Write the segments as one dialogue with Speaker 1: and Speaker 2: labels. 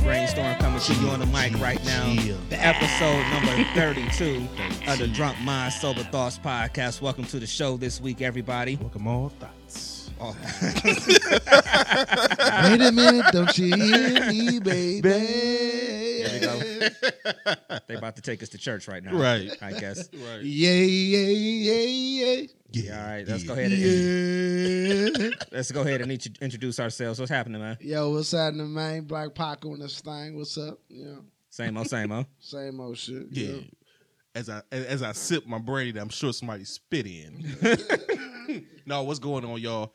Speaker 1: brainstorm coming to you on the mic right now.
Speaker 2: Chill.
Speaker 1: The episode number 32 of the Drunk Mind Sober Thoughts podcast. Welcome to the show this week, everybody.
Speaker 2: Welcome all thoughts.
Speaker 1: Oh,
Speaker 2: Wait a minute, don't you hear me, baby?
Speaker 1: we go. they about to take us to church right now.
Speaker 3: Right.
Speaker 1: I guess.
Speaker 3: Right.
Speaker 2: Yeah, yeah, yeah, yeah.
Speaker 1: Yeah, all right, let's go ahead
Speaker 2: and yeah.
Speaker 1: Let's go ahead and int- introduce ourselves. What's happening, man?
Speaker 2: Yo, what's happening, man? Black Pac on this thing. What's up? You know,
Speaker 1: Same old, same old.
Speaker 2: same old shit. you
Speaker 3: Yeah.
Speaker 2: know.
Speaker 3: As I as I sip my brain, I'm sure somebody spit in. no, what's going on, y'all?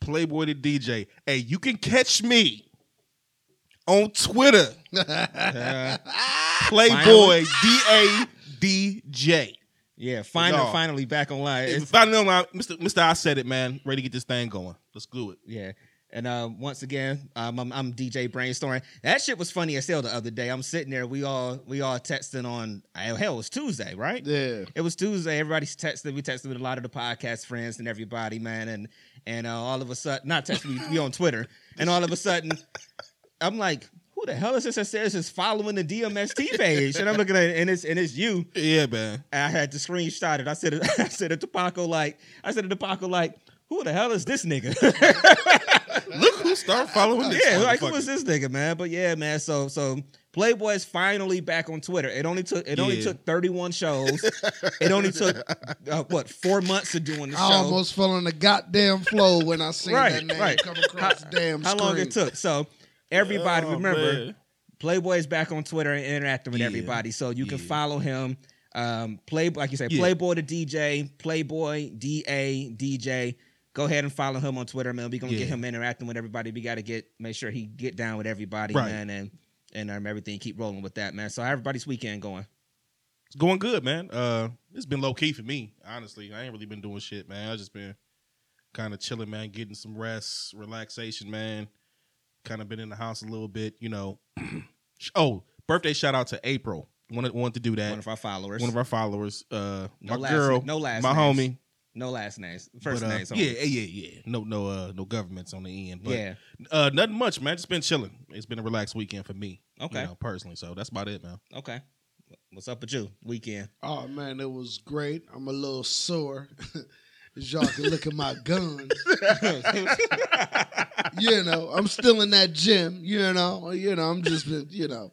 Speaker 3: Playboy the DJ. Hey, you can catch me on Twitter. Playboy D A D J.
Speaker 1: Yeah, finally,
Speaker 3: Y'all.
Speaker 1: finally back online. It's-
Speaker 3: Finally, on my- Mr. Mr. I said it, man. Ready to get this thing going. Let's do it.
Speaker 1: Yeah. And uh, once again, um, I'm, I'm DJ brainstorming. That shit was funny as hell the other day. I'm sitting there, we all we all texting on. Hell, it was Tuesday, right?
Speaker 2: Yeah.
Speaker 1: It was Tuesday. Everybody's texting. We texted with a lot of the podcast friends and everybody, man. And and uh, all of a sudden, not texting. We, we on Twitter. And all of a sudden, I'm like, who the hell is this? that says is following the DMST page. And I'm looking at it, and it's and it's you.
Speaker 3: Yeah, man.
Speaker 1: And I had to screenshot it. I said, I said it to Paco like, I said it to Paco like, who the hell is this nigga?
Speaker 3: Look who started following this.
Speaker 1: yeah, like who
Speaker 3: motherfucker.
Speaker 1: was this nigga, man? But yeah, man. So so Playboy is finally back on Twitter. It only took it only
Speaker 3: Yeah.
Speaker 1: took 31 shows. it only took uh, what four months of doing the show.
Speaker 2: I almost fell in the goddamn flow when I seen
Speaker 1: Right,
Speaker 2: that name
Speaker 1: right.
Speaker 2: come across the damn
Speaker 1: How
Speaker 2: screen.
Speaker 1: long it took? So everybody,
Speaker 3: Oh,
Speaker 1: remember,
Speaker 3: man.
Speaker 1: Playboy is back on Twitter and interacting with
Speaker 3: Yeah,
Speaker 1: everybody. So you can
Speaker 3: yeah.
Speaker 1: follow him. Um, play like you say,
Speaker 3: Yeah.
Speaker 1: Playboy the DJ, Playboy D A DJ. Go ahead and follow him on Twitter, man. We gonna get
Speaker 3: Yeah.
Speaker 1: him interacting with everybody. We gotta get make sure he get down with everybody,
Speaker 3: Right.
Speaker 1: man, and and um, everything. Keep rolling with that, man. So how everybody's weekend going?
Speaker 3: It's going good, man. Uh, it's been low key for me, honestly. I ain't really been doing shit, man. I just been kind of chilling, man, getting some rest, relaxation, man. Kind of been in the house a little bit, you know. oh, birthday shout out to April. Wanted wanted to do that.
Speaker 1: One of our followers,
Speaker 3: One of our followers, uh,
Speaker 1: No
Speaker 3: my
Speaker 1: last-
Speaker 3: girl,
Speaker 1: no last
Speaker 3: my
Speaker 1: names.
Speaker 3: homie.
Speaker 1: no last names, first
Speaker 3: But, uh,
Speaker 1: names.
Speaker 3: yeah,
Speaker 1: only.
Speaker 3: yeah, yeah, yeah. No, no, uh, no governments on the end. But
Speaker 1: yeah.
Speaker 3: uh, nothing much, man. Just been chilling. It's been a relaxed weekend for me,
Speaker 1: Okay,
Speaker 3: you know, personally. So that's about it, man.
Speaker 1: okay. What's up with you? Weekend.
Speaker 2: Oh man, it was great. I'm a little sore. As y'all can look at my guns. you know, I'm still in that gym. You know, you know, I'm just been, you know,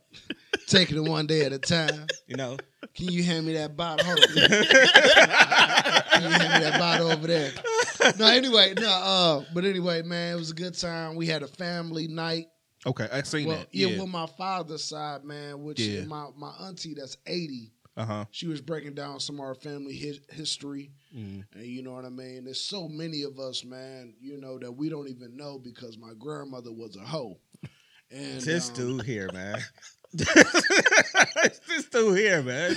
Speaker 2: taking it one day at a time.
Speaker 1: You know,
Speaker 2: Can you hand me that bottle? Hold on. Can you hand me that bottle over there? No, anyway, no. Uh, but anyway, man, it was a good time. We had a family night.
Speaker 3: Okay, I seen
Speaker 2: Well,
Speaker 3: that.
Speaker 2: yeah,
Speaker 3: Yeah,
Speaker 2: with my father's side, man, which
Speaker 3: Yeah.
Speaker 2: my my auntie that's 80.
Speaker 3: uh huh.
Speaker 2: She was breaking down some of our family his, history.
Speaker 1: mm.
Speaker 2: And you know what I mean? There's so many of us, man, you know, that we don't even know because my grandmother was a hoe. And
Speaker 1: this
Speaker 2: um,
Speaker 1: dude here, man. this dude here, man.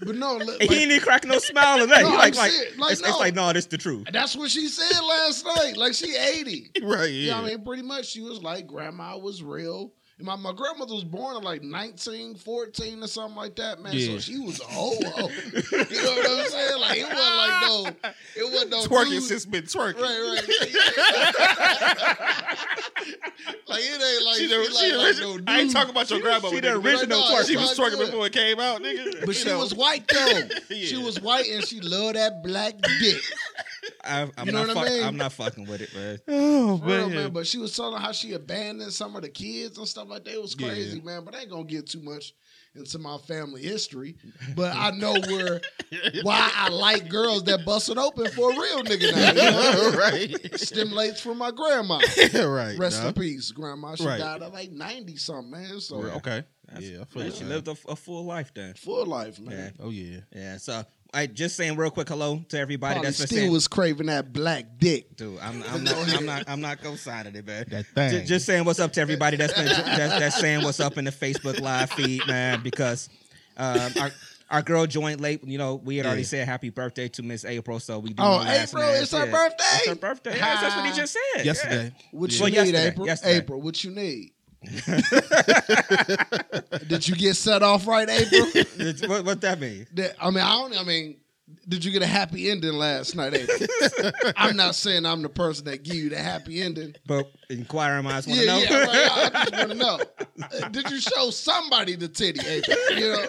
Speaker 2: But no, look,
Speaker 1: And he
Speaker 2: like,
Speaker 1: ain't even cracking no smile or nothing.
Speaker 2: No,
Speaker 1: He
Speaker 2: I'm
Speaker 1: like, like,
Speaker 2: serious. Like,
Speaker 1: it's, it's
Speaker 2: no.
Speaker 1: like, no, this the truth.
Speaker 2: that's what she said last night. Like she 80.
Speaker 3: Right.
Speaker 2: You know what I mean? Pretty much she was like, grandma was real. And my, my grandmother was born in like 1914 or something like that, man.
Speaker 3: Yeah.
Speaker 2: So she was a hoe. hoe. you know what I'm saying? Like it wasn't like no, it wasn't no
Speaker 3: twerking
Speaker 2: rude-
Speaker 3: since been twerking.
Speaker 2: Right, right. like it ain't like
Speaker 3: She
Speaker 2: she,
Speaker 3: the-
Speaker 2: like,
Speaker 3: she
Speaker 2: like
Speaker 3: original-
Speaker 2: no
Speaker 3: I ain't
Speaker 2: dude.
Speaker 3: talking about your
Speaker 1: She-
Speaker 3: grandma.
Speaker 1: she
Speaker 3: with
Speaker 1: the
Speaker 3: that.
Speaker 1: original
Speaker 3: Like, She
Speaker 2: twerker.
Speaker 3: was twerking before it came out, nigga.
Speaker 2: But
Speaker 3: You
Speaker 2: she
Speaker 3: know.
Speaker 2: was white though.
Speaker 3: Yeah.
Speaker 2: She was white and she loved that black dick.
Speaker 1: I, I'm,
Speaker 2: You know
Speaker 1: not
Speaker 2: what I
Speaker 1: fuck-
Speaker 2: mean?
Speaker 1: I'm not fucking with it, man.
Speaker 3: Oh
Speaker 2: For real, man. But she was telling how she abandoned some of the kids and stuff like that. It was
Speaker 3: Yeah.
Speaker 2: crazy, man. But I ain't gonna get too much into my family history. But I know where why I like girls that bust it open for a real nigga now. You know what I mean?
Speaker 3: right.
Speaker 2: Stimulates from my grandma.
Speaker 3: right.
Speaker 2: Rest
Speaker 3: nah.
Speaker 2: in peace, grandma. She
Speaker 3: Right.
Speaker 2: died at like 90 something, man. So
Speaker 3: Right, Okay.
Speaker 1: That's-
Speaker 3: yeah, I feel
Speaker 1: Man,
Speaker 3: you,
Speaker 1: she
Speaker 3: man.
Speaker 1: lived a, a full life then.
Speaker 2: full life,
Speaker 1: Yeah.
Speaker 2: man.
Speaker 3: Oh yeah.
Speaker 1: Yeah. So I just saying real quick hello to everybody
Speaker 2: Probably
Speaker 1: that's been
Speaker 2: still
Speaker 1: saying.
Speaker 2: was craving that black dick.
Speaker 1: Dude, I'm, I'm not, I'm not, I'm not co-signing it, man.
Speaker 3: That thing.
Speaker 1: Ju- Just, saying what's up to everybody that's been that's, that's saying what's up in the Facebook live feed, man. Because um, our our girl joined late. You know, we had already
Speaker 3: Yeah.
Speaker 1: said happy birthday to Miss April, so we do.
Speaker 2: Oh,
Speaker 1: know last
Speaker 2: April,
Speaker 1: name.
Speaker 2: it's her
Speaker 1: Yeah.
Speaker 2: birthday?
Speaker 1: It's her birthday. Yes, that's what he just said.
Speaker 3: Yesterday.
Speaker 2: What
Speaker 3: Yeah.
Speaker 1: Well,
Speaker 2: you need,
Speaker 1: yesterday,
Speaker 2: April?
Speaker 1: yesterday.
Speaker 2: April, what you need? Did you get set off right, April?
Speaker 1: Yeah. what what that mean?
Speaker 2: That- I mean, I don't. I mean, did you get a happy ending last night? April? I'm not saying I'm the person that give you the happy ending.
Speaker 1: But inquiring minds want to
Speaker 2: Yeah,
Speaker 1: know.
Speaker 2: yeah, right. I I just want to know. Uh, Did you show somebody the titty? April? You know.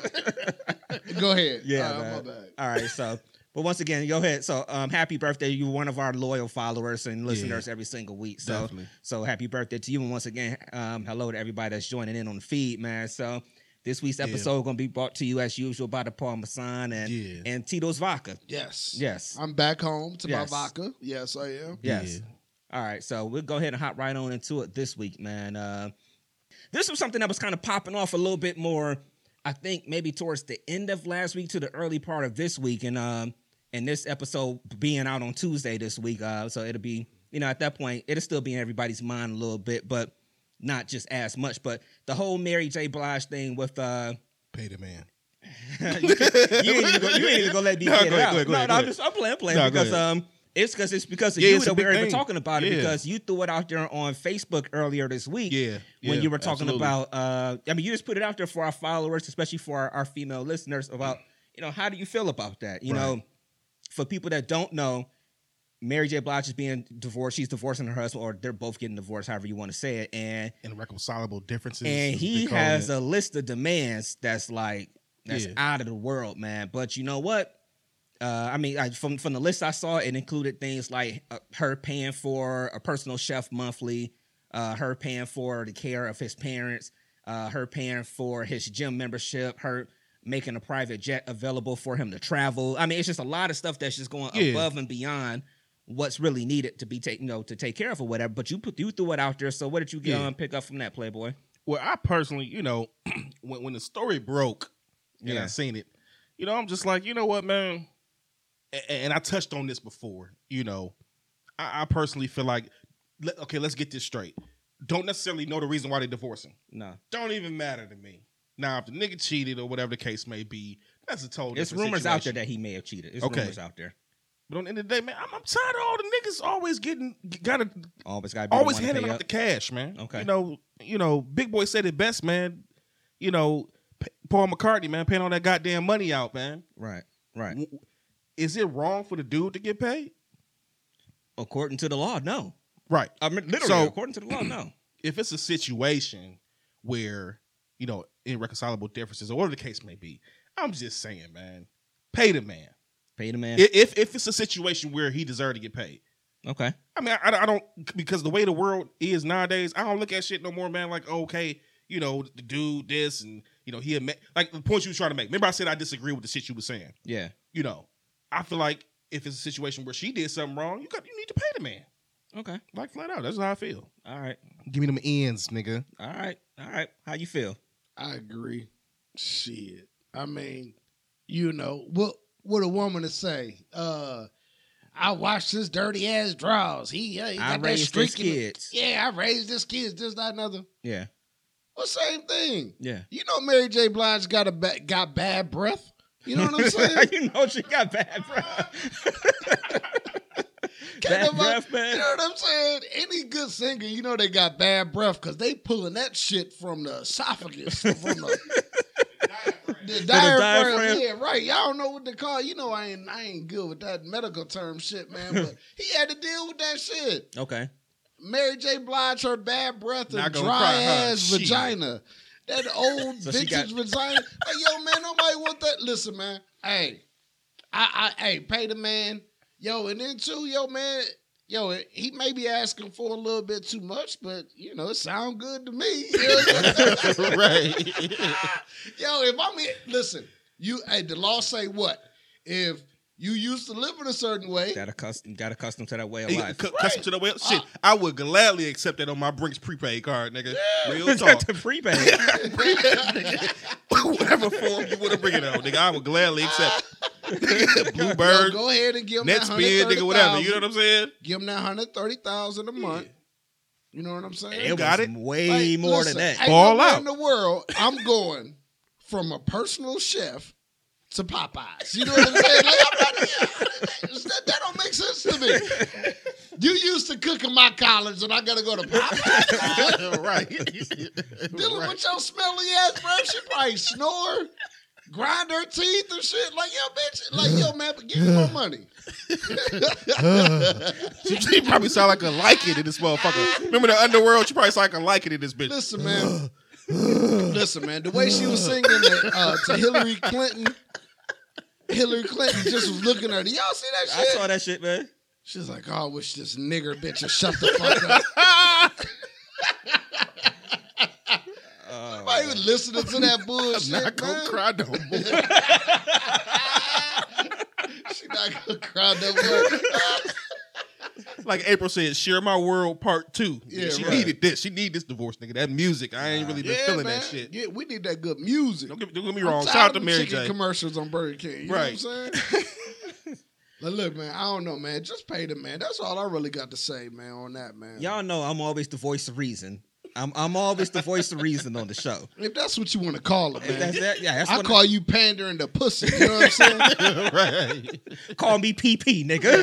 Speaker 2: Go ahead.
Speaker 1: Yeah,
Speaker 2: All right,
Speaker 1: man.
Speaker 2: my bad.
Speaker 1: All right, so but once again, go ahead. So um, happy birthday! You're one of our loyal followers and listeners every single week. So
Speaker 3: Definitely.
Speaker 1: so happy birthday to you! And once again, um, hello to everybody that's joining in on the feed, man. So this week's episode gonna be brought to you as usual by the Parmesan and
Speaker 3: Yeah.
Speaker 1: and Tito's Vodka.
Speaker 2: Yes.
Speaker 1: Yes.
Speaker 2: I'm back home to
Speaker 1: Yes.
Speaker 2: my vodka. Yes, I am.
Speaker 1: Yes.
Speaker 3: Yeah.
Speaker 1: All right, so we'll go ahead and hop right on into it this week, man. Uh, this was something that was kind of popping off a little bit more, I think, maybe towards the end of last week to the early part of this week, and um, and this episode being out on Tuesday this week, uh, so it'll be, you know, at that point, it'll still be in everybody's mind a little bit, but not just as much. But the whole Mary J. Blige thing with uh,
Speaker 3: Pay the man.
Speaker 1: you ain't even gonna, you ain't even gonna let me
Speaker 3: No,
Speaker 1: get
Speaker 3: go
Speaker 1: it out.
Speaker 3: ahead, go ahead, go
Speaker 1: no,
Speaker 3: ahead,
Speaker 1: no,
Speaker 3: go
Speaker 1: I'm
Speaker 3: ahead.
Speaker 1: just I'm playing, I'm playing
Speaker 3: No, go
Speaker 1: because
Speaker 3: ahead.
Speaker 1: um, it's because it's because of
Speaker 3: Yeah,
Speaker 1: you
Speaker 3: it's a
Speaker 1: that we
Speaker 3: big
Speaker 1: are even
Speaker 3: thing.
Speaker 1: talking about it
Speaker 3: Yeah.
Speaker 1: because you threw it out there on Facebook earlier this week.
Speaker 3: Yeah,
Speaker 1: when
Speaker 3: yeah,
Speaker 1: you were talking
Speaker 3: absolutely.
Speaker 1: about, uh, I mean, you just put it out there for our followers, especially for our, our female listeners, about you know how do you feel about that? You know, for people that don't know, Mary J. Blige is being divorced. She's divorcing her husband, or they're both getting divorced, however you want to say it, and
Speaker 3: Irreconcilable differences.
Speaker 1: and
Speaker 3: as they
Speaker 1: he
Speaker 3: call
Speaker 1: has
Speaker 3: it.
Speaker 1: a list of demands that's like that's
Speaker 3: Yeah.
Speaker 1: out of the world, man. But you know what? Uh, I mean, I, from from the list I saw, it included things like uh, her paying for a personal chef monthly, uh, her paying for the care of his parents, uh, her paying for his gym membership, her making a private jet available for him to travel. I mean, it's just a lot of stuff that's just going
Speaker 3: Yeah.
Speaker 1: above and beyond what's really needed to be taken, you know, to take care of or whatever. But you put you threw it out there, so what did you get,
Speaker 3: Yeah.
Speaker 1: um, pick up from that, Playboy?
Speaker 3: Well, I personally, you know, when when the story broke and
Speaker 1: Yeah.
Speaker 3: I seen it, you know, I'm just like, you know what, man. A- And, I touched on this before, you know. I, I personally feel like, let, okay, let's get this straight. Don't necessarily know the reason why they're divorcing.
Speaker 1: No,
Speaker 3: Don't even matter to me. Now, if the nigga cheated or whatever the case may be, that's a total.
Speaker 1: it's
Speaker 3: different
Speaker 1: rumors out there
Speaker 3: situation.
Speaker 1: that he may have cheated. It's
Speaker 3: Okay.
Speaker 1: rumors out there.
Speaker 3: But on the end of the day, man, I'm, I'm tired of all the niggas always getting gotta
Speaker 1: Always got
Speaker 3: always handing out the cash, man.
Speaker 1: Okay.
Speaker 3: You know, you know, Big Boy said it best, man. You know, P- Paul McCartney, man, paying all that goddamn money out, man.
Speaker 1: right, right.
Speaker 3: W- Is it wrong for the dude to get paid?
Speaker 1: According to the law, no.
Speaker 3: Right.
Speaker 1: I mean, literally,
Speaker 3: So-
Speaker 1: according to the law, no.
Speaker 3: If it's a situation where, you know, irreconcilable differences or whatever the case may be, I'm just saying, man, pay the man.
Speaker 1: Pay the man.
Speaker 3: I- If if it's a situation where he deserved to get paid.
Speaker 1: okay.
Speaker 3: I mean, I, I don't because the way the world is nowadays, I don't look at shit no more, man. Like, okay, you know, the dude this and you know he admit, like the point you was trying to make. Remember, I said I disagree with the shit you was saying.
Speaker 1: Yeah.
Speaker 3: You know, I feel like if it's a situation where she did something wrong, you got you need to pay the man,
Speaker 1: Okay.
Speaker 3: like flat out. That's how I feel.
Speaker 1: All right.
Speaker 3: Give me them ends, nigga.
Speaker 1: All right. All right. How you feel?
Speaker 2: I agree. Shit. I mean, you know, what what a woman to say. Uh I watched his dirty ass draws. He, uh, he
Speaker 1: I
Speaker 2: got that
Speaker 1: raised
Speaker 2: streak
Speaker 1: these
Speaker 2: in him.
Speaker 1: kids.
Speaker 2: Yeah, I raised this kid, just that another.
Speaker 1: Yeah.
Speaker 2: Well, same thing.
Speaker 1: Yeah.
Speaker 2: You know, Mary J. Blige got a ba- got bad breath. You know what I'm saying?
Speaker 1: you know she got bad breath. bad
Speaker 2: Can't nobody-
Speaker 1: breath, man.
Speaker 2: You know what I'm saying? Any good singer, you know they got bad breath because they pulling that shit from the esophagus, from the, the diaphragm.
Speaker 1: diaphragm?
Speaker 2: Yeah, right. Y'all don't know what to call. it. You know I ain't I ain't good with that medical term shit, man. But he had to deal with that shit.
Speaker 1: Okay.
Speaker 2: Mary J. Blige, her bad breath
Speaker 3: Not
Speaker 2: and
Speaker 3: gonna
Speaker 2: dry
Speaker 3: cry, huh?
Speaker 2: ass
Speaker 3: Shit.
Speaker 2: vagina. That old
Speaker 1: So she
Speaker 2: vintage vagina. Like, yo, man, nobody want that. Listen, man. Hey, I, I, hey, pay the man. Yo, and then too, yo, man, yo, he may be asking for a little bit too much, but you know, it sound good to me. You know what I'm saying?
Speaker 3: right.
Speaker 2: yo, if I'm in, listen, you, hey, the law say what? If you used to live in a certain way,
Speaker 1: Got accustomed. Got accustomed to that way of
Speaker 3: You
Speaker 1: life.
Speaker 3: cu- Custom to the way. Shit,
Speaker 2: Uh.
Speaker 3: I would gladly accept that on my Brinks prepaid card, nigga. Real talk.
Speaker 1: to prepaid.
Speaker 3: Whatever form you want to bring it on, nigga, I would gladly accept.
Speaker 2: yo,
Speaker 3: Bluebird,
Speaker 2: go ahead and give him
Speaker 3: Net
Speaker 2: that
Speaker 3: spin, nigga, whatever. You know what I'm saying?
Speaker 2: give them that hundred thirty thousand a month. You know what I'm saying?
Speaker 1: It
Speaker 3: Got
Speaker 1: was
Speaker 3: it.
Speaker 1: way
Speaker 2: Like,
Speaker 1: more
Speaker 2: listen,
Speaker 1: than that.
Speaker 2: ain't
Speaker 3: Ball
Speaker 2: nowhere
Speaker 3: out.
Speaker 2: in the world. I'm going from a personal chef to Popeyes. You know what I'm saying? Like, I'm not, that, that don't make sense to me. You used to cook in my college, and I gotta go to Popeyes.
Speaker 3: right.
Speaker 2: Dealing with your smelly ass, bro. She probably snore. grind her teeth and shit. Like, yo, bitch. Like, yo, man, but give me my money.
Speaker 3: She, she probably sound like a like it in this motherfucker. Remember the underworld? She probably sound like a like it in this bitch.
Speaker 2: Listen, man. Listen, man. The way she was singing to, uh, to Hillary Clinton, Hillary Clinton just was looking at her. Y'all see that
Speaker 1: I
Speaker 2: shit?
Speaker 1: saw that shit, man.
Speaker 2: She's like, oh, I wish this nigger bitch would shut the fuck up.
Speaker 1: Oh,
Speaker 2: Why you listening to that bullshit?
Speaker 3: Not gonna
Speaker 2: man?
Speaker 3: cry no more.
Speaker 2: She not gonna cry no more.
Speaker 3: Like April said, share my world part two.
Speaker 2: Yeah,
Speaker 3: she
Speaker 2: right.
Speaker 3: needed this. She need this divorce, nigga. That music, I ain't really been
Speaker 2: yeah,
Speaker 3: feeling
Speaker 2: man.
Speaker 3: that shit.
Speaker 2: Yeah, we need that good music.
Speaker 3: Don't, get, don't get me
Speaker 2: I'm
Speaker 3: wrong.
Speaker 2: tired
Speaker 3: Shout out to
Speaker 2: of them
Speaker 3: Mary
Speaker 2: chicken
Speaker 3: J.
Speaker 2: commercials on Burger King. You
Speaker 3: Right.
Speaker 2: know what I'm saying? Like, look, man, I don't know, man. Just pay the man. That's all I really got to say, man, on that, man.
Speaker 1: Y'all know I'm always the voice of reason. I'm I'm always the voice of reason on the show.
Speaker 2: If that's what you want to call it,
Speaker 1: If
Speaker 2: man.
Speaker 1: that's that, yeah, that's
Speaker 2: I
Speaker 1: what
Speaker 2: call you pandering to pussy. You know what I'm saying?
Speaker 3: right.
Speaker 1: call me PP, nigga.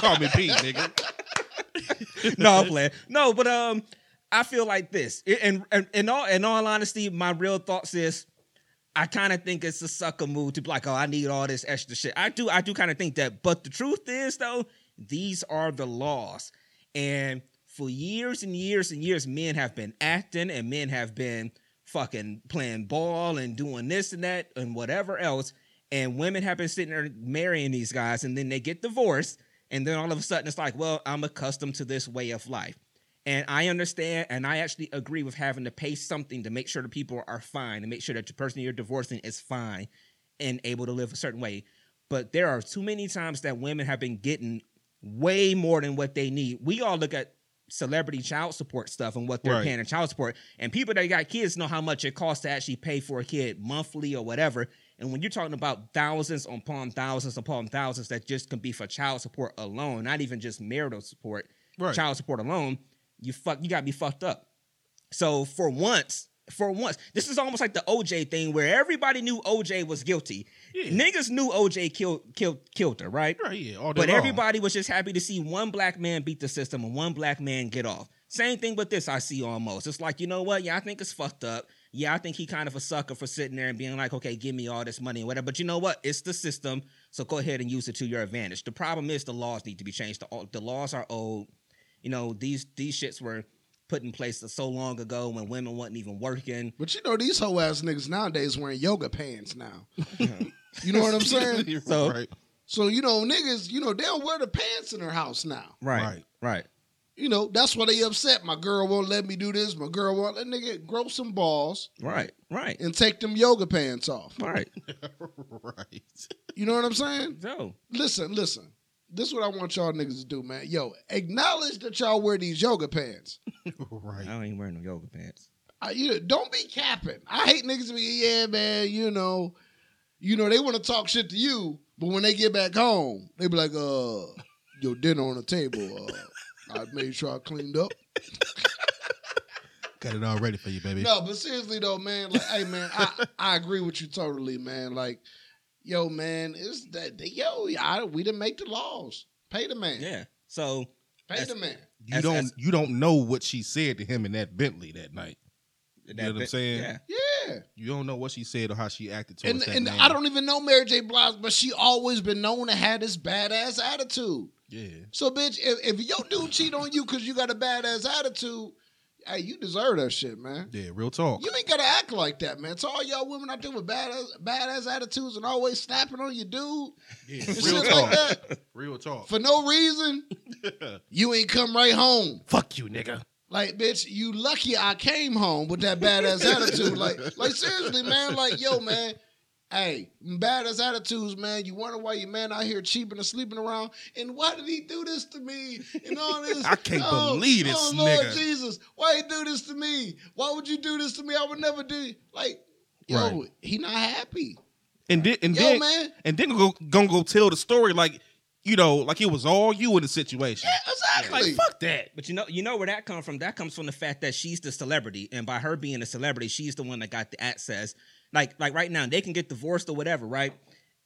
Speaker 3: Call me Pete, nigga.
Speaker 1: no, I'm playing. No, but um, I feel like this. I- And and in all in all honesty, my real thoughts is, I kind of think it's a sucker move to be like, oh, I need all this extra shit. I do, I do kind of think that. But the truth is, though, these are the laws, and for years and years and years, men have been acting, and men have been fucking playing ball and doing this and that and whatever else. And women have been sitting there marrying these guys, and then they get divorced, and then all of a sudden it's like, well, I'm accustomed to this way of life. And I understand, and I actually agree with having to pay something to make sure the people are fine and make sure that the person you're divorcing is fine and able to live a certain way. But there are too many times that women have been getting way more than what they need. We all look at celebrity child support stuff and what they're
Speaker 3: Right.
Speaker 1: paying in child support. And people that got kids know how much it costs to actually pay for a kid monthly or whatever. And when you're talking about thousands upon thousands upon thousands that just can be for child support alone, not even just marital support,
Speaker 3: Right.
Speaker 1: child support alone, you fuck you gotta be fucked up. So for once, for once, this is almost like the OJ thing where everybody knew OJ was guilty.
Speaker 3: Yeah.
Speaker 1: Niggas knew OJ killed killed killed her, right?
Speaker 3: Right, yeah. All day
Speaker 1: But
Speaker 3: long.
Speaker 1: everybody was just happy to see one black man beat the system and one black man get off. Same thing with this, I see almost. It's like, you know what? Yeah, I think it's fucked up. Yeah, I think he kind of a sucker for sitting there and being like, okay, give me all this money and whatever. But you know what? It's the system. So go ahead and use it to your advantage. The problem is the laws need to be changed. The, the laws are old. You know, these these shits were put in place so long ago when women wasn't even working.
Speaker 2: But you know these hoe ass niggas nowadays wearing yoga pants now. you know what I'm saying?
Speaker 1: So-
Speaker 3: right.
Speaker 2: So you know niggas, you know they don't wear the pants in their house now.
Speaker 3: Right.
Speaker 1: Right.
Speaker 2: You know that's why they upset. My girl won't let me do this. My girl won't let nigga grow some balls
Speaker 1: Right. Right.
Speaker 2: and take them yoga pants off.
Speaker 1: Right.
Speaker 3: right.
Speaker 2: You know what I'm saying?
Speaker 1: So
Speaker 2: Listen, listen. This is what I want y'all niggas to do, man. Yo, acknowledge that y'all wear these yoga pants.
Speaker 1: I
Speaker 3: Right.
Speaker 1: don't even wear no yoga pants.
Speaker 2: I, you know, don't be capping. I hate niggas to be, yeah, man, you know, you know, they want to talk shit to you, but when they get back home, they be like, uh, your dinner on the table. Uh, I made sure I cleaned up.
Speaker 3: Got it all ready for you, baby.
Speaker 2: No, but seriously though, man, like, hey man, I, I agree with you totally, man. Like, yo, man, it's that yo, I, we didn't make the laws. Pay the man.
Speaker 1: Yeah. So
Speaker 2: Pay the man.
Speaker 3: You
Speaker 1: As-
Speaker 3: don't
Speaker 1: as-
Speaker 3: you don't know what she said to him in that Bentley that night.
Speaker 1: You
Speaker 3: know what I'm saying?
Speaker 1: Yeah.
Speaker 2: Yeah.
Speaker 3: You don't know what she said or how she acted towards
Speaker 2: And,
Speaker 3: that
Speaker 2: and
Speaker 3: man.
Speaker 2: I don't even know Mary J. Blige, but she always been known to have this badass attitude.
Speaker 3: Yeah.
Speaker 2: So, bitch, if, if your dude cheat on you because you got a badass attitude, hey, you deserve that shit, man.
Speaker 3: Yeah, real talk.
Speaker 2: You ain't gotta act like that, man. To all y'all women out there with badass, badass attitudes and always snapping on your dude
Speaker 3: Yeah,
Speaker 2: and
Speaker 3: real
Speaker 2: shit like
Speaker 3: talk.
Speaker 2: that
Speaker 3: Real talk.
Speaker 2: for no reason, you ain't come right home.
Speaker 3: Fuck you, nigga.
Speaker 2: Like, bitch, you lucky I came home with that badass attitude. Like, like seriously, man. Like, yo, man. Hey, badass attitudes, man. You wonder why your man out here cheaping and sleeping around, and why did he do this to me? And all this,
Speaker 3: I can't
Speaker 2: oh,
Speaker 3: believe this
Speaker 2: Oh Lord
Speaker 3: nigga.
Speaker 2: Jesus, why he do this to me? Why would you do this to me? I would never do. Like, yo,
Speaker 3: Right.
Speaker 2: he not happy.
Speaker 3: And then and
Speaker 2: Yo,
Speaker 3: then
Speaker 2: man.
Speaker 3: and then go gonna go tell the story like you know, like it was all you in the situation.
Speaker 2: Yeah, exactly.
Speaker 3: Like fuck that.
Speaker 1: But you know, you know where that comes from. That comes from the fact that she's the celebrity, and by her being a celebrity, she's the one that got the access. Like, like right now, they can get divorced or whatever, right?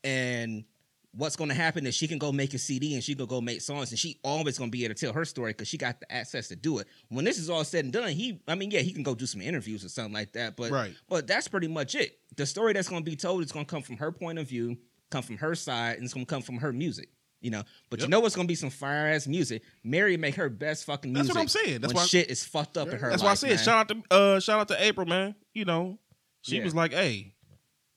Speaker 1: And what's going to happen is she can go make a CD and she can go make songs, and she always going to be able to tell her story because she got the access to do it. When this is all said and done, he, I mean, yeah, he can go do some interviews or something like that, but
Speaker 3: Right.
Speaker 1: but that's pretty much it. the story that's going to be told is going to come from her point of view, come from her side, and it's going to come from her music. You know, but you
Speaker 3: Yep.
Speaker 1: know what's going to be some fire ass music. Mary make her best fucking
Speaker 3: That's
Speaker 1: music.
Speaker 3: what I'm saying. That's
Speaker 1: when
Speaker 3: why-
Speaker 1: shit is fucked up in her.
Speaker 3: That's
Speaker 1: life,
Speaker 3: why I said
Speaker 1: man.
Speaker 3: shout out to uh, shout out to April, man. You know, she
Speaker 1: Yeah.
Speaker 3: was like, "Hey,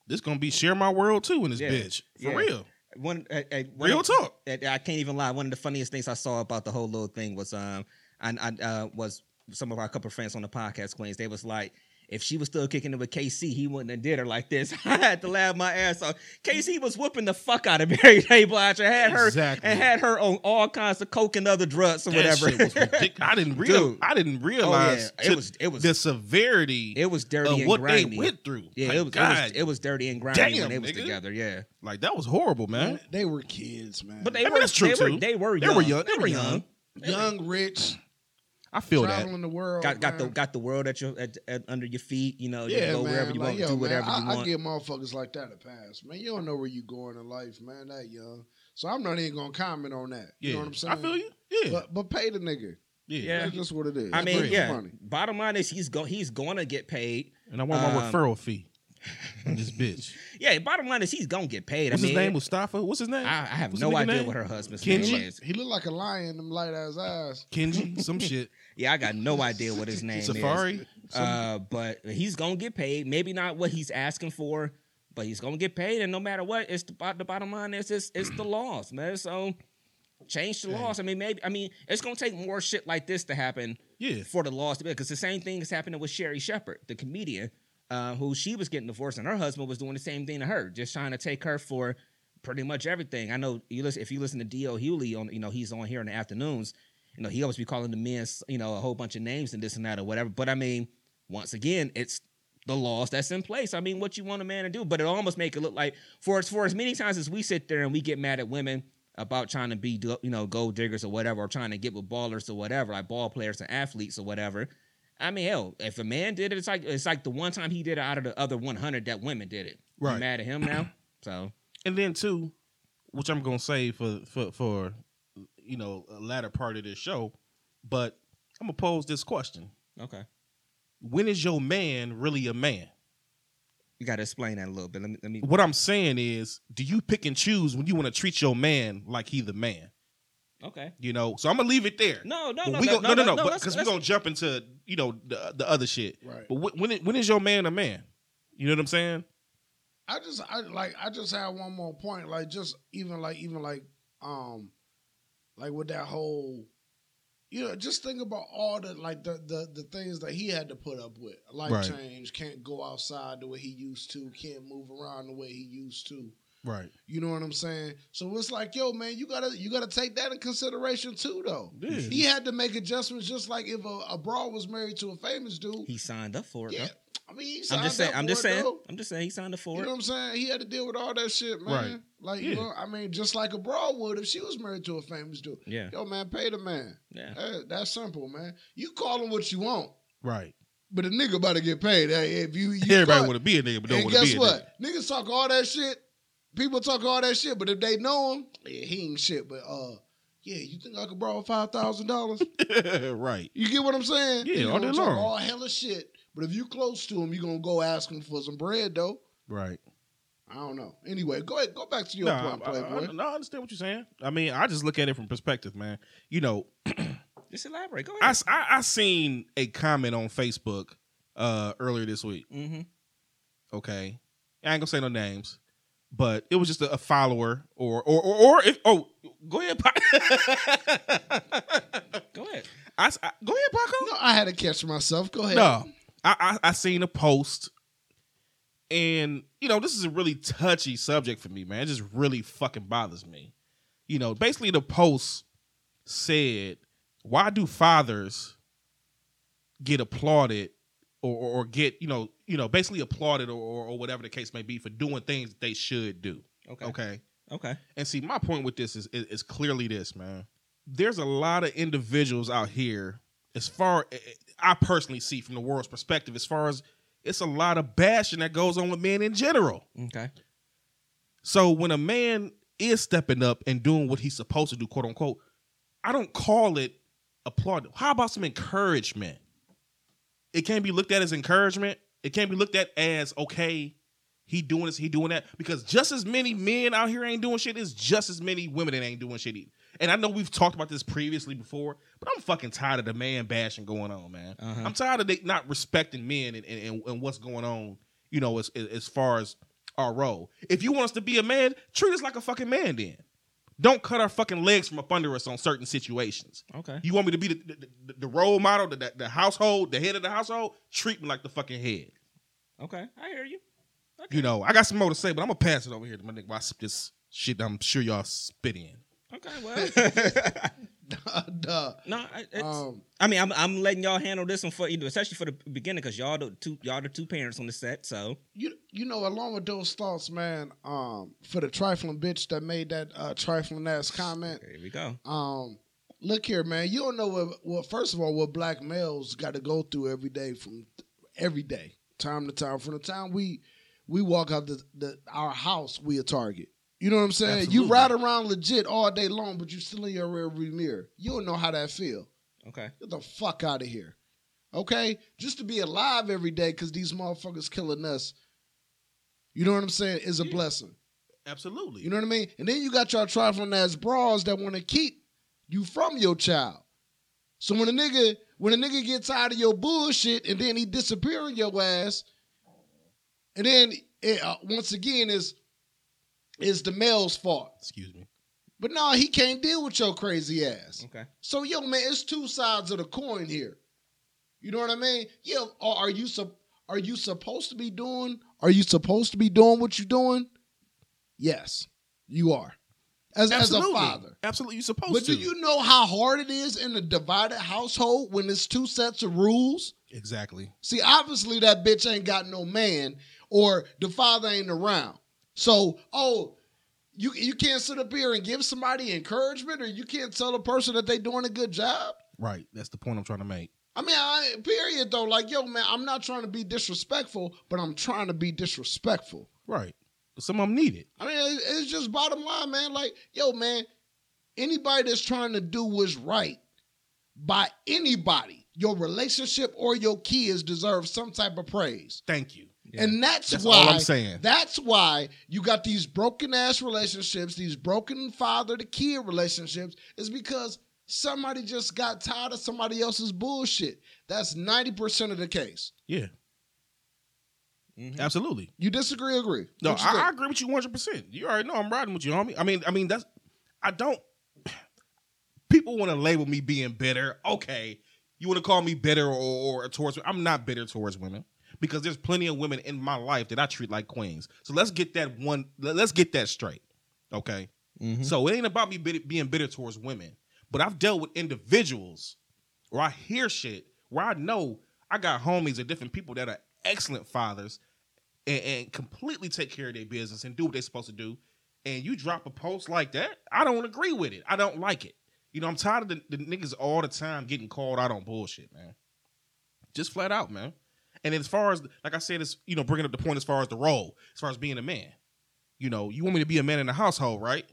Speaker 3: this gonna be share my world too in this
Speaker 1: Yeah.
Speaker 3: bitch for
Speaker 1: Yeah.
Speaker 3: real,
Speaker 1: One, uh, uh, one
Speaker 3: real
Speaker 1: of-
Speaker 3: talk."
Speaker 1: that- I can't even lie. One of the funniest things I saw about the whole little thing was um, I, I uh, was some of our couple friends on the podcast queens. They was like, if she was still kicking it with KC, he wouldn't have did her like this. I had to laugh my ass off. KC was whooping the fuck out of Mary J. Blige and had her
Speaker 3: Exactly.
Speaker 1: and had her on all kinds of coke and other drugs or
Speaker 3: That
Speaker 1: whatever.
Speaker 3: shit was ridic- I didn't real.
Speaker 1: Dude. Oh,
Speaker 3: I didn't realize
Speaker 1: yeah. It
Speaker 3: to
Speaker 1: was- it was-
Speaker 3: the severity
Speaker 1: it was dirty
Speaker 3: of
Speaker 1: and
Speaker 3: uh, what
Speaker 1: grimy.
Speaker 3: they went through.
Speaker 1: yeah,
Speaker 3: like,
Speaker 1: it was, it
Speaker 3: God,
Speaker 1: was it was dirty and grimy
Speaker 3: damn,
Speaker 1: when they was
Speaker 3: nigga.
Speaker 1: together. Yeah,
Speaker 3: like that was horrible, man.
Speaker 2: Man, they were kids, man.
Speaker 1: but they
Speaker 3: I mean,
Speaker 1: were
Speaker 3: that's true,
Speaker 1: they
Speaker 3: too.
Speaker 1: were they were
Speaker 3: They
Speaker 1: young.
Speaker 3: were young. They were young.
Speaker 2: young, rich,
Speaker 3: I feel that.
Speaker 2: traveling the world.
Speaker 1: Got got the
Speaker 3: Mm-hmm.
Speaker 2: man.
Speaker 1: got the world at your at, at- under your feet. You know, you
Speaker 2: Yeah,
Speaker 1: can go
Speaker 2: man.
Speaker 1: wherever you
Speaker 2: like,
Speaker 1: want,
Speaker 2: yo,
Speaker 1: do whatever
Speaker 2: man,
Speaker 1: you
Speaker 2: I,
Speaker 1: want.
Speaker 2: I give motherfuckers like that a pass, man. You don't know where you going in life, man. That young, so I'm not even gonna comment on that.
Speaker 3: Yeah,
Speaker 2: You know what I'm saying?
Speaker 3: I feel you. Yeah,
Speaker 2: But but pay the nigga.
Speaker 1: Yeah.
Speaker 2: That's just what it is.
Speaker 1: I mean,
Speaker 2: Bring the
Speaker 1: yeah.
Speaker 2: money.
Speaker 1: Bottom line is he's go he's gonna get paid.
Speaker 3: And I want my
Speaker 1: Um,
Speaker 3: referral fee on this bitch.
Speaker 1: Yeah. Bottom line is he's gonna get paid.
Speaker 3: What's
Speaker 1: I
Speaker 3: his
Speaker 1: mean,
Speaker 3: name? Mustafa. What's his name?
Speaker 1: I, I have
Speaker 3: What's
Speaker 1: no
Speaker 3: his nigga
Speaker 1: idea
Speaker 3: name?
Speaker 1: what her husband's
Speaker 3: Kenji?
Speaker 1: name is.
Speaker 2: He look like a lion. Them light ass eyes.
Speaker 3: Kenji. Some shit.
Speaker 1: Yeah, I got no idea what his name is.
Speaker 3: Safari.
Speaker 1: Uh, but he's gonna get paid. Maybe not what he's asking for, but he's gonna get paid. And no matter what, it's the, bo- the bottom line is it's, it's the laws, man. So change the laws. I mean, maybe I mean it's gonna take more shit like this to happen
Speaker 3: yeah.
Speaker 1: for the laws to be because the same thing is happening with Sherry Shepard, the comedian, uh, who she was getting divorced and her husband was doing the same thing to her, just trying to take her for pretty much everything. I know you listen if you listen to D.O. Hewley on you know he's on here in the afternoons, you know he always be calling the men you know a whole bunch of names and this and that or whatever. But I mean, once again, it's the laws that's in place. I mean, what you want a man to do, but it almost make it look like for as for as many times as we sit there and we get mad at women about trying to be you know gold diggers or whatever, or trying to get with ballers or whatever, like ball players and athletes or whatever. I mean, hell, if a man did it, it's like it's like the one time he did it out of the other 100 that women did it. You
Speaker 3: Right.
Speaker 1: mad at him now? So
Speaker 3: And then two, which I'm gonna say for for for you know a latter part of this show, but I'm gonna pose this question:
Speaker 1: okay,
Speaker 3: When is your man really a man?
Speaker 1: you got to explain that a little bit. Let me let me.
Speaker 3: What I'm saying is, do you pick and choose when you want to treat your man like he the man?
Speaker 1: Okay.
Speaker 3: You know, so I'm gonna leave it there.
Speaker 1: No, no,
Speaker 3: But
Speaker 1: no,
Speaker 3: we
Speaker 1: that-
Speaker 3: gon-
Speaker 1: no,
Speaker 3: no, no,
Speaker 1: that-
Speaker 3: no,
Speaker 1: no, that's-
Speaker 3: because we're
Speaker 1: that's-
Speaker 3: gonna jump into you know the, the other shit.
Speaker 2: Right.
Speaker 3: But wh- when it- when is your man a man? You know what I'm saying?
Speaker 2: I just I like I just had one more point. Like just even like even like um like with that whole you know, just think about all the like the the, the things that he had to put up with. Life
Speaker 3: Right.
Speaker 2: change, can't go outside the way he used to, can't move around the way he used to.
Speaker 3: Right.
Speaker 2: You know what I'm saying? So it's like, yo, man, you gotta you gotta take that in consideration too though.
Speaker 3: Yeah.
Speaker 2: He had to make adjustments just like if a, a broad was married to a famous dude.
Speaker 1: he signed up for it.
Speaker 2: yeah.
Speaker 1: though.
Speaker 2: I mean, he
Speaker 1: I'm
Speaker 2: signed
Speaker 1: just saying.
Speaker 2: up
Speaker 1: I'm
Speaker 2: for
Speaker 1: just
Speaker 2: it,
Speaker 1: saying.
Speaker 2: though.
Speaker 1: I'm just saying he signed up for
Speaker 2: You know
Speaker 1: it.
Speaker 2: what I'm saying? He had to deal with all that shit, man.
Speaker 3: Right.
Speaker 2: Like,
Speaker 3: Yeah.
Speaker 2: you know, I mean, just like a broad would if she was married to a famous dude.
Speaker 1: Yeah,
Speaker 2: Yo, man, pay the man.
Speaker 1: yeah.
Speaker 2: Hey, that's simple, man. You call him what you want,
Speaker 3: Right.
Speaker 2: but a nigga about to get paid. Hey, if you, you
Speaker 3: Everybody
Speaker 2: caught-
Speaker 3: want to be a nigga, but don't
Speaker 2: And
Speaker 3: want to
Speaker 2: guess
Speaker 3: be a nigga.
Speaker 2: what? Niggas talk all that shit. People talk all that shit, but if they know him, yeah, he ain't shit. But uh, yeah, you think I could borrow five thousand dollars?
Speaker 3: right.
Speaker 2: You get what I'm saying?
Speaker 3: Yeah,
Speaker 2: You
Speaker 3: all day
Speaker 2: gonna talk
Speaker 3: long.
Speaker 2: All hella shit. But if you close to him, you gonna go ask him for some bread though.
Speaker 3: Right.
Speaker 2: I don't know. Anyway, go ahead, go back to your
Speaker 3: No,
Speaker 2: point,
Speaker 3: I, I-
Speaker 2: Playboy.
Speaker 3: I- no, I understand what you're saying. I mean, I just look at it from perspective, man. You know,
Speaker 1: Just elaborate. Go
Speaker 3: I,
Speaker 1: ahead.
Speaker 3: s- I, I seen a comment on Facebook uh earlier this week.
Speaker 1: mm-hmm.
Speaker 3: Okay, I ain't gonna say no names, but it was just a, a follower or or or, or if oh go ahead, Pa-
Speaker 1: Go ahead.
Speaker 3: I, s- I- go ahead, Paco.
Speaker 2: no, I had to catch myself. Go ahead.
Speaker 3: No, I, I I seen a post, and you know this is a really touchy subject for me, man. It just really fucking bothers me. You know, basically the post said, "Why do fathers get applauded or or, or get you know you know basically applauded or, or or whatever the case may be for doing things that they should do?"
Speaker 1: Okay. Okay.
Speaker 3: Okay. And see, my point with this is, is is clearly this, man. There's a lot of individuals out here, as far eh, I personally see from the world's perspective, as far as it's a lot of bashing that goes on with men in general.
Speaker 1: Okay.
Speaker 3: So when a man is stepping up and doing what he's supposed to do, quote unquote, I don't call it applauding. How about some encouragement? It can't be looked at as encouragement. It can't be looked at as okay. He doing this, he doing that. Because just as many men out here ain't doing shit, is just as many women that ain't doing shit either. And I know we've talked about this previously before, but I'm fucking tired of the man bashing going on, man.
Speaker 1: Uh-huh.
Speaker 2: Mm-hmm.
Speaker 3: I'm tired of they not respecting men and, and, and, and what's going on, you know, as, as far as our role. If you want us to be a man, treat us like a fucking man then. Don't cut our fucking legs from up under us on certain situations.
Speaker 1: Okay.
Speaker 3: You want me to be the, the, the, the role model, the, the, the household, the head of the household? Treat me like the fucking head.
Speaker 1: Okay. I hear you.
Speaker 3: You know, I got some more to say, but I'm gonna pass it over here to my nigga. while I sip this shit. I'm sure y'all spit in.
Speaker 1: Okay. Well,
Speaker 2: Duh.
Speaker 1: no. I- It's,
Speaker 2: Um,
Speaker 1: I mean, I'm I'm letting y'all handle this one for either, especially for the beginning, because y'all the two y'all the two parents on the set. So
Speaker 2: you you know, along with those thoughts, man. Um, for the trifling bitch that made that uh, trifling ass comment.
Speaker 1: here we go.
Speaker 2: Um, look here, man. You don't know what. Well, first of all, what black males got to go through every day from every day, time to time. From the time we we walk out the, the our house, we a target. You know what I'm saying? You
Speaker 3: Absolutely.
Speaker 2: ride around legit all day long, but you still in your rear view mirror. You don't know how that feel.
Speaker 1: Okay.
Speaker 2: Get the fuck out of here. Okay? Just to be alive every day because these motherfuckers killing us. You know what I'm saying? Is a
Speaker 3: Yeah.
Speaker 2: blessing.
Speaker 3: Absolutely.
Speaker 2: You know what I mean? And then you got your trifling ass bras that want to keep you from your child. So when a nigga when a nigga gets tired of your bullshit and then he disappearing your ass, and then it, uh, once again is is the male's fault.
Speaker 3: Excuse me.
Speaker 2: But no, he can't deal with your crazy ass.
Speaker 1: Okay.
Speaker 2: So yo, man, it's two sides of the coin here. You know what I mean? Yeah. Are, are you sup- are you supposed to be doing? Are you supposed to be doing what you're doing? Yes, you are. As as a father.
Speaker 3: Absolutely. You supposed
Speaker 2: But
Speaker 3: to.
Speaker 2: do you know how hard it is in a divided household when it's two sets of rules?
Speaker 3: exactly.
Speaker 2: See, obviously that bitch ain't got no man, or the father ain't around. So, oh, you you can't sit up here and give somebody encouragement, or you can't tell a person that they doing a good job.
Speaker 3: Right. That's the point I'm trying to make.
Speaker 2: I mean, I, period though. Like, yo, man, I'm not trying to be disrespectful, but I'm trying to be disrespectful.
Speaker 3: Right. Some of them need it.
Speaker 2: I mean, it- it's just bottom line, man. Like, yo, man, anybody that's trying to do what's right by anybody, your relationship or your kids deserve some type of praise.
Speaker 3: Thank you.
Speaker 1: Yeah.
Speaker 2: And that's,
Speaker 3: That's
Speaker 2: why
Speaker 3: all I'm saying.
Speaker 2: That's why you got these broken ass relationships, these broken father to kid relationships, is because somebody just got tired of somebody else's bullshit. That's 90% of the case.
Speaker 3: yeah.
Speaker 1: Mhm.
Speaker 3: Absolutely.
Speaker 2: You disagree or agree?
Speaker 3: No,
Speaker 2: What you think?
Speaker 3: I, I agree with you 100. percent You already know I'm riding with you, homie. I mean, I mean that's. I don't. People want to label me being bitter. Okay, you want to call me bitter or, or towards. I'm not bitter towards women because there's plenty of women in my life that I treat like queens. So let's get that one. let- Let's get that straight. Okay.
Speaker 1: Mhm.
Speaker 3: So it ain't about me bit- being bitter towards women, but I've dealt with individuals where I hear shit where I know I got homies or different people that are excellent fathers and, and completely take care of their business and do what they're supposed to do. And you drop a post like that, I don't agree with it. I don't like it. You know, I'm tired of the, the niggas all the time getting called out on bullshit, man. Just flat out, man. And as far as, like I said, it's, you know, bringing up the point as far as the role, as far as being a man. You know, you want me to be a man in the household, right?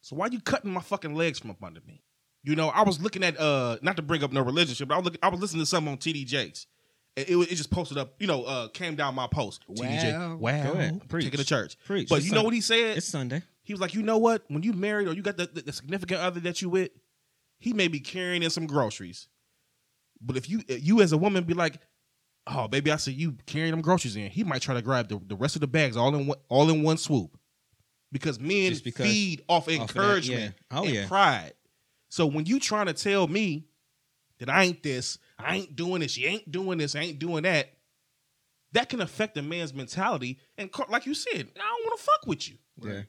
Speaker 3: So why you cutting my fucking legs from up under me? You know, I was looking at uh not to bring up no relationship, but I was looking, I was listening to something on TD Jakes. It, it, was- it just posted up, you know, uh came down my post.
Speaker 2: Wow.
Speaker 3: TD Jakes,
Speaker 1: Go
Speaker 3: wow,
Speaker 1: ahead. Preach.
Speaker 3: taking the church.
Speaker 1: Preach.
Speaker 3: But
Speaker 1: It's
Speaker 3: you know
Speaker 1: Sun-
Speaker 3: what he said?
Speaker 1: It's Sunday.
Speaker 3: he was like, you know what? When you married or you got the, the, the significant other that you with, he may be carrying in some groceries. But if you you as a woman be like, oh baby, I see you carrying them groceries in, he might try to grab the, the rest of the bags all in one all in one swoop. Because men
Speaker 1: Just because-
Speaker 3: feed off
Speaker 1: that,
Speaker 3: encouragement
Speaker 1: yeah. Oh,
Speaker 3: and
Speaker 1: yeah.
Speaker 3: pride. So when you trying to tell me that I ain't this, I ain't doing this, you ain't doing this, I ain't doing that, that can affect a man's mentality. And co- like you said, I don't want to fuck with you.
Speaker 1: Yeah.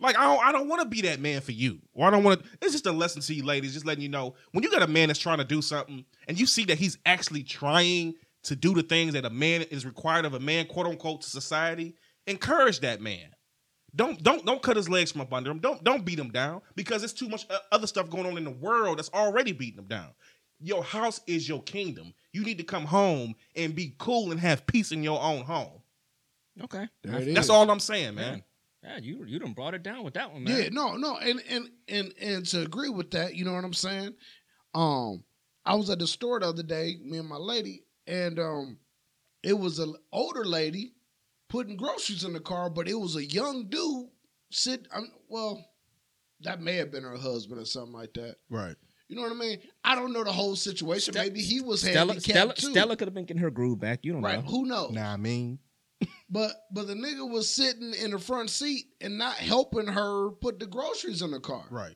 Speaker 3: Like I don't, I don't want to be that man for you, or I don't want to. It's just a lesson to you, ladies. Just letting you know when you got a man that's trying to do something, and you see that he's actually trying to do the things that a man is required of a man, quote unquote, to society. Encourage that man. Don't don't don't cut his legs from up under him. Don't don't beat him down because it's too much uh, other stuff going on in the world that's already beating him down. Your house is your kingdom. You need to come home and be cool and have peace in your own home.
Speaker 1: Okay.
Speaker 2: There it is.
Speaker 3: That's all I'm saying, man.
Speaker 1: Yeah, you you done brought it down with that one, man.
Speaker 2: Yeah, no, no, and and and and to agree with that, you know what I'm saying. Um, I was at the store the other day, me and my lady, and um, it was an older lady putting groceries in the car, but it was a young dude sit. I'm, well, that may have been her husband or something like that.
Speaker 3: Right.
Speaker 2: You know what I mean? I don't know the whole situation.
Speaker 1: Ste-
Speaker 2: Maybe he was
Speaker 1: Stella,
Speaker 2: handicapped
Speaker 1: Stella,
Speaker 2: too.
Speaker 1: Stella could have been getting her groove back. You don't
Speaker 2: right?
Speaker 1: know.
Speaker 2: Who knows?
Speaker 3: Nah, I mean,
Speaker 2: But but the nigga was sitting in the front seat and not helping her put the groceries in the car.
Speaker 3: right.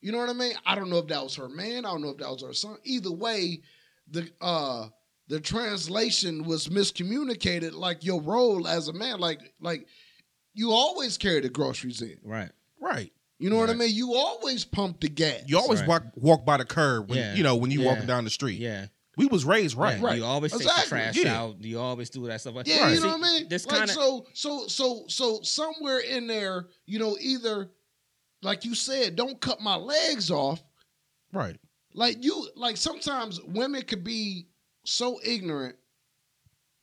Speaker 2: You know what I mean? I don't know if that was her man. I don't know if that was her son. Either way, the uh the translation was miscommunicated. Like your role as a man, like like you always carry the groceries in.
Speaker 1: Right.
Speaker 3: Right.
Speaker 2: You know what I
Speaker 3: Right.
Speaker 2: mean? You always pump the gas.
Speaker 3: You always
Speaker 1: Right.
Speaker 3: walk walk by the curb when
Speaker 1: Yeah.
Speaker 3: you know when you
Speaker 1: Yeah.
Speaker 3: walking down the street.
Speaker 1: Yeah.
Speaker 3: We was raised right.
Speaker 1: Yeah.
Speaker 2: Right.
Speaker 1: You always take
Speaker 2: Exactly.
Speaker 1: the trash
Speaker 3: Yeah.
Speaker 1: out. You always do that stuff. Like,
Speaker 2: Yeah, you know
Speaker 1: See,
Speaker 2: what I mean.
Speaker 1: This
Speaker 2: like
Speaker 1: kind of
Speaker 2: so, so, so, so somewhere in there, you know, either like you said, don't cut my legs off.
Speaker 3: Right.
Speaker 2: Like you, like sometimes women could be so ignorant.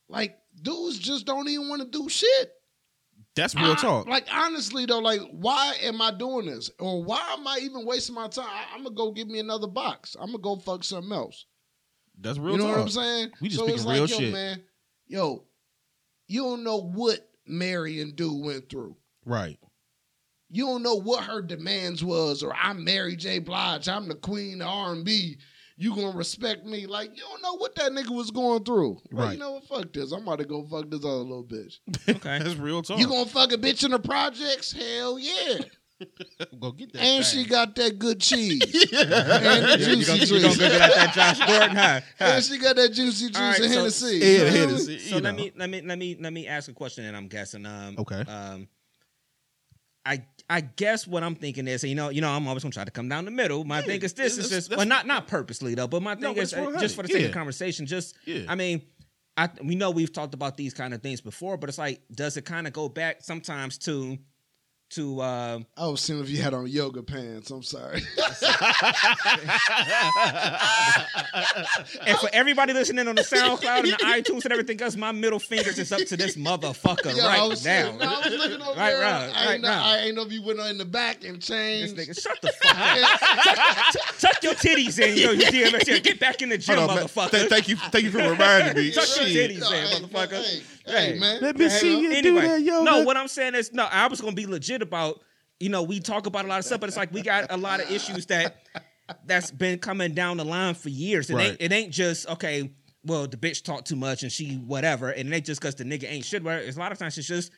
Speaker 2: Like dudes just don't even want to do shit.
Speaker 3: That's real
Speaker 2: I-
Speaker 3: talk.
Speaker 2: Like honestly though, like why am I doing this, or why am I even wasting my time? I'm gonna go get me another box. I'm gonna go fuck something else
Speaker 3: That's real
Speaker 2: you know
Speaker 3: talk.
Speaker 2: what I'm saying?
Speaker 3: We just
Speaker 2: so
Speaker 3: speaking
Speaker 2: it's
Speaker 3: real
Speaker 2: like, yo,
Speaker 3: shit.
Speaker 2: man, yo, you don't know what Mary and Dude went through.
Speaker 3: Right.
Speaker 2: You don't know what her demands was, or I'm Mary J. Blige, I'm the queen of R&B. You gonna respect me? Like you don't know what that nigga was going through. Like,
Speaker 3: Right.
Speaker 2: You know what? Fuck this. I'm about to go fuck this other little bitch.
Speaker 1: okay.
Speaker 3: That's real talk.
Speaker 2: You gonna fuck a bitch in the projects? Hell yeah!
Speaker 3: go get that.
Speaker 2: and she
Speaker 3: thing.
Speaker 2: got that good cheese. and the
Speaker 1: You're
Speaker 2: juicy
Speaker 1: gonna,
Speaker 2: juice.
Speaker 1: you gonna go get out that Josh Gordon, huh? Huh.
Speaker 2: and she got that juicy juice
Speaker 1: All right,
Speaker 2: and
Speaker 1: so-
Speaker 2: Hennessy.
Speaker 3: Yeah,
Speaker 2: You know
Speaker 3: Hennessy.
Speaker 2: what I mean?
Speaker 3: you
Speaker 1: So let
Speaker 3: know.
Speaker 1: me let me let me let me ask a question, and I'm guessing. Um,
Speaker 3: Okay.
Speaker 1: Um, I I guess what I'm thinking is, you know, you know, I'm always gonna try to come down the middle. My
Speaker 3: Yeah,
Speaker 1: thing is this
Speaker 3: that's-
Speaker 1: is just,
Speaker 3: that's-
Speaker 1: well, not not purposely though, but my
Speaker 3: No,
Speaker 1: thing
Speaker 3: but
Speaker 1: is
Speaker 3: it's
Speaker 1: uh,
Speaker 3: 100,
Speaker 1: just for the sake
Speaker 3: yeah.
Speaker 1: of conversation. Just,
Speaker 3: Yeah.
Speaker 1: I mean, I we know we've talked about these kind of things before, but it's like, does it kind of go back sometimes to to um,
Speaker 2: I was seeing if you had on yoga pants. I'm sorry.
Speaker 1: And for everybody listening on the SoundCloud and the iTunes and everything else, my middle fingers is up to this motherfucker
Speaker 2: Yeah, I
Speaker 1: right
Speaker 2: was
Speaker 1: now.
Speaker 2: sitting- I was looking over
Speaker 1: Right
Speaker 2: there.
Speaker 1: now,
Speaker 2: I,
Speaker 1: right
Speaker 2: ain't know,
Speaker 1: now.
Speaker 2: I ain't know if you went in the back and
Speaker 1: This
Speaker 2: changed.
Speaker 1: nigga, shut the fuck up. Tuck your titties in, yo, you DMX. Yeah, Get back in the gym,
Speaker 3: Hold on, man.
Speaker 1: motherfucker.
Speaker 3: Th- thank you. Thank you for reminding me.
Speaker 1: Tuck your
Speaker 3: Shit.
Speaker 1: titties in, motherfucker.
Speaker 2: Hey,
Speaker 1: Hey.
Speaker 2: hey, man.
Speaker 3: Let me
Speaker 2: Hey,
Speaker 3: see
Speaker 2: man.
Speaker 3: you do
Speaker 1: anyway,
Speaker 3: that, yo.
Speaker 1: no,
Speaker 3: Let-
Speaker 1: what I'm saying is, no, I was gonna be legit about, you know, we talk about a lot of stuff, but it's like we got a lot of issues that that's been coming down the line for years. It
Speaker 3: Right.
Speaker 1: ain't it ain't just okay. Well, the bitch talked too much and she whatever, and it ain't just because the nigga ain't shit. Where it's a lot of times it's just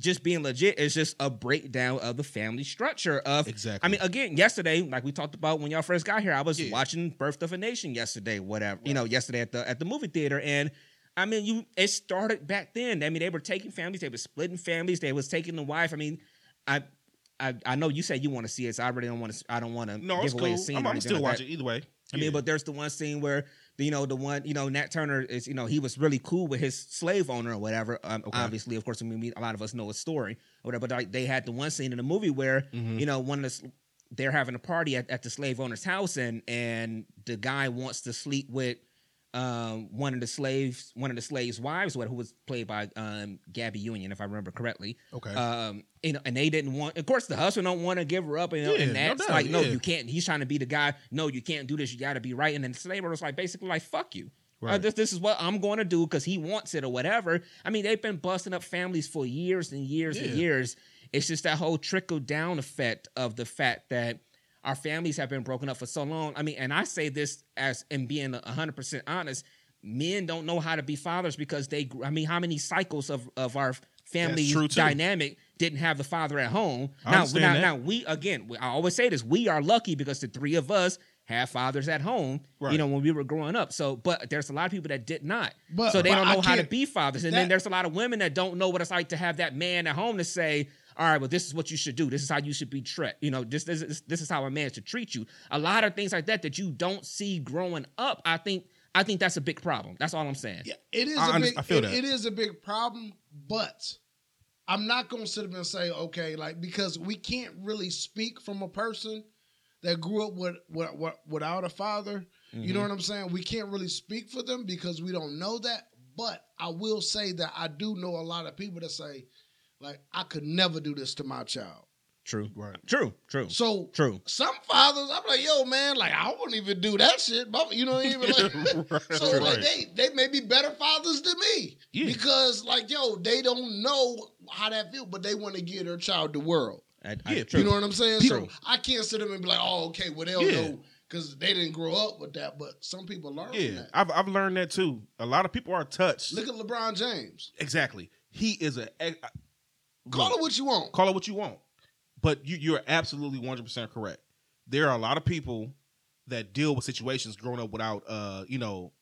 Speaker 1: just being legit is just a breakdown of the family structure of
Speaker 3: Exactly.
Speaker 1: I mean, again, yesterday, like we talked about when y'all first got here, I was
Speaker 3: Yeah.
Speaker 1: watching Birth of a Nation yesterday, whatever you know, yesterday at the at the movie theater, and I mean, you it started back then. I mean, they were taking families, they were splitting families, they was taking the wife. I mean, I I, I know you said you want to see it, so I really don't want to. I don't want to
Speaker 3: No,
Speaker 1: give
Speaker 3: it's
Speaker 1: away
Speaker 3: cool.
Speaker 1: a scene.
Speaker 3: I'm,
Speaker 1: or
Speaker 3: I'm
Speaker 1: anything
Speaker 3: still
Speaker 1: like that.
Speaker 3: watching either way.
Speaker 1: I mean, but there's the one scene where you know the one you know Nat Turner is you know he was really cool with his slave owner or whatever. Um,
Speaker 3: Okay.
Speaker 1: Obviously, of course, I mean we, a lot of us know his story or whatever. But like they had the one scene in the movie where
Speaker 3: Mhm.
Speaker 1: you know one of the s- they're having a party at, at the slave owner's house and and the guy wants to sleep with um one of the slaves one of the slaves wives what who was played by um Gabby Union if I remember correctly
Speaker 3: okay.
Speaker 2: uh,
Speaker 1: um you know, and they didn't want of course the husband don't want to give her up and,
Speaker 3: Yeah,
Speaker 1: and
Speaker 3: no
Speaker 1: that's
Speaker 3: doubt,
Speaker 1: like no
Speaker 3: yeah.
Speaker 1: you can't he's trying to be the guy no you can't do this you got to be right and then the slave owner was like basically like fuck you Uh,
Speaker 3: Right.
Speaker 1: this, this is what i'm going to do because he wants it or whatever i mean they've been busting up families for years and years and
Speaker 3: Yeah.
Speaker 1: years it's just that whole trickle down effect of the fact that our families have been broken up for so long i mean and i say this as and being 100% honest men don't know how to be fathers because they gr- i mean how many cycles of of our family
Speaker 3: true, too.
Speaker 1: dynamic dynamic didn't have the father at home.
Speaker 3: I
Speaker 1: Now,
Speaker 3: understand
Speaker 1: now,
Speaker 3: that.
Speaker 1: now we again, we- I always say this: we are lucky because the three of us have fathers at home.
Speaker 3: Right.
Speaker 1: You know, when we were growing up. So, but there's a lot of people that did not.
Speaker 2: But-
Speaker 1: so they
Speaker 2: but
Speaker 1: don't
Speaker 2: I
Speaker 1: know how to
Speaker 2: can't-
Speaker 1: be fathers, and
Speaker 2: that-
Speaker 1: then there's a lot of women that don't know what it's like to have that man at home to say. All right, well, this is what you should do. This is how you should be treated. You know, this, this is this is how a man should treat you. A lot of things like that that you don't see growing up. I think I think that's a big problem. That's all I'm saying.
Speaker 2: Yeah, it is.
Speaker 3: I
Speaker 2: a
Speaker 3: under-
Speaker 2: big,
Speaker 3: I feel
Speaker 2: it-
Speaker 3: that.
Speaker 2: it is a big problem, but I'm not gonna sit up and say okay, like because we can't really speak from a person that grew up with, with, with- without a father. You know
Speaker 1: Mm-hmm.
Speaker 2: what I'm saying? We can't really speak for them because we don't know that. But I will say that I do know a lot of people that say, like, I could never do this to my child.
Speaker 1: True.
Speaker 3: Right.
Speaker 1: True. True.
Speaker 2: So
Speaker 1: True.
Speaker 2: some fathers, I'm like, yo, man, like I wouldn't even do that shit. My- You know what I mean? Like, so like
Speaker 3: Right.
Speaker 2: they they may be better fathers than me
Speaker 1: Yeah.
Speaker 2: because like yo, they don't know how that feel, but they want to give their child the world.
Speaker 1: I, I-
Speaker 3: Yeah,
Speaker 1: true.
Speaker 2: You know what I'm saying?
Speaker 1: True.
Speaker 2: So I can't sit them and be like, oh, okay, well they'll
Speaker 3: Yeah.
Speaker 2: know because they didn't grow up with that. But some people learn from
Speaker 3: Yeah,
Speaker 2: that.
Speaker 3: I've I've learned that too. A lot of people are touched.
Speaker 2: Look at LeBron James.
Speaker 3: exactly. He is a ex-
Speaker 2: Call
Speaker 3: Look,
Speaker 2: it what you want.
Speaker 3: call it what you want, but you you're absolutely 100 percent correct. There are a lot of people that deal with situations growing up without uh you know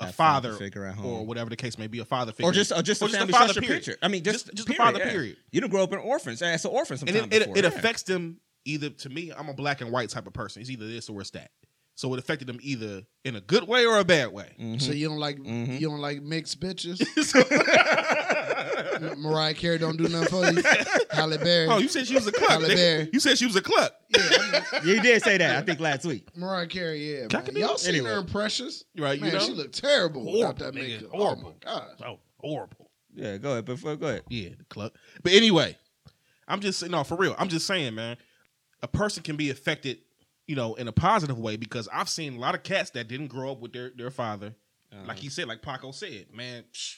Speaker 3: a
Speaker 1: That
Speaker 3: father
Speaker 1: figure at
Speaker 3: or
Speaker 1: home.
Speaker 3: whatever the case may be, a father figure,
Speaker 1: Or just, or just
Speaker 3: Or
Speaker 1: a
Speaker 3: just a
Speaker 1: family
Speaker 3: father
Speaker 1: structure
Speaker 3: period.
Speaker 1: picture. I mean,
Speaker 3: just
Speaker 1: just,
Speaker 3: just
Speaker 1: period,
Speaker 3: a father
Speaker 1: yeah.
Speaker 3: period.
Speaker 1: You don't grow up in orphans. As an orphan,
Speaker 3: and
Speaker 1: sometimes
Speaker 3: it, it,
Speaker 1: before,
Speaker 3: it
Speaker 1: yeah.
Speaker 3: affects them either to me i'm a black and white type of person it's either this or it's that so it affected them either in a good way or a bad way
Speaker 1: Mhm.
Speaker 2: So you don't like
Speaker 3: Mm-hmm.
Speaker 1: Mhm.
Speaker 2: you don't like mixed bitches.
Speaker 3: So-
Speaker 2: Mariah Carey don't do nothing for you. Halle Berry.
Speaker 3: oh you said she was a cluck
Speaker 2: Halle Berry.
Speaker 3: nigga. you said she was a cluck
Speaker 2: yeah, I mean,
Speaker 1: you did say that. I think last week.
Speaker 2: Mariah Carey. Yeah,
Speaker 3: Cock
Speaker 2: man.
Speaker 3: a
Speaker 2: y'all
Speaker 3: doodle.
Speaker 2: seen her
Speaker 1: Anyway.
Speaker 2: in Precious?
Speaker 3: right you
Speaker 2: Man,
Speaker 3: know
Speaker 2: she looked terrible without that
Speaker 3: Horrible, nigga.
Speaker 2: makeup.
Speaker 3: Horrible.
Speaker 2: Oh my God.
Speaker 3: oh horrible
Speaker 1: Yeah, go ahead. Before go ahead.
Speaker 3: yeah the cluck but anyway i'm just no for real i'm just saying man a person can be affected you know in a positive way because i've seen a lot of cats that didn't grow up with their their father
Speaker 1: Uh-huh.
Speaker 3: like he said, like Paco said, man, psh,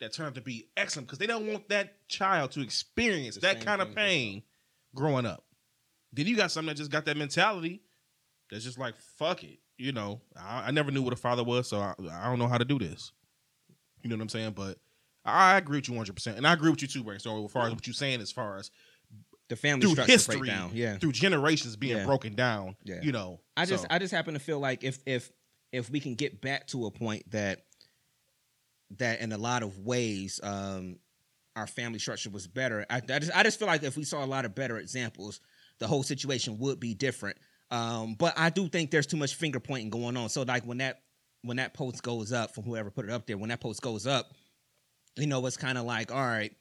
Speaker 3: that turned out to be excellent because they don't want that child to experience
Speaker 1: The
Speaker 3: that
Speaker 1: same
Speaker 3: kind of
Speaker 1: thing.
Speaker 3: pain growing up. Then you got something that just got that mentality that's just like fuck it. You know, I, I never knew what a father was, so I, I don't know how to do this. You know what I'm saying? But I agree with you 100, percent and I agree with you too, Ray. So as far as what you're saying, as far as
Speaker 1: the family
Speaker 3: through
Speaker 1: structure
Speaker 3: history,
Speaker 1: breakdown. Yeah,
Speaker 3: through generations being
Speaker 1: Yeah.
Speaker 3: broken down,
Speaker 1: Yeah.
Speaker 3: you know,
Speaker 1: I just
Speaker 3: so-
Speaker 1: I just happen to feel like if if if we can get back to a point that that in a lot of ways um our family structure was better. I, I just I just feel like if we saw a lot of better examples, the whole situation would be different. Um, but I do think there's too much finger pointing going on. So like when that when that post goes up from whoever put it up there, when that post goes up, you know, it's kind of like all right.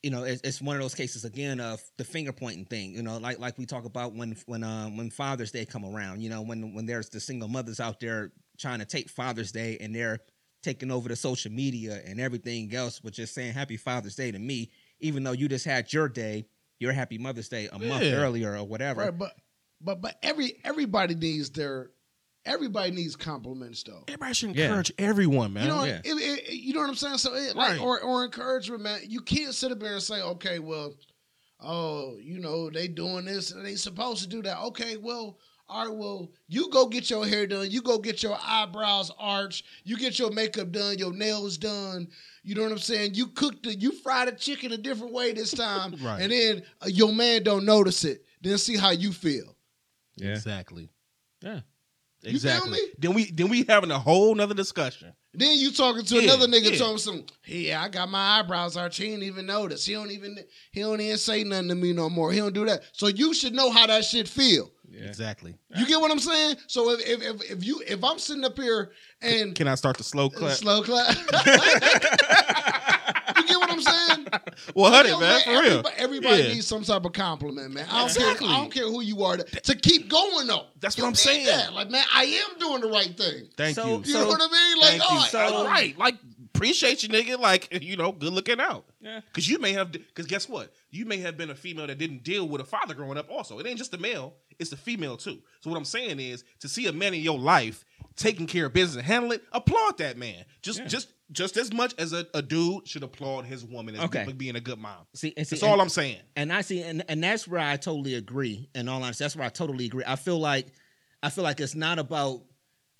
Speaker 1: You know, it's, it's one of those cases again of the finger pointing thing. You know, like like we talk about when when um, when Father's Day come around. You know, when when there's the single mothers out there trying to take Father's Day and they're taking over the social media and everything else, but just saying Happy Father's Day to me, even though you just had your day, your Happy Mother's Day a month
Speaker 3: Yeah.
Speaker 1: earlier or whatever.
Speaker 2: Right, but but but every everybody needs their everybody needs compliments though.
Speaker 3: everybody should
Speaker 1: Yeah.
Speaker 3: encourage everyone, man.
Speaker 2: You know,
Speaker 1: yeah.
Speaker 2: it, it, it- you know what I'm saying. So, it, like,
Speaker 3: Right.
Speaker 2: or or encouragement, man. You can't sit up there and say, okay, well, oh, you know, they doing this and they supposed to do that. Okay, well, all right, well, you go get your hair done. You go get your eyebrows arched. You get your makeup done. Your nails done. You know what I'm saying? You cooked the, you fried the chicken a different way this time,
Speaker 3: Right.
Speaker 2: and then uh, your man don't notice it. Then see how you feel.
Speaker 1: Yeah.
Speaker 3: Exactly.
Speaker 1: Yeah.
Speaker 2: You feel me?
Speaker 3: Exactly. Then we then we having a whole nother discussion.
Speaker 2: Then you talking to
Speaker 3: Yeah,
Speaker 2: another nigga,
Speaker 3: yeah.
Speaker 2: telling some, yeah, I got my eyebrows arched. He ain't even notice. He don't even he don't even say nothing to me no more. He don't do that. So you should know how that shit feel.
Speaker 1: Yeah.
Speaker 3: Exactly.
Speaker 2: You get what I'm saying? So if if if, if you if I'm sitting up here and
Speaker 3: Can I start the
Speaker 2: Uh,
Speaker 3: slow clap?
Speaker 2: slow clap, you get what I'm saying?
Speaker 3: Well, honey,
Speaker 2: Yo,
Speaker 3: man, for real.
Speaker 2: everybody, everybody
Speaker 3: Yeah.
Speaker 2: needs some type of compliment, man. I don't,
Speaker 3: Exactly.
Speaker 2: care, I don't care who you are to, to keep going though.
Speaker 3: That's
Speaker 2: You
Speaker 3: what I'm
Speaker 2: need
Speaker 3: saying.
Speaker 2: that. Like man, I am doing the right thing.
Speaker 3: Thank
Speaker 1: So-
Speaker 3: you.
Speaker 2: You know
Speaker 1: So-
Speaker 2: what I mean? Like,
Speaker 3: Thank
Speaker 2: all
Speaker 3: you.
Speaker 2: right,
Speaker 3: So-
Speaker 2: all right.
Speaker 3: right. Like, appreciate you, nigga. Like, you know, good looking out.
Speaker 1: Yeah.
Speaker 3: Because you may have, because guess what? You may have been a female that didn't deal with a father growing up, also. It ain't just the male, it's the female, too. So, what I'm saying is to see a man in your life taking care of business and handling it, applaud that man. Just,
Speaker 1: Yeah.
Speaker 3: just, just as much as a, a dude should applaud his woman as
Speaker 1: Okay.
Speaker 3: be- being a good mom.
Speaker 1: See, and see,
Speaker 3: That's
Speaker 1: and-
Speaker 3: all I'm saying.
Speaker 1: and I see, and, and that's where I totally agree. In all honesty, that's where I totally agree. I feel like, I feel like it's not about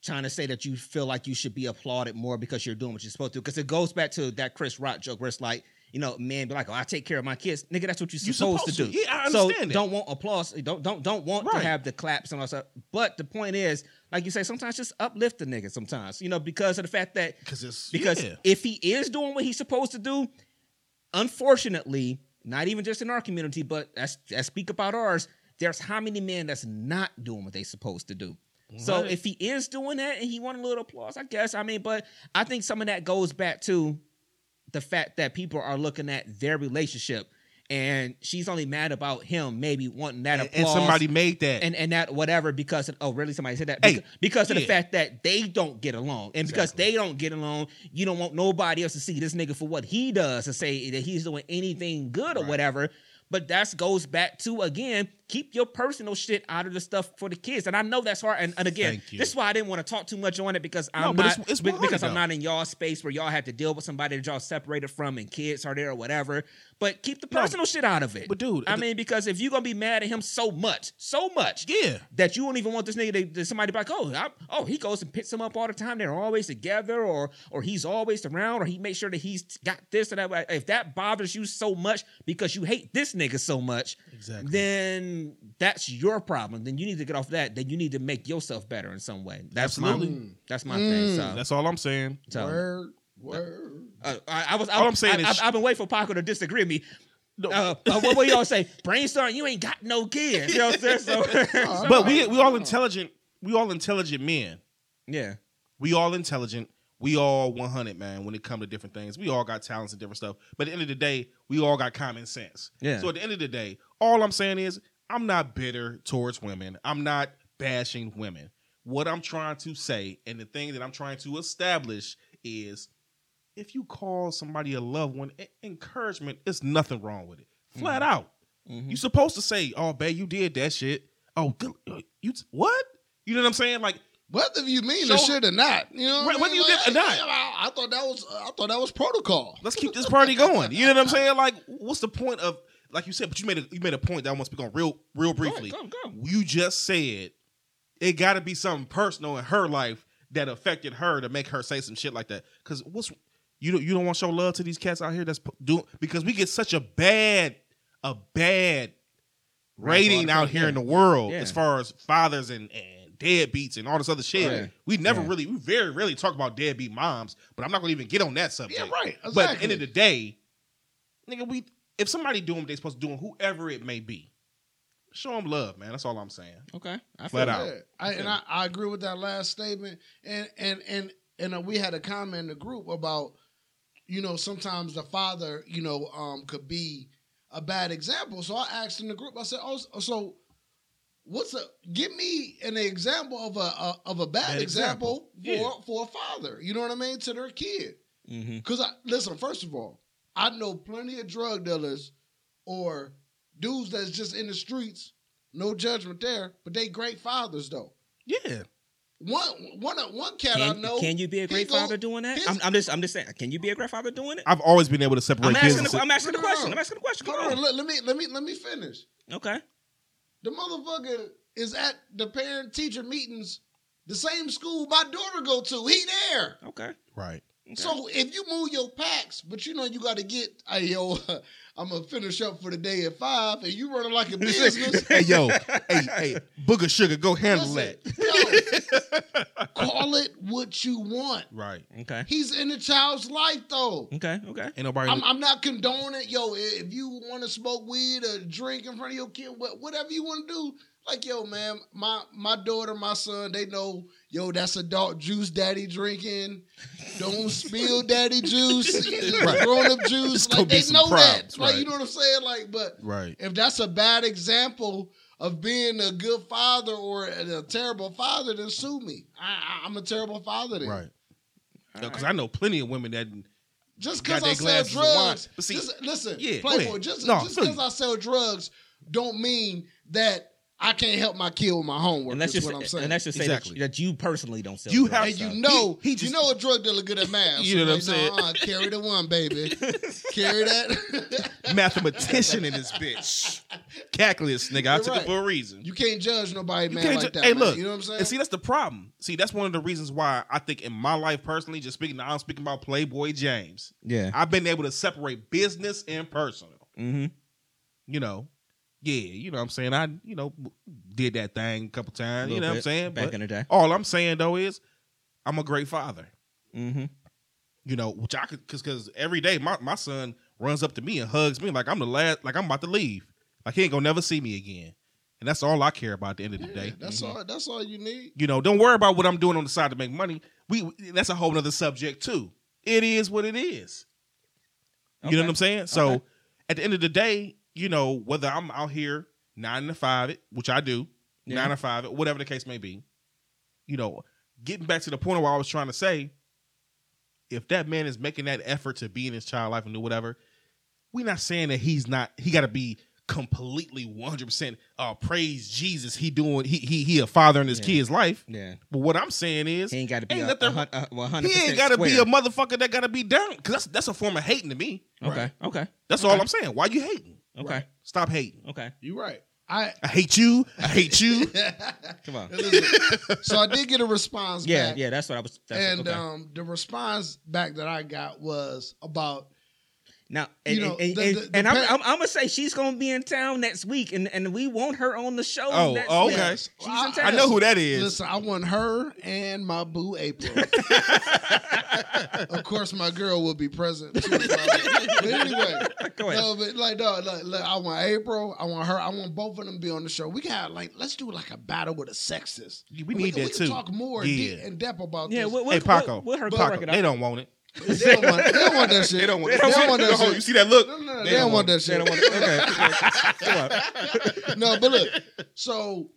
Speaker 1: trying to say that you feel like you should be applauded more because you're doing what you're supposed to. Because it goes back to that Chris Rock joke where it's like, you know, man, be like, oh, I take care of my kids, nigga. That's what you're
Speaker 3: You
Speaker 1: supposed, to do.
Speaker 3: Yeah, I
Speaker 1: so
Speaker 3: understand that.
Speaker 1: don't want applause. Don't don't don't want
Speaker 3: Right.
Speaker 1: to have the claps and all that stuff. But the point is, like you say, sometimes just uplift the nigga. Sometimes you know because of the fact that
Speaker 3: Because it's
Speaker 1: because
Speaker 3: yeah.
Speaker 1: if he is doing what he's supposed to do, unfortunately, not even just in our community, but as, as speak about ours, there's how many men that's not doing what they supposed to do. So
Speaker 3: Right.
Speaker 1: if he is doing that and he won a little applause, I guess. I mean, but I think some of that goes back to the fact that people are looking at their relationship and she's only mad about him maybe wanting that
Speaker 3: and,
Speaker 1: applause
Speaker 3: and somebody made that.
Speaker 1: and and that whatever because of, oh really somebody said that
Speaker 3: Hey,
Speaker 1: because, because of the
Speaker 3: yeah.
Speaker 1: fact that they don't get along and because
Speaker 3: Exactly.
Speaker 1: they don't get along you don't want nobody else to see this nigga for what he does to say that he's doing anything good or
Speaker 3: Right.
Speaker 1: whatever But that goes back to again, keep your personal shit out of the stuff for the kids. And I know that's hard. And, and again,
Speaker 3: Thank you.
Speaker 1: this is why I didn't want to talk too much on it because I'm
Speaker 3: but
Speaker 1: not
Speaker 3: it's- it's
Speaker 1: be-
Speaker 3: wild,
Speaker 1: because I'm
Speaker 3: though.
Speaker 1: not in y'all space where y'all have to deal with somebody that y'all separated from and kids are there or whatever. But keep the personal shit out of it.
Speaker 3: but dude,
Speaker 1: I
Speaker 3: the-
Speaker 1: mean, because if you're gonna be mad at him so much, so much,
Speaker 3: Yeah.
Speaker 1: that you don't even want this nigga to, to somebody be like, oh, I, oh, he goes and picks him up all the time. They're always together, or or he's always around, or he makes sure that he's got this and that. If that bothers you so much because you hate this nigga so much,
Speaker 3: Exactly.
Speaker 1: then that's your problem. Then you need to get off that. Then you need to make yourself better in some way. That's my
Speaker 3: Absolutely. Mm.
Speaker 1: that's my thing. So,
Speaker 3: That's all I'm saying.
Speaker 1: so,
Speaker 2: Word, word.
Speaker 1: uh, I, I was I,
Speaker 3: All I'm saying
Speaker 1: I,
Speaker 3: is-
Speaker 1: I, have been waiting for Paco to disagree with me.
Speaker 3: No.
Speaker 1: Uh, uh, what, what y'all say? Brainstorm, you ain't got no kids. You know what I'm saying? So,
Speaker 3: but we we all intelligent. We all intelligent men.
Speaker 1: yeah,
Speaker 3: We all intelligent. We all 100, man, when it comes to different things. We all got talents and different stuff. But at the end of the day, we all got common sense.
Speaker 1: Yeah.
Speaker 3: So at the end of the day, all I'm saying is I'm not bitter towards women. I'm not bashing women. What I'm trying to say and the thing that I'm trying to establish is if you call somebody a loved one, e- encouragement, it's nothing wrong with it. Flat out.
Speaker 1: Mm-hmm.
Speaker 3: You supposed to say, "Oh, babe, you did that shit." Oh, good. You t- what? You know what I'm saying? Like
Speaker 2: Whether you mean the
Speaker 3: So-
Speaker 2: shit or not, you know, what I
Speaker 3: Right, whether
Speaker 2: mean?
Speaker 3: you did or not.
Speaker 2: hey, I, I thought that was I thought that was protocol.
Speaker 3: let's keep this party going. You know what I'm saying? Like, what's the point of like you said? But you made a, you made a point that I want to speak on real real briefly.
Speaker 1: go, go.
Speaker 3: You just said it got to be something personal in her life that affected her to make her say some shit like that. Because what's you don't you don't want to show love to these cats out here that's p- doing because we get such a bad a bad rating
Speaker 1: Rap
Speaker 3: out
Speaker 1: article,
Speaker 3: here in
Speaker 1: yeah.
Speaker 3: the world
Speaker 1: Yeah.
Speaker 3: as far as fathers and, and deadbeats and all this other shit.
Speaker 1: Right.
Speaker 3: We never
Speaker 1: Yeah.
Speaker 3: really, we very rarely talk about deadbeat moms, but I'm not gonna even get on that subject.
Speaker 2: Yeah, right. Exactly.
Speaker 3: But at the end of the day, nigga, we if somebody doing what they supposed to do, whoever it may be, show them love, man. That's all I'm saying.
Speaker 1: okay, I
Speaker 3: Flat
Speaker 1: feel
Speaker 3: out.
Speaker 2: Yeah. I, and I, I agree with that last statement. And and and and uh, we had a comment in the group about you know sometimes the father you know um could be a bad example. So I asked in the group. I said, oh, so- so what's a give me an example of a, a of a bad,
Speaker 3: Bad
Speaker 2: example,
Speaker 3: example.
Speaker 2: for for a father. You know what I mean to their kid.
Speaker 1: that. Mm-hmm.
Speaker 2: Because I listen, first of all, I know plenty of drug dealers or dudes that's just in the streets. No judgment there, but they great fathers though.
Speaker 3: Yeah.
Speaker 2: One one one cat I
Speaker 1: Can,
Speaker 2: know.
Speaker 1: can you be a great
Speaker 2: he go-
Speaker 1: father doing that?
Speaker 2: his-
Speaker 1: I'm, I'm just, I'm just saying. Can you be a great father doing it?
Speaker 3: I've always been able to separate
Speaker 1: I'm asking,
Speaker 3: business.
Speaker 1: the, I'm asking the
Speaker 2: No, no,
Speaker 1: question.
Speaker 2: no.
Speaker 1: I'm asking the question. Come
Speaker 2: Hold on,
Speaker 1: on.
Speaker 2: let, let me let me let me finish.
Speaker 1: Okay.
Speaker 2: The motherfucker is at the parent teacher meetings, the same school my daughter go to. He there.
Speaker 1: Okay.
Speaker 3: right.
Speaker 2: So if you move your packs, but you know you got to get, hey yo, I'm gonna finish up for the day at five, and you running like a business.
Speaker 3: hey yo, hey, hey, booger sugar, go handle
Speaker 2: Listen,
Speaker 3: that.
Speaker 2: yo, call it what you want.
Speaker 3: Right.
Speaker 1: Okay.
Speaker 2: He's in the child's life though.
Speaker 1: Okay. Okay.
Speaker 3: Ain't nobody.
Speaker 2: I'm, I'm not condoning it, yo. i- If you want to smoke weed or drink in front of your kid, wha- whatever you want to do, like yo, man, my my daughter, my son, they know, yo, that's adult juice, daddy drinking. Don't spill daddy juice,
Speaker 3: Right.
Speaker 2: grown up
Speaker 3: It's
Speaker 2: juice.
Speaker 3: gonna
Speaker 2: Like
Speaker 3: be
Speaker 2: they
Speaker 3: some
Speaker 2: know that.
Speaker 3: problems,
Speaker 2: Like
Speaker 3: right.
Speaker 2: you know what I'm saying. Like, but
Speaker 3: right.
Speaker 2: if that's a bad example of being a good father or a, a terrible father, then sue me. I, I, I'm a terrible father. Then.
Speaker 3: Right.
Speaker 1: All
Speaker 3: Because
Speaker 1: right.
Speaker 3: I know plenty of women that
Speaker 2: Just
Speaker 3: Got
Speaker 2: because I
Speaker 3: their
Speaker 2: sell
Speaker 3: glasses of wine.
Speaker 2: drugs,
Speaker 3: But see-
Speaker 2: just, listen,
Speaker 3: Yeah, go
Speaker 2: Playboy.
Speaker 3: ahead.
Speaker 2: Just
Speaker 3: No, I
Speaker 2: just
Speaker 3: feel
Speaker 2: because
Speaker 3: you.
Speaker 2: I sell drugs, don't mean that I can't help my kid with my homework.
Speaker 1: Unless
Speaker 2: That's
Speaker 1: you
Speaker 2: what
Speaker 1: say,
Speaker 2: I'm saying.
Speaker 1: unless you say
Speaker 3: Exactly.
Speaker 1: that, that you personally don't sell.
Speaker 3: You
Speaker 1: drugs,
Speaker 3: have-
Speaker 2: and
Speaker 1: so-
Speaker 2: you know,
Speaker 3: He- he just-
Speaker 2: you know a drug dealer good at math.
Speaker 3: You know what I'm
Speaker 2: So,
Speaker 3: saying?
Speaker 2: uh, carry the one, baby. carry that.
Speaker 3: mathematician in this bitch. Calculus, nigga. I
Speaker 2: You're
Speaker 3: took
Speaker 2: right.
Speaker 3: it for a reason.
Speaker 2: you can't judge nobody, man,
Speaker 3: can't
Speaker 2: like
Speaker 3: ju-
Speaker 2: that.
Speaker 3: hey,
Speaker 2: man.
Speaker 3: look,
Speaker 2: you know what I'm saying?
Speaker 3: And see, that's the problem. See, that's one of the reasons why I think in my life personally, just speaking, I'm speaking about Playboy James.
Speaker 1: yeah.
Speaker 3: I've been able to separate business and personal.
Speaker 1: Mm-hmm.
Speaker 3: You know, yeah, you know what I'm saying. I, you know, did that thing a couple times. You know what I'm saying.
Speaker 1: Back
Speaker 3: But
Speaker 1: in the day.
Speaker 3: all I'm saying though is, I'm a great father.
Speaker 1: Mm-hmm.
Speaker 3: You know, which I could, cause, cause every day my, my son runs up to me and hugs me like I'm the last, like I'm about to leave. Like he ain't gonna never see me again. And that's all I care about at the end of the
Speaker 2: Yeah,
Speaker 3: day. Mm-hmm.
Speaker 2: that's
Speaker 1: Mm-hmm.
Speaker 2: all. That's all you need.
Speaker 3: You know, don't worry about what I'm doing on the side to make money. We that's a whole other subject too. It is what it is. You know what I'm saying? So
Speaker 1: Okay.
Speaker 3: at the end of the day, you know, whether I'm out here nine to five it, which I do,
Speaker 1: Yeah.
Speaker 3: nine to five it, whatever the case may be, you know, getting back to the point where I was trying to say, if that man is making that effort to be in his child life and do whatever, we're not saying that he's not he gotta be completely 100% uh, praise Jesus. He doing he he he a father in his
Speaker 1: Yeah.
Speaker 3: kid's life.
Speaker 1: Yeah,
Speaker 3: But what I'm saying is
Speaker 1: he ain't got to be
Speaker 3: Ain't
Speaker 1: a,
Speaker 3: nothing-
Speaker 1: a, hun- a, a hundred.
Speaker 3: he ain't
Speaker 1: percent
Speaker 3: got to be
Speaker 1: square.
Speaker 3: a motherfucker that got to be down cuz that's that's a form of hating to me.
Speaker 1: Okay, okay,
Speaker 3: That's all I'm saying. Why you hating?
Speaker 1: okay,
Speaker 2: Right.
Speaker 3: Stop hating.
Speaker 1: okay.
Speaker 2: You right. I
Speaker 3: I hate you. I hate you.
Speaker 1: Come on.
Speaker 2: Listen, so I did get a response
Speaker 1: Yeah,
Speaker 2: back.
Speaker 1: yeah. That's what I was. That's
Speaker 2: and
Speaker 1: okay.
Speaker 2: um, the response back that I got was about
Speaker 1: now, and,
Speaker 2: you know,
Speaker 1: and, and,
Speaker 2: the- the- the
Speaker 1: and I'm,
Speaker 2: par-
Speaker 1: I'm, I'm gonna say she's gonna be in town next week, and, and we want her on the show.
Speaker 3: Oh,
Speaker 1: next
Speaker 3: oh,
Speaker 1: week.
Speaker 3: okay.
Speaker 1: She's in town.
Speaker 3: I know who that is.
Speaker 2: Listen, I want her and my boo April. of course, my girl will be present. Too, but anyway,
Speaker 1: Go ahead.
Speaker 2: no, but like, no, like, like, I want April. I want her. I want both of them to be on the show. We got like, let's do like a battle with a sexist.
Speaker 3: We need
Speaker 2: can-
Speaker 3: that
Speaker 2: we
Speaker 3: too.
Speaker 2: Can talk more
Speaker 3: Yeah.
Speaker 2: in de- in depth about
Speaker 1: Yeah,
Speaker 2: this.
Speaker 1: what, what,
Speaker 3: hey Paco,
Speaker 1: what, what her
Speaker 3: Paco,
Speaker 1: record?
Speaker 3: they don't want it.
Speaker 2: they, don't want, they don't want that shit.
Speaker 3: They don't want.
Speaker 2: They don't want that
Speaker 3: Oh,
Speaker 2: shit.
Speaker 3: You see that look?
Speaker 2: No, no, no, they don't want that
Speaker 1: They
Speaker 2: shit.
Speaker 1: don't want. Okay.
Speaker 2: no, but look. So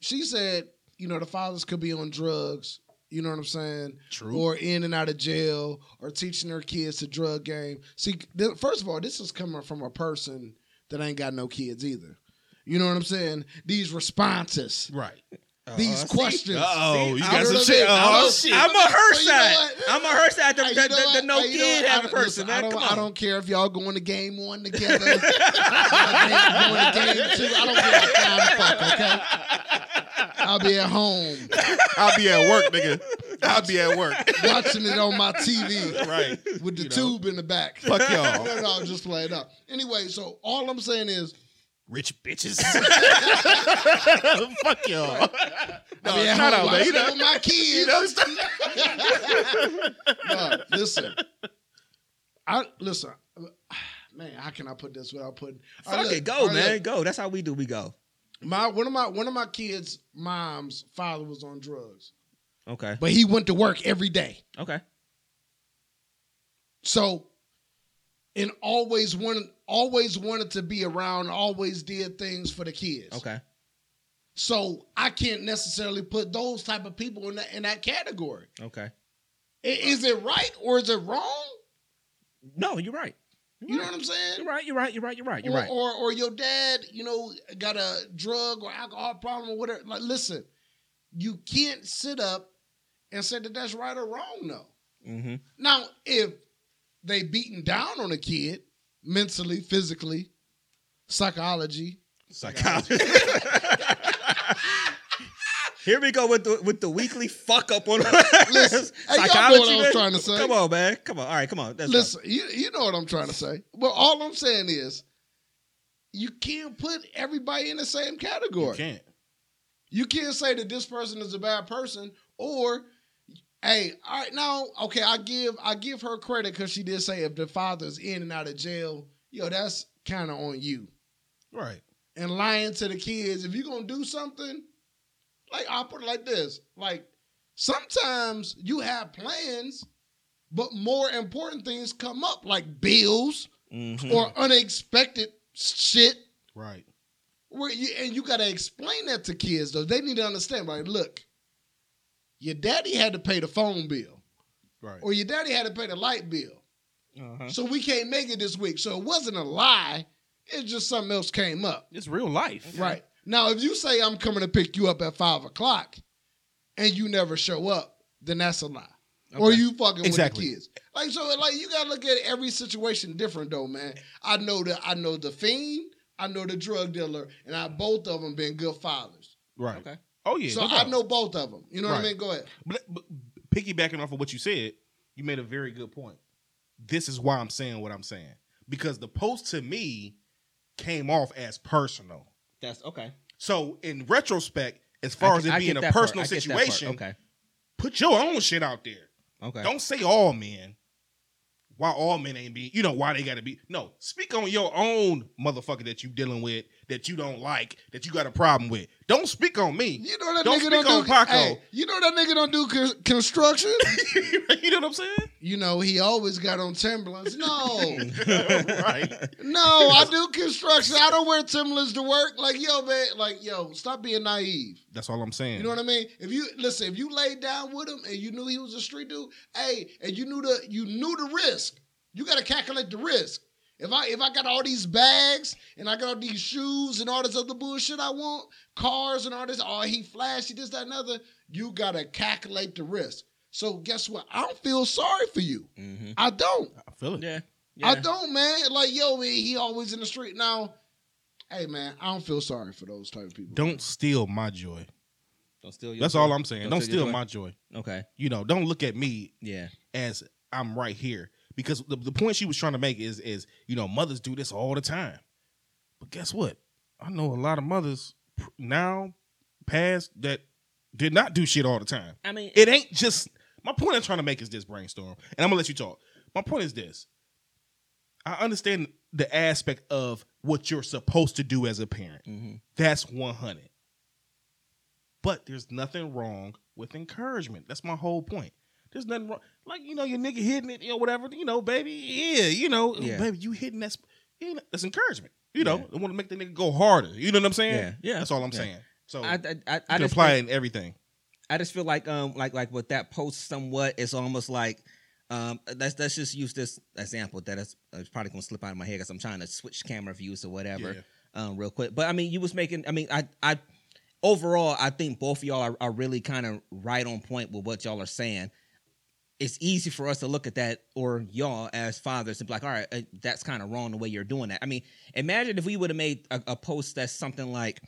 Speaker 2: she said, you know, the fathers could be on drugs. You know what I'm saying?
Speaker 3: True.
Speaker 2: Or in and out of jail, or teaching their kids to drug game. See, th- first of all, this is coming from a person that ain't got no kids either. You know what I'm saying? These responses,
Speaker 3: Right.
Speaker 1: Uh-huh.
Speaker 2: these questions.
Speaker 3: Uh oh, you got
Speaker 2: I don't
Speaker 3: some
Speaker 2: know
Speaker 3: shit.
Speaker 2: that. I
Speaker 3: Oh
Speaker 2: don't-
Speaker 3: shit.
Speaker 1: I'm on her
Speaker 2: So you know
Speaker 1: side.
Speaker 2: what?
Speaker 1: I'm on her side. The,
Speaker 2: Hey, you
Speaker 1: the,
Speaker 2: know
Speaker 1: the-
Speaker 2: what?
Speaker 1: the no
Speaker 2: Hey, you know
Speaker 1: kid
Speaker 2: what?
Speaker 1: have a
Speaker 2: I don't-
Speaker 1: person.
Speaker 2: listen,
Speaker 1: man.
Speaker 2: I don't,
Speaker 1: Come
Speaker 2: I
Speaker 1: on.
Speaker 2: don't care if y'all going to game one together. y'all damn going to game two. I don't give a flying fuck. Okay, I'll be at home
Speaker 3: I'll be at work, nigga. I'll be at work.
Speaker 2: watching it on my TV
Speaker 3: right.
Speaker 2: with the
Speaker 3: You know.
Speaker 2: tube in the back.
Speaker 3: Fuck y'all.
Speaker 2: No, no, just play it up. Anyway, so all I'm saying is
Speaker 3: Rich bitches. Fuck y'all.
Speaker 2: I'll be
Speaker 3: No,
Speaker 2: at
Speaker 3: shout
Speaker 2: home
Speaker 3: out, man. You
Speaker 2: watching it
Speaker 3: know,
Speaker 2: with my kids.
Speaker 3: you know, stop-
Speaker 2: no, listen. I listen. Man, how can I put this without putting? All right,
Speaker 1: Fuck it,
Speaker 2: look,
Speaker 1: go,
Speaker 2: all right,
Speaker 1: man,
Speaker 2: look.
Speaker 1: go. That's how we do. We go.
Speaker 2: My one of my one of my kids' mom's father was on drugs,
Speaker 1: Okay.
Speaker 2: but he went to work every day.
Speaker 1: Okay.
Speaker 2: So, and always wanted always wanted to be around. Always did things for the kids.
Speaker 1: Okay.
Speaker 2: So I can't necessarily put those type of people in that in that category.
Speaker 1: Okay.
Speaker 2: I- Is it right or is it wrong?
Speaker 1: No, you're right. You're
Speaker 2: You know
Speaker 1: right.
Speaker 2: what I'm saying?
Speaker 1: You're right. You're right. You're right. You're right. You're
Speaker 2: or,
Speaker 1: right.
Speaker 2: or or your dad, you know, got a drug or alcohol problem or whatever. Like, listen, you can't sit up and say that that's right or wrong. No.
Speaker 1: Mm-hmm.
Speaker 2: Now, if they beating down on a kid mentally, physically, psychology,
Speaker 1: Psychologist. Here we go with the with the weekly fuck up on
Speaker 2: Listen, hey, y'all know what I was
Speaker 1: man.
Speaker 2: trying to say.
Speaker 1: Come on, man. Come on. All right, come on. Let's go.
Speaker 2: listen, you you know what I'm trying to say. Well, all I'm saying is, you can't put everybody in the same
Speaker 3: You
Speaker 2: category.
Speaker 3: can't.
Speaker 2: You can't say that this person is a bad person, or hey, all right, now okay, I give I give her credit because she did say if the father's in and out of jail, yo, that's kind of on you.
Speaker 3: Right.
Speaker 2: And lying to the kids, if you're gonna do something, like I'll put it like this, like sometimes you have plans, but more important things come up, like bills
Speaker 1: Mhm.
Speaker 2: or unexpected shit
Speaker 3: Right.
Speaker 2: where you and you gotta explain that to kids though. They need to understand, like, look, your daddy had to pay the phone bill,
Speaker 3: Right.
Speaker 2: or your daddy had to pay the light bill.
Speaker 1: Uh-huh.
Speaker 2: So we can't make it this week. So it wasn't a lie, it's just something else came up.
Speaker 3: It's real life.
Speaker 2: Right. Now, if you say I'm coming to pick you up at five o'clock and you never show up, then that's a lie. Or
Speaker 1: Okay.
Speaker 2: you fucking
Speaker 3: Exactly.
Speaker 2: with the kids. Like so like you gotta look at every situation different though, man. I know the I know the fiend, I know the drug dealer, and I both of them been good fathers.
Speaker 3: Right.
Speaker 1: Okay.
Speaker 3: Oh yeah.
Speaker 2: So
Speaker 3: no
Speaker 2: I
Speaker 3: doubt.
Speaker 2: know both of them. You know what
Speaker 3: Right.
Speaker 2: I mean? Go ahead.
Speaker 3: But, but piggybacking off of what you said, you made a very good point. This is why I'm saying what I'm saying because the post to me came off as personal.
Speaker 1: That's okay.
Speaker 3: So in retrospect, as far as it
Speaker 1: I get
Speaker 3: being a
Speaker 1: that part.
Speaker 3: personal
Speaker 1: I get that part.
Speaker 3: situation, put your own shit out there.
Speaker 1: Okay. Okay.
Speaker 3: Don't say all men. Why all men ain't be? You know why they gotta be? No, speak on your own motherfucker that you dealing with that you don't like that you got a problem with. Don't speak on me.
Speaker 2: You know that
Speaker 3: Don't
Speaker 2: nigga
Speaker 3: speak
Speaker 2: don't
Speaker 3: on
Speaker 2: do
Speaker 3: Paco.
Speaker 2: Hey, you know that nigga don't do con- construction?
Speaker 3: you know what I'm saying?
Speaker 2: you know he always got on Timberlands. No.
Speaker 3: right.
Speaker 2: No, I do construction. I don't wear Timberlands to work. Like, yo, man, like, yo, stop being naive.
Speaker 3: That's all I'm saying.
Speaker 2: You know what I mean? If you listen, if you laid down with him and you knew he was a street dude, hey, and you knew the you knew the risk, you got to calculate the risk. If I if I got all these bags and I got all these shoes and all this other bullshit I want, cars and all this, oh he flashy, this, that, and other, you gotta calculate the risk. So guess what? I don't feel sorry for you.
Speaker 1: Mm-hmm.
Speaker 2: I don't.
Speaker 3: I feel it.
Speaker 1: Yeah.
Speaker 2: I don't, man. Like, yo, man, he always in the street. Now, hey man, I don't feel sorry for those type of people.
Speaker 3: Don't steal my joy.
Speaker 1: Don't steal your
Speaker 3: That's
Speaker 1: joy.
Speaker 3: all I'm saying.
Speaker 1: Don't
Speaker 3: Don't,
Speaker 1: steal your
Speaker 3: steal
Speaker 1: joy.
Speaker 3: my joy.
Speaker 1: Okay.
Speaker 3: You know, don't look at me
Speaker 1: Yeah.
Speaker 3: as I'm right here because the, the point she was trying to make is is you know mothers do this all the time, but guess what? I know a lot of mothers pr- now, past that did not do shit all the time.
Speaker 1: I mean,
Speaker 3: It ain't just my point. I'm trying to make is this brainstorm, and I'm gonna let you talk. My point is this: I understand the aspect of what you're supposed to do as a parent.
Speaker 1: hmm
Speaker 3: That's 100. But there's nothing wrong with encouragement. That's my whole point. There's nothing wrong. Like, you know, your nigga hitting it, you know, whatever, you know, baby, yeah, you know, oh,
Speaker 1: Yeah.
Speaker 3: baby, you hitting that's, you know, that's encouragement. You know, I want to make the nigga go harder. You know what I'm saying?
Speaker 1: Yeah. Yeah.
Speaker 3: That's all I'm
Speaker 1: Yeah.
Speaker 3: saying. So
Speaker 1: I I,
Speaker 3: I,
Speaker 1: I,
Speaker 3: you
Speaker 1: I
Speaker 3: can
Speaker 1: just
Speaker 3: apply it in everything.
Speaker 1: I just feel like um like like with that post somewhat it's almost like um let's let's just use this example that is uh, it's probably gonna slip out of my head because I'm trying to switch camera views or whatever
Speaker 3: Yeah.
Speaker 1: um real quick but I mean you was making I mean I I overall I think both of y'all are, are really kind of right on point with what y'all are saying it's easy for us to look at that or y'all as fathers and be like all right uh, that's kind of wrong the way you're doing that I mean imagine if we would have made a, a post that's something like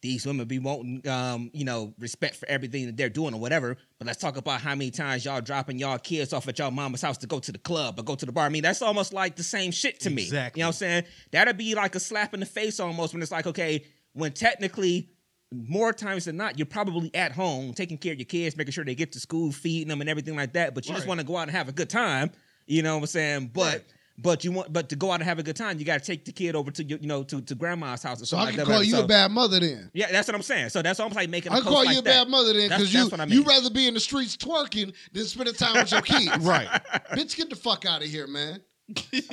Speaker 1: these women be wanting, um, you know, respect for everything that they're doing or whatever. But let's talk about how many times y'all dropping y'all kids off at y'all mama's house to go to the club or go to the bar. I mean, that's almost like the same shit to me.
Speaker 3: Exactly.
Speaker 1: You know what I'm saying? That'd be like a slap in the face almost when it's like, okay, when technically more times than not, you're probably at home taking care of your kids, making sure they get to school, feeding them and everything like that. But you just
Speaker 3: Right.
Speaker 1: want to go out and have a good time. You know what I'm saying? But
Speaker 3: Right.
Speaker 1: But you want, but to go out and have a good time, you got to take the kid over to your, you know, to, to grandma's house or
Speaker 2: So
Speaker 1: something
Speaker 2: I
Speaker 1: like
Speaker 2: can
Speaker 1: that.
Speaker 2: call
Speaker 1: whatever.
Speaker 2: you
Speaker 1: So-
Speaker 2: a bad mother then.
Speaker 1: yeah, that's what I'm saying. So that's almost like making a
Speaker 2: I
Speaker 1: post
Speaker 2: call
Speaker 1: like
Speaker 2: you a
Speaker 1: that.
Speaker 2: bad mother then
Speaker 1: That's-
Speaker 2: because you
Speaker 1: that's what I
Speaker 2: you
Speaker 1: mean.
Speaker 2: rather be in the streets twerking than spending time with your kids.
Speaker 3: Right.
Speaker 2: Bitch, get the fuck out of here, man.
Speaker 3: right.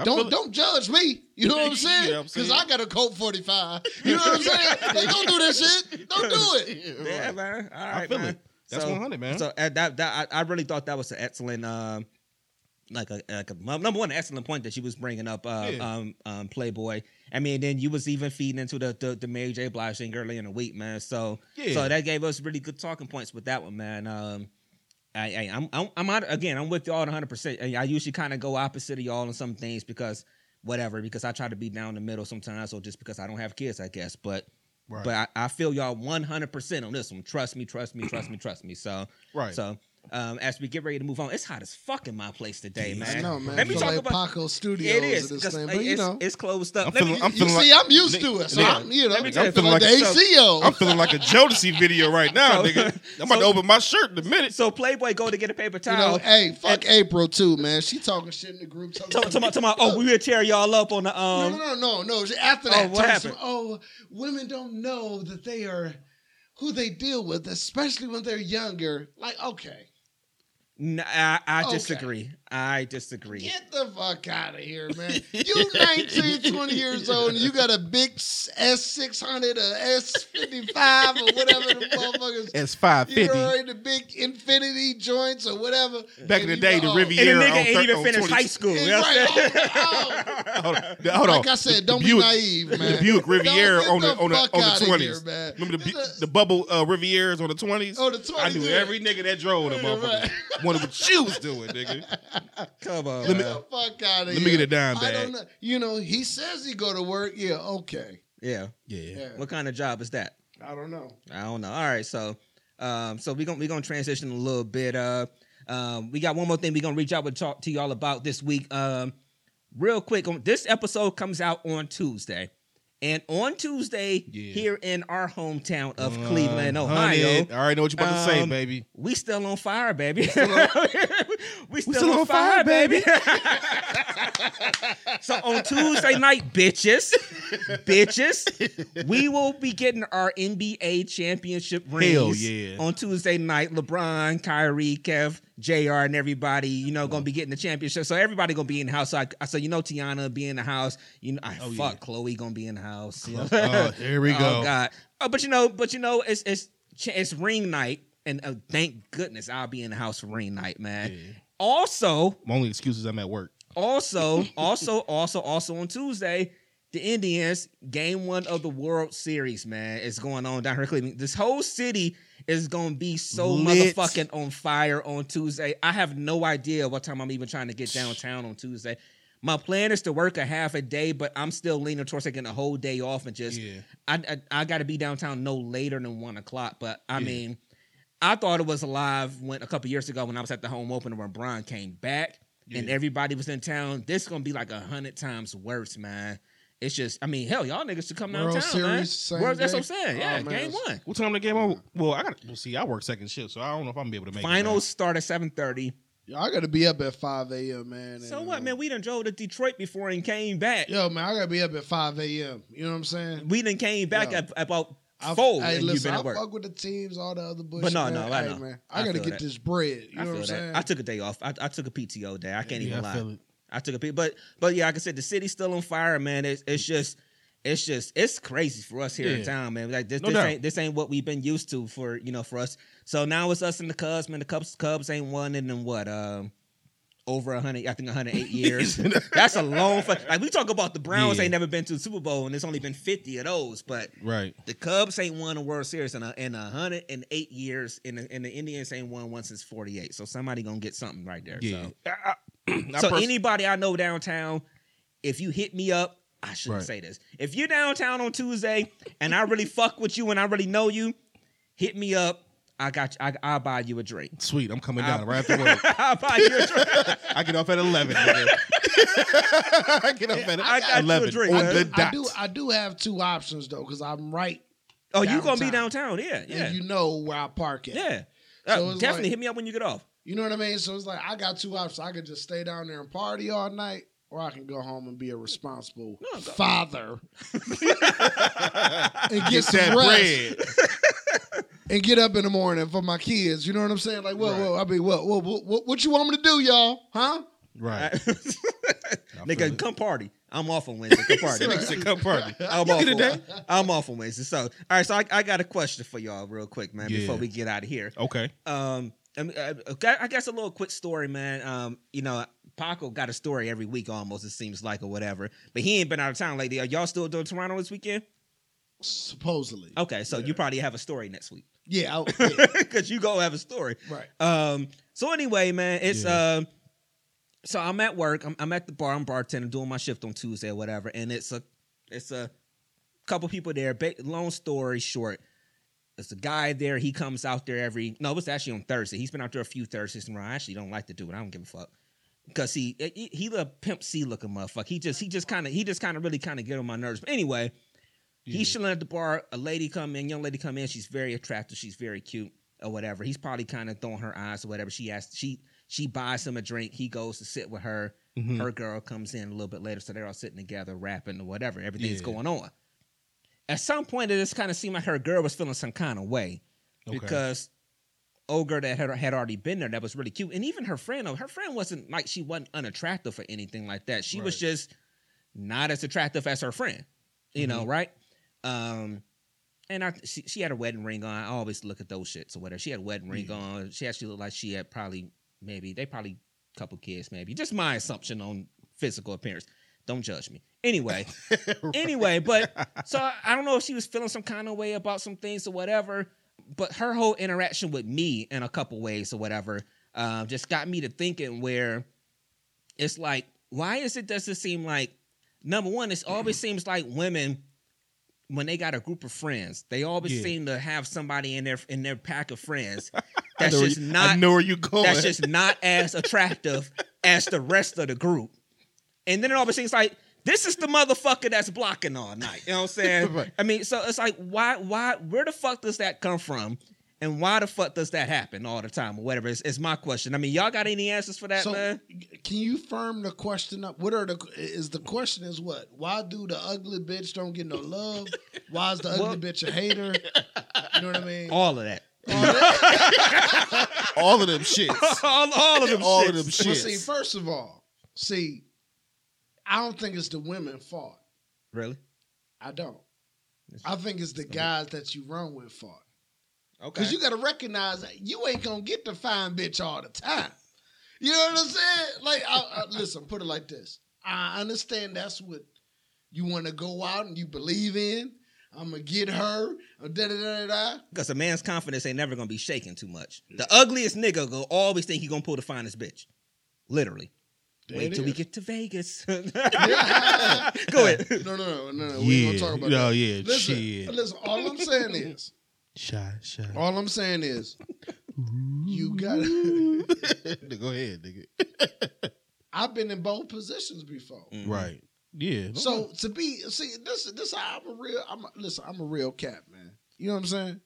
Speaker 3: I feel
Speaker 2: Don't
Speaker 3: it.
Speaker 2: don't judge me. You know
Speaker 3: You
Speaker 2: what I'm
Speaker 3: know what
Speaker 2: saying?
Speaker 3: I'm
Speaker 2: Because
Speaker 3: saying?
Speaker 2: I got a Colt 45. You know what I'm saying? Like, don't do that shit. Don't do it.
Speaker 1: Yeah, man. All right,
Speaker 3: I feel
Speaker 1: man.
Speaker 3: it. That's
Speaker 1: So-
Speaker 3: 100, man.
Speaker 1: So uh, that that I, I really thought that was an excellent, um, like a like a number one excellent point that she was bringing up. Uh,
Speaker 3: Yeah.
Speaker 1: um, um, Playboy. I mean, then you was even feeding into the the, the Mary J. Blige thing early in the week, man. So
Speaker 3: Yeah.
Speaker 1: so that gave us really good talking points with that one, man. Um. I, I, I'm, I'm, I'm out again. I'm with y'all 100. percent I usually kind of go opposite of y'all on some things because whatever. Because I try to be down the middle sometimes, or just because I don't have kids, I guess. But
Speaker 3: right.
Speaker 1: but I, I feel y'all 100% on this one. Trust me, trust me, trust me, trust me. So,
Speaker 3: right.
Speaker 1: so um, as we get ready to move on, it's hot as fuck in my place today, man.
Speaker 2: I know, man.
Speaker 1: Let me
Speaker 2: Filet
Speaker 1: talk about
Speaker 2: Paco Studios.
Speaker 1: it is.
Speaker 2: and this
Speaker 1: 'cause
Speaker 2: thing,
Speaker 1: it-
Speaker 2: but you
Speaker 1: it's,
Speaker 2: know,
Speaker 1: it's closed up.
Speaker 3: I'm
Speaker 1: Let me-
Speaker 3: feeling- I'm
Speaker 2: you see, I'm used
Speaker 3: Nick-
Speaker 2: to it. So
Speaker 3: Nick,
Speaker 2: I'm, you know,
Speaker 1: let me tell you,
Speaker 2: I'm feeling
Speaker 3: like
Speaker 2: like the
Speaker 1: so-
Speaker 2: ACO.
Speaker 3: I'm feeling like a Jodeci video right now,
Speaker 1: So-
Speaker 3: nigga. I'm about to
Speaker 1: so-
Speaker 3: open my shirt in a minute.
Speaker 1: so Playboy go to get a paper
Speaker 2: you know,
Speaker 1: towel.
Speaker 2: hey, fuck April too, man. She talking shit in the group. Talking
Speaker 1: Talk to my, to my, oh, we will tear y'all up on the
Speaker 2: no,
Speaker 1: um.
Speaker 2: no, no, no, no. After
Speaker 1: Oh,
Speaker 2: that,
Speaker 1: what
Speaker 2: Tony said,
Speaker 1: happened?
Speaker 2: oh, women don't know that they are who they deal with, especially when they're younger. Like, okay,
Speaker 1: Nah, I, I
Speaker 2: Okay.
Speaker 1: disagree. I disagree.
Speaker 2: get the fuck out of here, man. You 19, 20 years old, and you got a big S six hundred or S fifty five or whatever the motherfuckers.
Speaker 3: It's
Speaker 2: You
Speaker 3: 550.
Speaker 2: know, in the big infinity joints or whatever.
Speaker 3: Back in the
Speaker 2: and you
Speaker 3: day,
Speaker 2: go,
Speaker 3: the
Speaker 2: oh,
Speaker 3: Riviera.
Speaker 1: And the
Speaker 3: on
Speaker 1: nigga ain't
Speaker 3: thir-
Speaker 1: even
Speaker 3: on
Speaker 1: finished
Speaker 3: 20
Speaker 1: high school.
Speaker 2: it's
Speaker 1: you know what I'm saying?
Speaker 2: right. Oh, oh.
Speaker 3: Hold on. Now, Hold on.
Speaker 2: Like I said, don't be
Speaker 3: Buick-
Speaker 2: naive, man.
Speaker 3: The Buick Riviera
Speaker 2: Don't
Speaker 3: on
Speaker 2: get
Speaker 3: the on the
Speaker 2: fuck
Speaker 3: on the
Speaker 2: outta here,
Speaker 3: twenties.
Speaker 2: man.
Speaker 3: Remember the
Speaker 2: This
Speaker 3: bu-
Speaker 2: is-
Speaker 3: the bubble uh, Rivieras on the twenties.
Speaker 2: Oh, the 20s.
Speaker 3: I knew every nigga that drove the
Speaker 2: Yeah,
Speaker 3: motherfucker.
Speaker 2: right.
Speaker 3: Wondered what you was doing, nigga.
Speaker 1: Come on.
Speaker 2: Get
Speaker 1: man.
Speaker 2: the fuck out of here.
Speaker 3: let me get a dime
Speaker 2: I
Speaker 3: bag.
Speaker 2: don't know. You know, he says he go to work. Yeah, okay.
Speaker 1: Yeah.
Speaker 3: Yeah.
Speaker 2: Yeah.
Speaker 1: What kind of job is that?
Speaker 2: I don't know.
Speaker 1: I don't know. All right, so um, so we're gonna we're gonna transition a little bit. Uh, um, we got one more thing we're gonna reach out and talk to y'all about this week. Um, real quick, on, this episode comes out on Tuesday, and on Tuesday
Speaker 3: Yeah.
Speaker 1: here in our hometown of Cleveland, Ohio,
Speaker 3: 100. Uh, I already know what you about to say,
Speaker 1: Um,
Speaker 3: baby.
Speaker 1: we still on fire, baby. we still
Speaker 3: still
Speaker 1: on,
Speaker 3: on-
Speaker 1: still on fire, baby. so on Tuesday night, bitches, bitches, we will be getting our NBA championship rings.
Speaker 3: Hell yeah.
Speaker 1: On Tuesday night, LeBron, Kyrie, Kev, Jr., and everybody, you know, gonna be getting the championship. So everybody gonna be in the house. So, I, so you know, Tiana be in the house. You know, I
Speaker 3: Oh,
Speaker 1: fuck
Speaker 3: yeah.
Speaker 1: Chloe gonna be in the house. you know.
Speaker 3: Oh, here we
Speaker 1: Oh
Speaker 3: go.
Speaker 1: God! Oh, but you know, but you know, it's it's ch- it's ring night, and uh, thank goodness I'll be in the house for ring night, man.
Speaker 3: Yeah.
Speaker 1: Also,
Speaker 3: My only excuse is I'm at work.
Speaker 1: Also, also, also, also on Tuesday, the Indians game one of the World Series, man, is going on down here in Cleveland. This whole city is gonna be so
Speaker 3: Lit.
Speaker 1: motherfucking on fire on Tuesday. I have no idea what time I'm even trying to get downtown on Tuesday. My plan is to work a half a day, but I'm still leaning towards taking a whole day off and just
Speaker 3: Yeah.
Speaker 1: I I, I got to be downtown no later than one o'clock. But I
Speaker 3: Yeah.
Speaker 1: mean, I thought it was live when a couple years ago when I was at the home opener when Brian came back and
Speaker 3: Yeah.
Speaker 1: everybody was in town. This gonna be like a hundred times worse, man. It's just, I mean, hell, y'all niggas should come
Speaker 2: World
Speaker 1: downtown, man.
Speaker 2: Series, same
Speaker 1: World- that's
Speaker 2: day?
Speaker 1: what I'm saying.
Speaker 2: Oh,
Speaker 1: Yeah,
Speaker 2: man,
Speaker 1: game
Speaker 2: it's-
Speaker 1: one.
Speaker 3: What time the game on? Well, I got. Well, see, I work second shift, so I don't know if I'm gonna be able to make It, man.
Speaker 1: Finals start at seven thirty.
Speaker 2: Yo, I gotta be up at five a.m. Man.
Speaker 1: So
Speaker 2: and,
Speaker 1: what,
Speaker 2: uh,
Speaker 1: man? We done drove to Detroit before and came back.
Speaker 2: Yo, man, I gotta be up at five a.m. You know what I'm saying?
Speaker 1: We done came back
Speaker 2: Yo.
Speaker 1: at about
Speaker 2: I-
Speaker 1: four,
Speaker 2: Hey,
Speaker 1: and you
Speaker 2: listen,
Speaker 1: been
Speaker 2: I
Speaker 1: at work.
Speaker 2: fuck with the teams, all the other
Speaker 1: But
Speaker 2: bullshit.
Speaker 1: no,
Speaker 2: man.
Speaker 1: no, I
Speaker 2: Hey,
Speaker 1: know.
Speaker 2: man,
Speaker 1: I
Speaker 2: I, gotta
Speaker 1: feel
Speaker 2: get
Speaker 1: that.
Speaker 2: this bread. You
Speaker 1: I
Speaker 2: know
Speaker 1: feel
Speaker 2: what I'm
Speaker 1: that.
Speaker 2: saying?
Speaker 1: I took a day off. I, I took a PTO day. I can't
Speaker 3: Yeah,
Speaker 1: even
Speaker 3: I
Speaker 1: lie.
Speaker 3: feel it.
Speaker 1: I took a picture. But but yeah, like I said, the city's still on fire, man. It's, it's just it's just it's crazy for us here in
Speaker 3: Yeah.
Speaker 1: town, man. Like this,
Speaker 3: No
Speaker 1: this
Speaker 3: doubt.
Speaker 1: ain't this ain't what we've been used to for you know for us. So now it's us and the Cubs, man. The Cubs Cubs ain't won in them, what um over hundred, I think hundred eight years. That's a long fu- like we talk about the Browns
Speaker 3: Yeah.
Speaker 1: ain't never been to the Super Bowl and it's only been fifty of those, but
Speaker 3: Right.
Speaker 1: the Cubs ain't won a World Series in a, in a hundred and eight years, and the, and the Indians ain't won one since forty eight. So somebody gonna get something right there.
Speaker 3: Yeah.
Speaker 1: So,
Speaker 3: I, I, I
Speaker 1: so
Speaker 3: pers-
Speaker 1: anybody I know downtown, if you hit me up, I shouldn't
Speaker 3: Right.
Speaker 1: say this. If you're downtown on Tuesday and I really fuck with you and I really know you, hit me up. I got you. I, I'll buy you a drink.
Speaker 3: sweet. I'm coming down
Speaker 1: I-
Speaker 3: right after work.
Speaker 1: I'll buy you a drink.
Speaker 3: I get off at eleven. nigga. I get off at
Speaker 1: I got you a
Speaker 3: eleven
Speaker 1: drink,
Speaker 3: on
Speaker 1: man.
Speaker 3: the
Speaker 1: I
Speaker 3: dot.
Speaker 2: I do. I do have two options though, because I'm right.
Speaker 1: Oh, you gonna be
Speaker 2: Downtown.
Speaker 1: downtown? Yeah, yeah,
Speaker 2: And you know where I park at.
Speaker 1: yeah.
Speaker 2: So
Speaker 1: Uh,
Speaker 2: it's
Speaker 1: definitely
Speaker 2: like-
Speaker 1: hit me up when you get off.
Speaker 2: You know what I mean? So it's like I got two options. I could just stay down there and party all night, or I can go home and be a responsible
Speaker 1: No, go-
Speaker 2: father and get,
Speaker 3: Get
Speaker 2: some
Speaker 3: that
Speaker 2: rest
Speaker 3: bread.
Speaker 2: and get up in the morning for my kids. You know what I'm saying? Like, what?
Speaker 3: Right.
Speaker 2: What? I mean, what, what? What? What? What you want me to do, y'all? Huh?
Speaker 3: Right.
Speaker 1: Nigga, come party. I'm off on Wednesday. Come party.
Speaker 3: Nigga said, come party.
Speaker 1: I'm
Speaker 3: You
Speaker 1: off,
Speaker 3: get a
Speaker 1: on,
Speaker 3: day.
Speaker 1: I'm off on Wednesday. So, all right. So I, I got a question for y'all, real quick, man. Before
Speaker 3: Yeah.
Speaker 1: we get out of here,
Speaker 3: Okay.
Speaker 1: um, I mean, I I guess a little quick story, man. Um, you know, Paco got a story every week almost. It seems like or whatever, but he ain't been out of town lately. Are y'all still doing Toronto this weekend?
Speaker 2: Supposedly.
Speaker 1: Okay, so you probably have a story next week
Speaker 2: Yeah. I, yeah
Speaker 1: because you go have a story.
Speaker 2: right.
Speaker 1: Um. So anyway, man, it's
Speaker 3: Yeah.
Speaker 1: um. so I'm at work. I'm, I'm at the bar. I'm bartending, doing my shift on Tuesday or whatever. And it's a, it's a couple people there. Ba- long story short, it's a guy there. He comes out there every. No, it was actually on Thursday. He's been out there a few Thursdays. And I actually don't like to do it. I don't give a fuck. Cause he he, he a pimp C looking motherfucker. He just he just kind of he just kind of really kind of get on my nerves. But anyway,
Speaker 3: Yeah.
Speaker 1: He's chilling at the bar. A lady come in, young lady come in. She's very attractive. She's very cute or whatever. He's probably kind of throwing her eyes or whatever. She asks. She she buys him a drink. He goes to sit with her.
Speaker 3: Mhm.
Speaker 1: Her girl comes in a little bit later, so they're all sitting together, rapping or whatever. Everything's
Speaker 3: Yeah.
Speaker 1: going on. At some point, it just kind of seemed like her girl was feeling some kind of way
Speaker 3: Okay.
Speaker 1: because ogre that had, had already been there that was really cute and even her friend her friend wasn't like she wasn't unattractive or anything like that she was
Speaker 3: Right.
Speaker 1: just not as attractive as her friend you know
Speaker 3: Mm-hmm.
Speaker 1: right um and I, she, she had a wedding ring on. I always look at those shits or whatever. She had a wedding ring
Speaker 3: Yeah.
Speaker 1: on. She actually looked like she had probably maybe they probably couple kids maybe. Just my assumption on physical appearance. Don't judge me. Anyway, anyway, but so I- I don't know if she was feeling some kind of way about some things or whatever, but her whole interaction with me in a couple ways or whatever um, just got me to thinking where it's like, why is it does it seem like number one, it always seems like women when they got a group of friends, they always
Speaker 3: Yeah.
Speaker 1: seem to have somebody in their in their pack of friends
Speaker 3: I
Speaker 1: that's
Speaker 3: know where
Speaker 1: just
Speaker 3: you- I
Speaker 1: not
Speaker 3: know where you going.
Speaker 1: that's just not as attractive as the rest of the group. And then it always seems like this is the motherfucker that's blocking all night. You know what I'm saying?
Speaker 3: Right.
Speaker 1: I mean, so it's like why why where the fuck does that come from? And why the fuck does that happen all the time or whatever? It's, it's my question. I mean, y'all got any answers for that,
Speaker 2: so
Speaker 1: man?
Speaker 2: can you firm the question up? What are the is the question is what? Why do the ugly bitch don't get no love? Why is the ugly
Speaker 1: Well-
Speaker 2: bitch a hater? You know what I mean?
Speaker 1: All of that.
Speaker 3: all of them shits.
Speaker 1: all, all of them.
Speaker 3: all
Speaker 1: shits.
Speaker 3: of them
Speaker 2: Well, see,
Speaker 3: shits.
Speaker 2: first of all, see, I don't think it's the women fault.
Speaker 1: Really?
Speaker 2: I don't. I think it's the guys that you run with fault.
Speaker 1: Okay.
Speaker 2: Because you got to recognize that you ain't going to get the fine bitch all the time. You know what I'm saying? Like, I, I- listen, put it like this. I understand that's what you want to go out and you believe in. I'm gonna get her. Da da da da da.
Speaker 1: Because a man's confidence ain't never gonna be shaken too much. The ugliest nigga go always think he gonna pull the finest bitch. Literally.
Speaker 2: There
Speaker 1: Wait
Speaker 2: it
Speaker 1: till we
Speaker 2: is.
Speaker 1: get to Vegas. go ahead.
Speaker 2: No, no, no, no. no. We
Speaker 3: yeah.
Speaker 2: ain't gonna talk about
Speaker 3: oh
Speaker 2: that.
Speaker 3: yeah.
Speaker 2: Listen,
Speaker 3: Shit.
Speaker 2: listen. All I'm saying is,
Speaker 3: Shy. Shy.
Speaker 2: all I'm saying is, you got.
Speaker 3: Go ahead, nigga.
Speaker 2: I've been in both positions before.
Speaker 1: Mhm.
Speaker 3: Right. Yeah. no
Speaker 2: So to be see this this how I'm a real I'm a, listen I'm a real cat man. You know what I'm saying?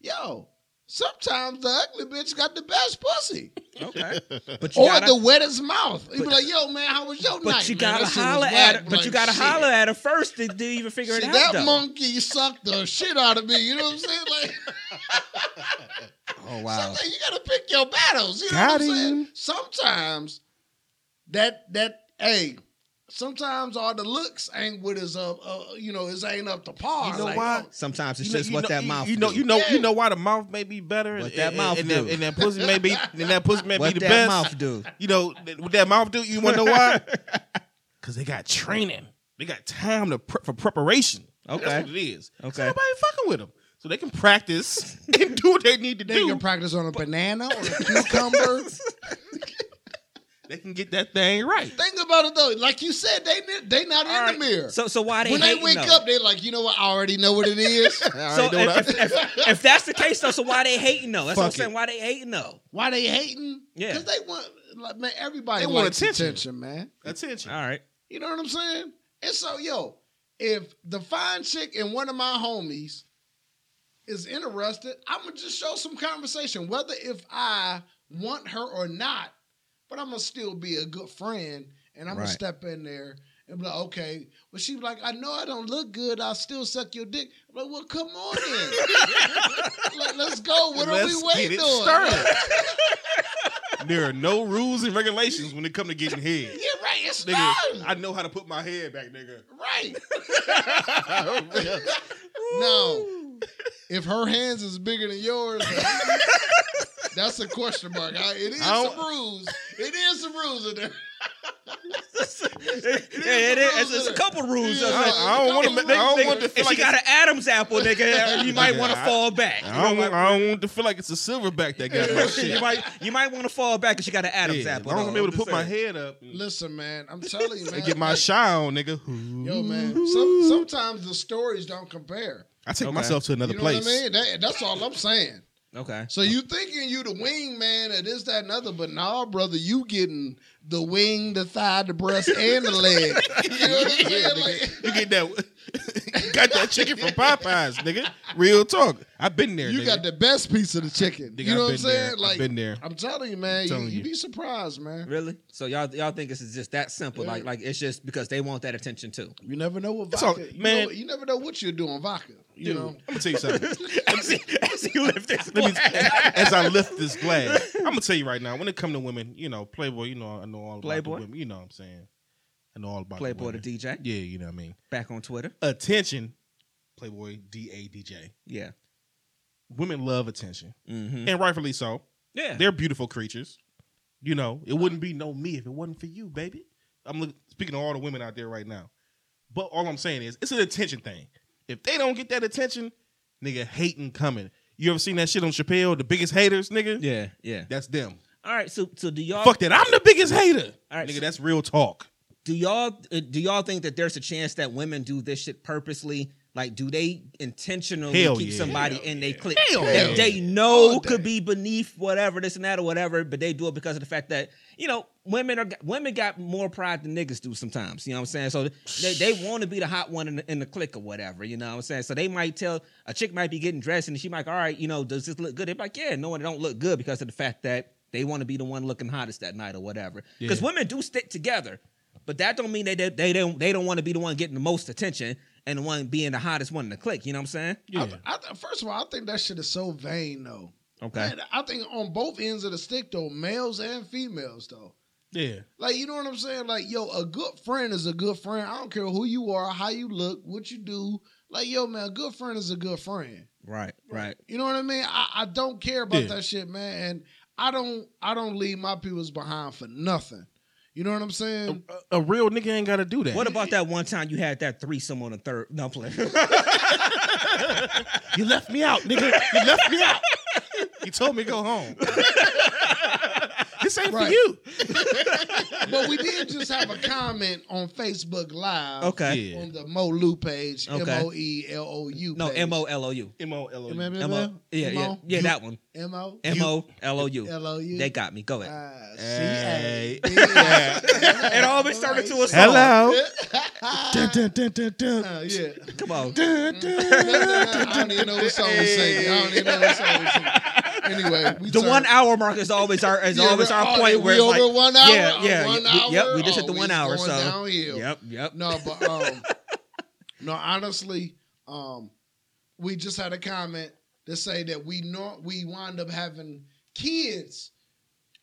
Speaker 2: Yo, sometimes the ugly bitch got the best pussy
Speaker 1: Okay. But you
Speaker 2: or
Speaker 1: gotta,
Speaker 2: the wettest mouth. You be
Speaker 1: but-
Speaker 2: like, yo man, how was your night?
Speaker 1: but you
Speaker 2: man?
Speaker 1: gotta
Speaker 2: That shit was
Speaker 1: holler
Speaker 2: whack."
Speaker 1: at her. But you
Speaker 2: Like,
Speaker 1: gotta
Speaker 2: shit.
Speaker 1: holler at her first to, to even figure
Speaker 2: See,
Speaker 1: it out.
Speaker 2: that
Speaker 1: though.
Speaker 2: monkey sucked the shit out of me. You know what I'm saying? Like,
Speaker 1: oh wow.
Speaker 2: sometimes you gotta pick your battles. You know
Speaker 3: Got
Speaker 2: what I'm saying?
Speaker 3: him.
Speaker 2: Sometimes that that hey, sometimes all the looks ain't what is up. Uh, you know, it ain't up to par.
Speaker 3: You know
Speaker 2: Like,
Speaker 3: why?
Speaker 1: Sometimes it's
Speaker 3: You know-
Speaker 1: just
Speaker 3: you
Speaker 1: what
Speaker 3: know-
Speaker 1: that
Speaker 3: you-
Speaker 1: mouth.
Speaker 3: You know,
Speaker 1: do.
Speaker 3: you know, you know why the mouth may be better.
Speaker 1: What
Speaker 3: and-
Speaker 1: that
Speaker 3: and-
Speaker 1: mouth
Speaker 3: and,
Speaker 1: do.
Speaker 3: That, and that pussy may be, and that pussy may
Speaker 1: what
Speaker 3: be
Speaker 1: that
Speaker 3: the best.
Speaker 1: mouth do.
Speaker 3: You know that- what that mouth do. You want to know why? Because they got training. They got time to pre- for preparation.
Speaker 1: Okay.
Speaker 3: That's what it is.
Speaker 1: Okay.
Speaker 3: So nobody fucking with them, so they can practice and do what they need to
Speaker 2: They
Speaker 3: do.
Speaker 2: can practice on a banana or a cucumber.
Speaker 3: they can get that thing right.
Speaker 2: Think about it though. Like you said, they ni- they not in
Speaker 1: All right.
Speaker 2: the mirror.
Speaker 1: So so why they
Speaker 2: when they
Speaker 1: hating,
Speaker 2: wake
Speaker 1: though?
Speaker 2: up, they like, you know what? I already know what it is.
Speaker 1: So if, if, if, if that's the case though, so why they hating though? That's what I'm
Speaker 3: Fuck it.
Speaker 1: saying. Why they hating though?
Speaker 2: Why they hating?
Speaker 1: Yeah.
Speaker 2: because they want like man, everybody
Speaker 3: They want
Speaker 2: wants
Speaker 3: attention.
Speaker 2: attention, man.
Speaker 3: Attention.
Speaker 1: All right.
Speaker 2: You know what I'm saying? And so, yo, if the fine chick and one of my homies is interested, I'm gonna just show some conversation, whether if I want her or not. But I'm gonna still be a good friend, and I'm
Speaker 1: Right.
Speaker 2: gonna step in there and be like, okay. Well, she be like, I know I don't look good. I still suck your dick. I'm like, well, come on in. Let, us go. What
Speaker 3: Let's
Speaker 2: are we
Speaker 3: get
Speaker 2: waiting
Speaker 3: it
Speaker 2: on?
Speaker 3: started. There are no rules and regulations when it come to getting head.
Speaker 2: yeah, right. It's
Speaker 3: Nigga,
Speaker 2: done.
Speaker 3: I know how to put my head back, nigga.
Speaker 2: right.
Speaker 3: I
Speaker 2: No. If her hands is bigger than yours, that's a question mark. I- It is
Speaker 3: I
Speaker 2: some rules. It is some rules in there.
Speaker 1: it, it is, it's, it's a couple rules.
Speaker 2: Yeah.
Speaker 1: I was like,
Speaker 2: I-
Speaker 3: don't want to. I don't
Speaker 1: nigga,
Speaker 3: want to feel
Speaker 1: if
Speaker 3: like
Speaker 1: she got
Speaker 3: it's-
Speaker 1: an Adam's apple, nigga, you might want to
Speaker 3: I-
Speaker 1: fall back.
Speaker 3: I don't, want, I don't want to feel like it's a silverback that got my shit.
Speaker 1: you might you might want to fall back because you got an Adam's
Speaker 3: Yeah, as
Speaker 1: apple.
Speaker 3: long as
Speaker 1: though.
Speaker 3: I'm able to
Speaker 1: just
Speaker 3: put my
Speaker 1: saying.
Speaker 3: head up and
Speaker 2: Listen, man, I'm telling you, man.
Speaker 3: get my shy on, nigga.
Speaker 2: yo, man. Some, sometimes the stories don't compare.
Speaker 3: I take
Speaker 1: Okay.
Speaker 3: myself to another
Speaker 2: You know
Speaker 3: place.
Speaker 2: what I mean? That- that's all I'm saying.
Speaker 1: Okay.
Speaker 2: So you thinking you the wing man or this, that, and other, but nah, brother, you getting the wing, the thigh, the breast, and the leg. You know what I'm
Speaker 3: Yeah,
Speaker 2: saying?
Speaker 3: nigga.
Speaker 2: Like,
Speaker 3: you get that? got that chicken from Popeyes, nigga. Real talk. I've been there.
Speaker 2: you
Speaker 3: nigga.
Speaker 2: got the best piece of the chicken.
Speaker 3: Nigga,
Speaker 2: you know
Speaker 3: I've
Speaker 2: what I'm
Speaker 3: been there.
Speaker 2: saying?
Speaker 3: I've
Speaker 2: Like,
Speaker 3: been there.
Speaker 2: I'm telling you, man. you,
Speaker 3: telling
Speaker 2: you
Speaker 3: you.
Speaker 2: be surprised, man.
Speaker 1: Really? So y'all y'all think this is just that simple?
Speaker 2: Yeah.
Speaker 1: Like like it's just because they want that attention too.
Speaker 2: You never know what
Speaker 3: That's
Speaker 2: vodka.
Speaker 3: all-
Speaker 2: you
Speaker 3: man.
Speaker 2: know, you never know what you're doing vodka. You
Speaker 3: Dude,
Speaker 2: know,
Speaker 3: I'm gonna tell you something.
Speaker 1: as, he, as he lift this
Speaker 3: Let me,
Speaker 1: glass.
Speaker 3: as I lift this glass, I'm gonna tell you right now. When it come to women, you know, Playboy. You know, I know all about
Speaker 1: Playboy?
Speaker 3: the women. You know what I'm saying? I know all about
Speaker 1: Playboy
Speaker 3: The
Speaker 1: the
Speaker 3: women.
Speaker 1: DJ
Speaker 3: yeah, you know what I mean.
Speaker 1: back on Twitter.
Speaker 3: Attention, Playboy D A D J.
Speaker 1: Yeah.
Speaker 3: Women love attention,
Speaker 1: Mm-hmm.
Speaker 3: and rightfully so.
Speaker 1: Yeah.
Speaker 3: They're beautiful creatures. You know, it wouldn't be no me if it wasn't for you, baby. I'm look, speaking to all the women out there right now. But all I'm saying is, it's an attention thing. If they don't get that attention, nigga, hating coming. You ever seen that shit on Chappelle? The biggest haters, nigga.
Speaker 1: Yeah. Yeah.
Speaker 3: That's them.
Speaker 1: All right. So so do y'all
Speaker 3: Fuck that. I'm the biggest hater.
Speaker 1: All right,
Speaker 3: nigga,
Speaker 1: so-
Speaker 3: that's real talk.
Speaker 1: do y'all uh, do y'all think that there's a chance that women do this shit purposely? Like, do they intentionally
Speaker 3: Hell
Speaker 1: keep
Speaker 3: yeah.
Speaker 1: somebody
Speaker 2: Hell
Speaker 1: in they clique
Speaker 3: Hell
Speaker 1: that
Speaker 3: yeah.
Speaker 1: they know
Speaker 2: All
Speaker 1: could be
Speaker 2: day.
Speaker 1: beneath whatever this and that or whatever, but they do it because of the fact that you know women are women got more pride than niggas do sometimes. You know what I'm saying? So they, they want to be the hot one in the, in the clique or whatever. You know what I'm saying? So they might tell a chick might be getting dressed and she might all right, you know, does this look good? They're like, yeah, no, it don't look good because of the fact that they want to be the one looking hottest that night or whatever. Because
Speaker 3: Yeah.
Speaker 1: women do stick together. But that don't mean they they, they don't they don't want to be the one getting the most attention and the one being the hottest one in the clique. You know what I'm saying?
Speaker 3: Yeah.
Speaker 2: I, th- first of all, I think that shit is so vain, though.
Speaker 1: Okay.
Speaker 2: Man, I think on both ends of the stick, though, males and females, though.
Speaker 3: Yeah.
Speaker 2: Like, you know what I'm saying? Like, yo, a good friend is a good friend. I don't care who you are, how you look, what you do. Like, yo, man, a good friend is a good friend.
Speaker 1: Right. Right.
Speaker 2: You know what I mean? I, I don't care about
Speaker 3: Yeah.
Speaker 2: that shit, man. And I don't I don't leave my peoples behind for nothing. You know what I'm
Speaker 3: A,
Speaker 2: saying?
Speaker 3: a real nigga ain't gotta do that.
Speaker 1: What about that one time you had that threesome on the third? No, I'm playing.
Speaker 3: you left me out, nigga. You left me out. You told me go home. this ain't
Speaker 2: Right.
Speaker 3: for you.
Speaker 2: but we did just have a comment on Facebook Live
Speaker 1: okay.
Speaker 3: Yeah.
Speaker 2: on the Molu page,
Speaker 1: Okay.
Speaker 2: M O E L O U.
Speaker 1: No, M O L O U.
Speaker 3: M O L O. U.
Speaker 1: M O. Yeah, yeah, yeah. That one.
Speaker 2: M O
Speaker 1: M O L O U.
Speaker 2: L O U.
Speaker 1: They got me. Go ahead.
Speaker 2: Ah,
Speaker 3: Hey.
Speaker 2: see, hey.
Speaker 1: it always turned into a song.
Speaker 3: Hello. Dun,
Speaker 2: Uh,
Speaker 3: dun, dun, dun, dun.
Speaker 2: yeah.
Speaker 1: Come on.
Speaker 3: Dun, dun.
Speaker 2: I don't even know what song we singing. I don't even know what song we singing. Anyway, we
Speaker 1: The
Speaker 2: turn-
Speaker 1: one hour mark is always our is
Speaker 2: Yeah,
Speaker 1: always
Speaker 2: we're-
Speaker 1: our
Speaker 2: oh,
Speaker 1: point where
Speaker 2: we
Speaker 1: it's
Speaker 2: over
Speaker 1: like
Speaker 2: one hour.
Speaker 1: yeah, yeah,
Speaker 2: one
Speaker 1: y- y-
Speaker 2: hour?
Speaker 1: yep, we just hit the
Speaker 2: Oh,
Speaker 1: one
Speaker 2: we
Speaker 1: hour,
Speaker 2: going
Speaker 1: so-
Speaker 2: downhill.
Speaker 1: yep, yep.
Speaker 2: No, but um, no. Honestly, um, we just had a comment to say that we nor- we wind up having kids.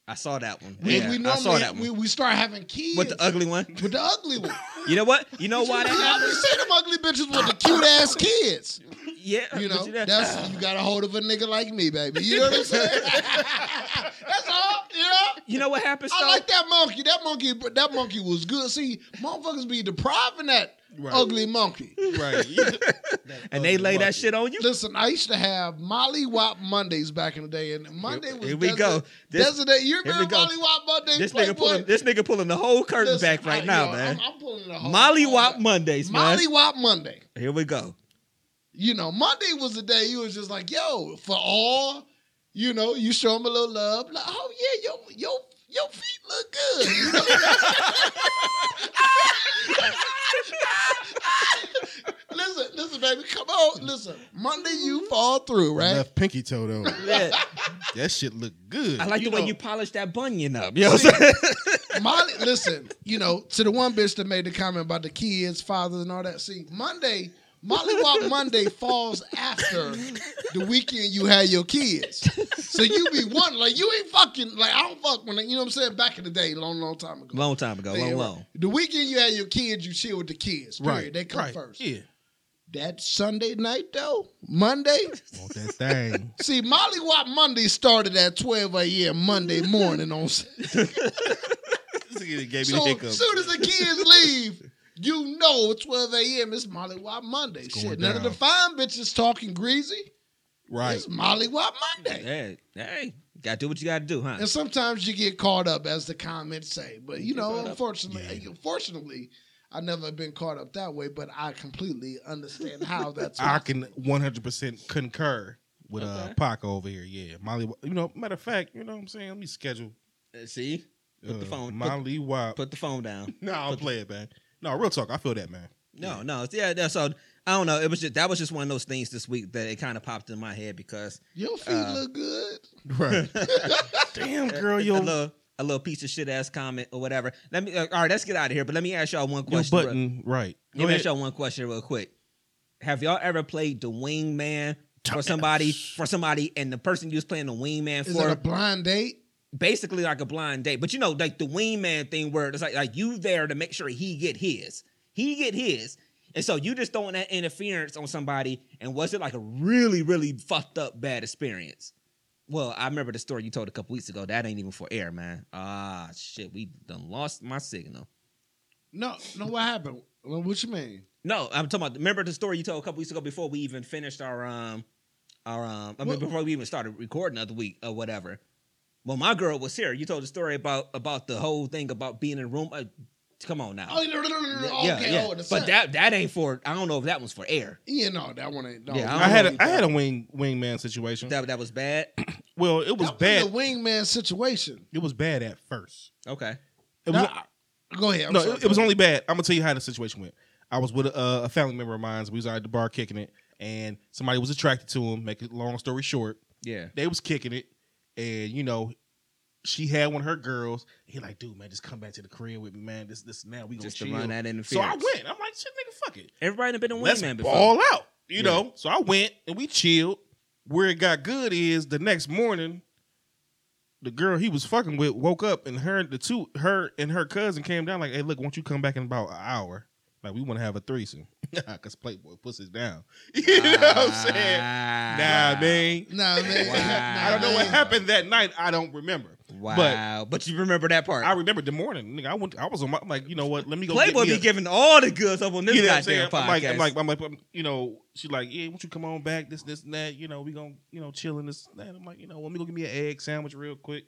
Speaker 1: I saw that one.
Speaker 2: We,
Speaker 1: yeah,
Speaker 2: we
Speaker 1: I
Speaker 2: normally
Speaker 1: saw that one.
Speaker 2: We, we start having kids
Speaker 1: With the ugly one.
Speaker 2: With the ugly one.
Speaker 1: You know what? You know why that
Speaker 2: I
Speaker 1: happened?
Speaker 2: be seeing them ugly bitches with the cute ass kids.
Speaker 1: Yeah,
Speaker 2: You know,
Speaker 1: but know-
Speaker 2: that's you got a hold of a nigga like me, baby. You know what I'm saying? that's all. You know.
Speaker 1: you know what happens
Speaker 2: I
Speaker 1: though.
Speaker 2: like that monkey. That monkey, that monkey was good. See, motherfuckers be depriving that
Speaker 3: Right.
Speaker 2: ugly monkey.
Speaker 3: Right.
Speaker 1: and they lay that shit on you.
Speaker 2: Listen, I used to have Molly Wop Mondays back in the day, and Monday was
Speaker 1: Here we
Speaker 2: desi-
Speaker 1: go. This-
Speaker 2: designate- you
Speaker 1: we
Speaker 2: remember
Speaker 1: go.
Speaker 2: Molly Wop Mondays?
Speaker 1: This nigga
Speaker 2: Playboy?
Speaker 1: pulling this nigga pulling the whole curtain
Speaker 2: Listen,
Speaker 1: back right
Speaker 2: I-
Speaker 1: now,
Speaker 2: yo,
Speaker 1: man.
Speaker 2: I'm, I'm pulling the whole
Speaker 1: Oh, Molly
Speaker 2: whole
Speaker 1: Wop
Speaker 2: back.
Speaker 1: Mondays, man.
Speaker 2: Molly Wop Monday.
Speaker 1: Here we go.
Speaker 2: You know, Monday was the day you was just like, yo, for all, you know, you show them a little love. Like, oh yeah, yo, yo, your feet look good. You know? listen, listen, baby, come on, listen. Monday you
Speaker 1: Mm-hmm.
Speaker 2: fall through, right?
Speaker 3: Left pinky toe though.
Speaker 1: Yeah.
Speaker 3: That shit look good.
Speaker 1: I like the
Speaker 2: You
Speaker 1: way
Speaker 2: know-
Speaker 1: you polish that bunion up. You know what
Speaker 2: See-
Speaker 1: I'm saying?
Speaker 2: Molly, listen, you know, to the one bitch that made the comment about the kids, fathers, and all that. See, Monday, Molly Walk Monday falls after the weekend you had your kids. So you be one, like, you ain't fucking, like, I don't fuck when, you know what I'm saying, back in the day, long, long time ago.
Speaker 1: Long time ago, long,
Speaker 2: Yeah,
Speaker 1: long.
Speaker 2: right. The weekend you had your kids, you chill with the kids. Period. They come
Speaker 3: right.
Speaker 2: first.
Speaker 3: Yeah.
Speaker 2: That Sunday night, though, Monday,
Speaker 3: Want that thing.
Speaker 2: See, Molly Wop Monday started at 12 a.m. Monday morning on
Speaker 3: this nigga gave me
Speaker 2: So
Speaker 3: the
Speaker 2: as
Speaker 3: hiccups.
Speaker 2: soon as the kids leave, you know at 12 a.m. it's Molly Wop Monday.
Speaker 3: It's
Speaker 2: Shit,
Speaker 3: going
Speaker 2: none of the
Speaker 3: down.
Speaker 2: fine bitches talking greasy.
Speaker 3: Right.
Speaker 2: It's Molly Wop Monday.
Speaker 1: Hey, hey, gotta do what you gotta do, huh?
Speaker 2: And sometimes you get caught up, as the comments say. But you
Speaker 1: Get
Speaker 2: know,
Speaker 1: caught up.
Speaker 2: unfortunately, fortunately, I never been caught up that way. But I completely understand how that's.
Speaker 3: I can 100% concur with
Speaker 1: Okay.
Speaker 3: uh Paco over here. Yeah. Molly, you know, matter of fact, you know what I'm saying? Let me schedule.
Speaker 1: Uh, See, Put the
Speaker 3: uh,
Speaker 1: phone- put-
Speaker 3: Molly Wop.
Speaker 1: put the phone down.
Speaker 3: No, I'll play it, man. No, real talk. I feel that, man.
Speaker 1: No,
Speaker 3: Yeah.
Speaker 1: no, yeah, no. So I don't know. It was just that was just one of those things this week that it kind of popped in my head because
Speaker 2: Your feet
Speaker 1: Uh,
Speaker 2: look good.
Speaker 3: Right. Damn, girl,
Speaker 1: a,
Speaker 3: your,
Speaker 1: a little a little piece of shit ass comment or whatever. Let me. Uh, all right, let's get out of here. But let me ask y'all one
Speaker 3: your
Speaker 1: question. real-
Speaker 3: button. Right.
Speaker 1: Let
Speaker 3: Go
Speaker 1: me
Speaker 3: ahead.
Speaker 1: ask y'all one question real quick. Have y'all ever played the wingman for somebody for somebody and the person you was playing the wingman
Speaker 2: Is
Speaker 1: for
Speaker 2: that a blind date?
Speaker 1: basically like a blind date. But you know, like the wingman thing where it's like like you there to make sure he get his. He get his. And so you just throwing that interference on somebody, and was it like a really, really fucked up bad experience? Well, I remember the story you told a couple weeks ago. That ain't even for air, man. Ah, shit, we done lost my signal.
Speaker 2: No, no. What happened? Well, What you mean?
Speaker 1: No, I'm talking about. Remember the story you told a couple weeks ago before we even finished our um, our um. I mean,
Speaker 2: What-
Speaker 1: before we even started recording the other week or whatever. Well, my girl was here. You told the story about about the whole thing about being in a room. Uh, come on now.
Speaker 2: Oh, no, no, no, no, no. Okay, Oh, the sun.
Speaker 1: But that that ain't for. I don't know if that one's for air.
Speaker 2: yeah, no, that one ain't. No,
Speaker 1: Yeah,
Speaker 3: I had a, I had a wing wingman situation.
Speaker 1: That that was bad.
Speaker 3: well, it was
Speaker 2: that bad.
Speaker 3: bad.
Speaker 2: The wingman situation.
Speaker 3: It was bad at first.
Speaker 1: Okay.
Speaker 3: It was,
Speaker 2: Nah, go ahead. I'm
Speaker 3: no,
Speaker 2: sorry.
Speaker 3: it, it was only bad. I'm gonna tell you how the situation went. I was with a, a family member of mine. We was out at the bar kicking it, and somebody was attracted to him. Make it long story short,
Speaker 1: Yeah.
Speaker 3: they was kicking it, and you know, she had one of her girls. He like, dude, man, just come back to the crib with me, man. This, this, now we gonna
Speaker 1: Just to
Speaker 3: chill.
Speaker 1: run that
Speaker 3: so I
Speaker 1: interference.
Speaker 3: went. I'm like, shit, nigga, fuck it.
Speaker 1: Everybody done been a
Speaker 3: Let's
Speaker 1: wingman before.
Speaker 3: ball out, you
Speaker 1: Yeah.
Speaker 3: know. So I went and we chilled. Where it got good is the next morning. The girl he was fucking with woke up and her the two her and her cousin came down like, hey, look, won't you come back in about an hour? Like we want to have a threesome. Nah, cause Playboy pussies down. You know what I'm saying?
Speaker 1: Ah.
Speaker 3: Nah, man.
Speaker 2: Nah, man.
Speaker 1: Wow.
Speaker 2: Nah,
Speaker 3: I don't know what
Speaker 2: man.
Speaker 3: happened that night. I don't remember.
Speaker 1: Wow. But, you remember that part.
Speaker 3: I remember the morning. Nigga, I went. I was on my. I'm like, you know what? Let me go.
Speaker 1: Playboy
Speaker 3: get me
Speaker 1: be
Speaker 3: a-
Speaker 1: giving all the goods up on this
Speaker 3: you know what I'm saying?
Speaker 1: goddamn
Speaker 3: I'm like,
Speaker 1: podcast.
Speaker 3: I'm like, I'm like, I'm- you know, she like, yeah, won't you come on back? This, this, and that. You know, we gonna, you know, chill in this. and That. I'm like, you know, let me go get me an egg sandwich real quick.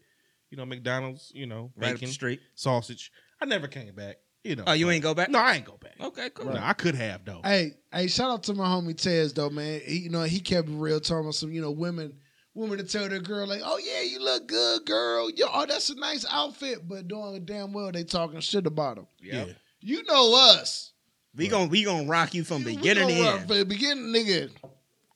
Speaker 3: You know, McDonald's. You know,
Speaker 1: right up
Speaker 3: bacon,
Speaker 1: the street.
Speaker 3: sausage. I never came back. You know.
Speaker 1: Oh, you ain't go back? Oh,
Speaker 3: No, I ain't go back.
Speaker 1: Okay, cool.
Speaker 3: No, I could have though.
Speaker 2: Hey, hey, shout out to my homie Tez though, man. He, you know, he kept it real talking about some, you know, women women to tell their girl, like, oh yeah, you look good, girl. Yo, oh, that's a nice outfit, but doing damn well they talking shit about him.
Speaker 1: Yep.
Speaker 3: Yeah.
Speaker 2: You know us.
Speaker 1: We gon' we gonna rock you from
Speaker 2: We
Speaker 1: beginning to
Speaker 2: know us,
Speaker 1: end.
Speaker 2: From the beginning, nigga.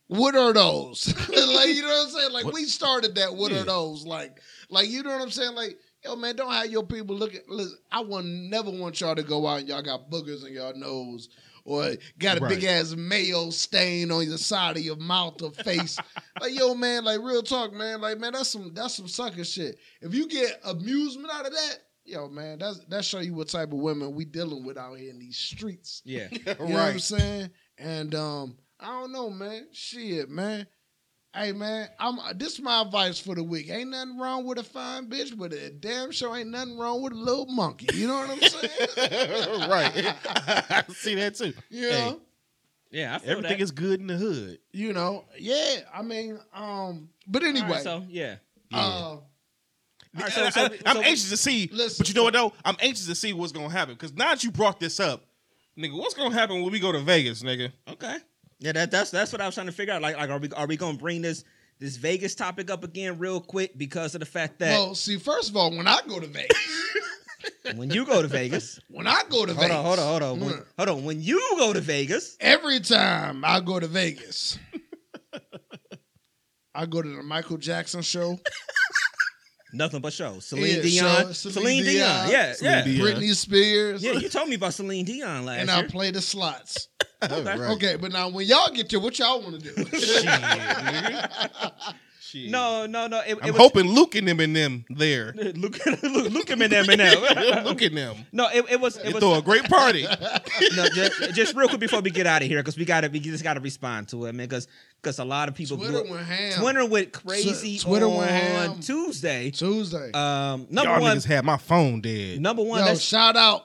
Speaker 2: What are those? like, you know what I'm saying? Like
Speaker 3: What-
Speaker 2: we started that, what
Speaker 3: Yeah.
Speaker 2: are those? Like, like you know what I'm saying? Like, yo, man, don't have your people looking listen, I want never want y'all to go out and y'all got boogers in y'all nose. Or got a
Speaker 3: Right.
Speaker 2: big ass mayo stain on the side of your mouth or face. like, yo, man, like real talk, man. Like, man, that's some that's some sucker shit. If you get amusement out of that, yo, man, that's that show you what type of women we dealing with out here in these streets.
Speaker 1: Yeah.
Speaker 2: You know what I'm saying? And um, I don't know, man. Shit, man. Hey, man. I'm uh, this is my advice for the week. Ain't nothing wrong with a fine bitch, but a damn sure ain't nothing wrong with a little monkey. You know what I'm saying?
Speaker 3: right. I see that too.
Speaker 2: you
Speaker 3: Hey,
Speaker 2: know.
Speaker 1: Yeah, I feel
Speaker 3: Everything
Speaker 1: that.
Speaker 3: is good in the hood.
Speaker 2: You know. Yeah. I mean, um. But
Speaker 1: All
Speaker 2: anyway.
Speaker 1: right, so yeah.
Speaker 2: uh,
Speaker 1: All right, so-
Speaker 3: I-
Speaker 1: so-
Speaker 3: I, am
Speaker 1: so-
Speaker 3: anxious to see,
Speaker 2: Listen.
Speaker 3: but you know what though? I'm anxious to see what's gonna happen because now that you brought this up, nigga, what's gonna happen when we go to Vegas, nigga?
Speaker 1: Okay. Yeah, that, that's that's what I was trying to figure out. Like, like are we are we gonna bring this this Vegas topic up again real quick because of the fact that
Speaker 2: well, see, first of all, when I go to Vegas,
Speaker 1: when you go to Vegas,
Speaker 2: when I go to
Speaker 1: hold
Speaker 2: Vegas,
Speaker 1: on, hold on, hold on, when,
Speaker 2: Mm.
Speaker 1: hold on. When you go to Vegas,
Speaker 2: every time I go to Vegas, I go to the Michael Jackson show.
Speaker 1: nothing but shows. Celine
Speaker 2: Yeah,
Speaker 1: Dion,
Speaker 2: shows,
Speaker 1: Celine,
Speaker 2: Celine
Speaker 1: Dion,
Speaker 2: Dion,
Speaker 1: yeah,
Speaker 3: Celine
Speaker 1: yeah,
Speaker 3: Dion. Yeah.
Speaker 2: Britney Spears.
Speaker 1: yeah. You told me about Celine Dion last
Speaker 2: and I
Speaker 1: year.
Speaker 2: play the slots.
Speaker 1: Okay.
Speaker 3: Right.
Speaker 2: Okay, but now when y'all get to what y'all want to do?
Speaker 3: Shit, nigga. Shit.
Speaker 1: No, no, no. It, it
Speaker 3: I'm
Speaker 1: was,
Speaker 3: hoping Luke and them and them there.
Speaker 1: Look, look, look him in there, man. now.
Speaker 3: Look at them.
Speaker 1: No, it, it was,
Speaker 3: They
Speaker 1: it was.
Speaker 3: throw a great party.
Speaker 1: no, just, just real quick before we get out of here, because we gotta, we just gotta respond to it, man. Because, because a lot of people
Speaker 2: Twitter
Speaker 1: blew-
Speaker 2: went ham.
Speaker 1: Twitter went crazy
Speaker 2: Twitter
Speaker 1: on
Speaker 2: went ham.
Speaker 1: Tuesday.
Speaker 2: Tuesday.
Speaker 1: Um, number
Speaker 3: Y'all
Speaker 1: one,
Speaker 3: niggas had my phone dead.
Speaker 1: number one.
Speaker 2: Yo,
Speaker 1: that's,
Speaker 2: shout out.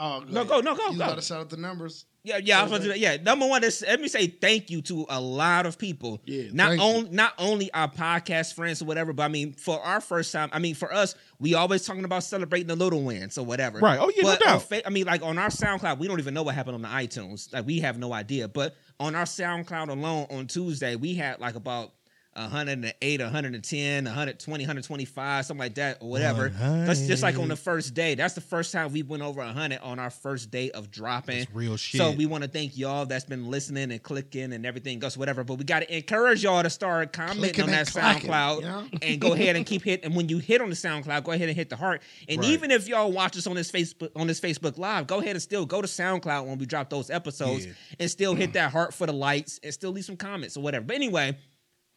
Speaker 2: Oh,
Speaker 1: No,
Speaker 2: ahead.
Speaker 1: go, no, go,
Speaker 2: You was
Speaker 1: go.
Speaker 2: about to shout out the numbers.
Speaker 1: yeah, yeah, I was about to do that. Yeah, number one. That's, let me say thank you to a lot of people.
Speaker 2: Yeah,
Speaker 1: not
Speaker 2: thank you.
Speaker 1: only not only our podcast friends or whatever, but I mean for our first time. I mean for us, we always talking about celebrating the little wins or whatever.
Speaker 3: Right. Oh, yeah, no
Speaker 1: But
Speaker 3: doubt.
Speaker 1: on Fa- I mean, like on our SoundCloud, we don't even know what happened on the iTunes. Like we have no idea. But on our SoundCloud alone on Tuesday, we had like about 108, 110, 120, 125, something like that, or whatever. That's just like on the first day. That's the first time we went over 100 on our first day of dropping.
Speaker 3: That's real
Speaker 1: So
Speaker 3: shit.
Speaker 1: we want to thank y'all that's been listening and clicking and everything else, whatever. But we got to encourage y'all to start commenting
Speaker 2: Clicking
Speaker 1: on that
Speaker 2: and clacking,
Speaker 1: SoundCloud
Speaker 2: yeah.
Speaker 1: and go ahead and keep hitting. And when you hit on the SoundCloud, go ahead and hit the heart. And
Speaker 3: Right.
Speaker 1: even if y'all watch us on this Facebook on this Facebook Live, go ahead and still go to SoundCloud when we drop those episodes
Speaker 3: Yeah.
Speaker 1: and still
Speaker 2: Mm.
Speaker 1: hit that heart for the likes and still leave some comments or whatever. But anyway,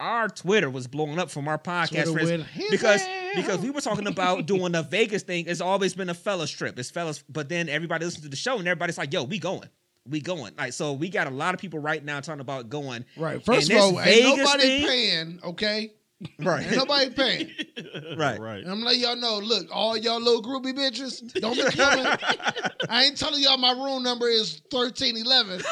Speaker 1: our Twitter was blowing up from our podcast
Speaker 2: Twitter
Speaker 1: friends
Speaker 2: went ham.
Speaker 1: because because we were talking about doing the Vegas thing. It's always been a fellas trip. It's fellas, but then everybody listens to the show and everybody's like, "Yo, we going." We going like so. We got a lot of people right now talking about going
Speaker 2: Right. First
Speaker 1: And
Speaker 2: of all,
Speaker 1: this
Speaker 2: ain't
Speaker 1: Vegas
Speaker 2: nobody
Speaker 1: thing-
Speaker 2: paying, okay? Ain't
Speaker 1: right,
Speaker 2: nobody paying.
Speaker 1: right,
Speaker 3: Right.
Speaker 2: And I'm letting y'all know, look, all y'all little groupie bitches, don't be coming. I ain't telling y'all my room number is 1311.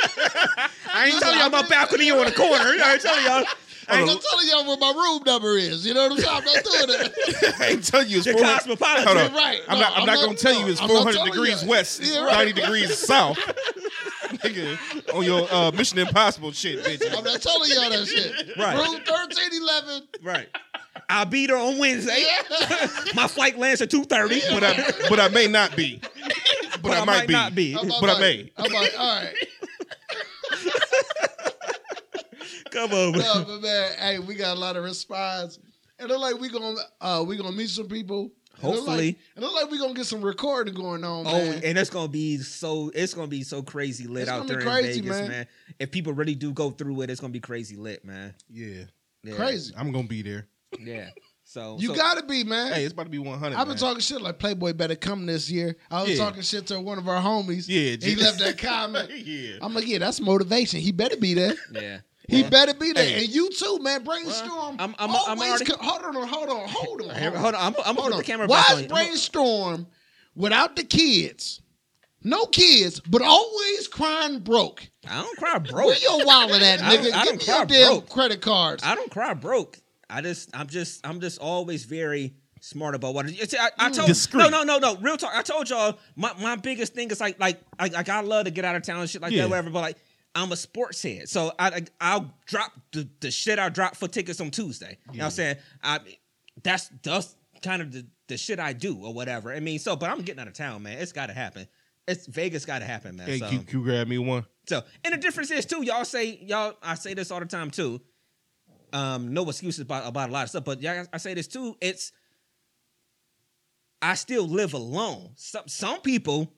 Speaker 1: I ain't telling y'all my balcony on the corner. I ain't telling y'all. I
Speaker 2: I'm
Speaker 1: ain't
Speaker 2: not telling y'all what my room number is. You know what I'm saying? I'm not doing that.
Speaker 3: I ain't telling you it's
Speaker 1: the
Speaker 3: 400
Speaker 1: cosmopolitan.
Speaker 3: Hold on.
Speaker 2: Right.
Speaker 3: I'm
Speaker 2: No,
Speaker 3: not. I'm,
Speaker 2: I'm
Speaker 3: not
Speaker 2: not-
Speaker 3: gonna tell you
Speaker 2: no,
Speaker 3: it's
Speaker 2: I'm not
Speaker 3: 400
Speaker 2: telling
Speaker 3: degrees
Speaker 2: you.
Speaker 3: west,
Speaker 2: Yeah, right.
Speaker 3: 90 degrees south. Nigga, on your uh, Mission Impossible shit,
Speaker 2: I'm
Speaker 3: bitch.
Speaker 2: not telling y'all that shit.
Speaker 1: Right.
Speaker 2: Room 1311.
Speaker 1: Right. I'll be there on Wednesday. My flight lands at two thirty.
Speaker 3: But I, but I may not be. But, I, might, be.
Speaker 1: not be.
Speaker 2: I'm
Speaker 3: But I
Speaker 2: like-
Speaker 3: may.
Speaker 2: I'm like, all right.
Speaker 1: Come on.
Speaker 2: No, but man, hey, we got a lot of response. And they're like, we gonna uh we gonna meet some people. And they're like-
Speaker 1: Hopefully.
Speaker 2: And they're like, we gonna get some recording going on,
Speaker 1: Oh,
Speaker 2: man.
Speaker 1: and it's gonna be so it's gonna be so crazy lit
Speaker 2: It's
Speaker 1: out
Speaker 2: gonna
Speaker 1: there
Speaker 2: be
Speaker 1: in
Speaker 2: crazy,
Speaker 1: Vegas, man.
Speaker 2: man.
Speaker 1: If people really do go through it, it's gonna be crazy lit, man.
Speaker 3: Yeah,
Speaker 1: Yeah.
Speaker 2: Crazy.
Speaker 3: I'm gonna be there.
Speaker 1: Yeah. So
Speaker 2: You
Speaker 1: so-
Speaker 2: gotta be, man.
Speaker 3: Hey, it's about to be 100.
Speaker 2: I've been
Speaker 3: man.
Speaker 2: talking shit like Playboy better come this year. I was
Speaker 3: Yeah.
Speaker 2: talking shit to one of our homies.
Speaker 3: Yeah,
Speaker 2: he
Speaker 3: G-
Speaker 2: left that comment.
Speaker 3: yeah.
Speaker 2: I'm like, yeah, that's motivation. He better be there.
Speaker 1: Yeah.
Speaker 2: He
Speaker 1: Well,
Speaker 2: better be there.
Speaker 3: hey.
Speaker 2: And you too, man. Brainstorm.
Speaker 1: I'm- I'm- I'm
Speaker 2: always
Speaker 1: already-
Speaker 2: co- hold on, hold on, hold on.
Speaker 1: Here- hold on. I'm, I'm gonna
Speaker 2: Hold
Speaker 1: put
Speaker 2: on.
Speaker 1: the camera
Speaker 2: Why
Speaker 1: back on.
Speaker 2: is
Speaker 1: you. I'm-
Speaker 2: brainstorm without the kids? No kids, but always crying broke.
Speaker 1: I don't cry broke.
Speaker 2: Where your wallet at,
Speaker 1: Oh. I
Speaker 2: nigga?
Speaker 1: don't- I don't
Speaker 2: Give me
Speaker 1: cry
Speaker 2: your damn
Speaker 1: broke.
Speaker 2: credit cards.
Speaker 1: I don't cry broke. I just I'm just I'm just always very smart about what I, see, I, I told
Speaker 3: Mm. Discreet.
Speaker 1: no no no no real talk. I told y'all my, my biggest thing is like like like, like I love to get out of town and shit like
Speaker 3: Yeah.
Speaker 1: that whatever. But like I'm a sports head, so I, I I'll drop the, the shit I drop for tickets on Tuesday. You know what I'm saying? I that's that's kind of the, the shit I do or whatever. I mean so but I'm getting out of town, man. It's got to happen. It's Vegas got to happen, man.
Speaker 3: Hey,
Speaker 1: so.
Speaker 3: Q, Q grab me one.
Speaker 1: So, and the difference is too, y'all say y'all. I say this all the time too. Um, no excuses about about a lot of stuff, but yeah, I say this too. It's I still live alone. Some some people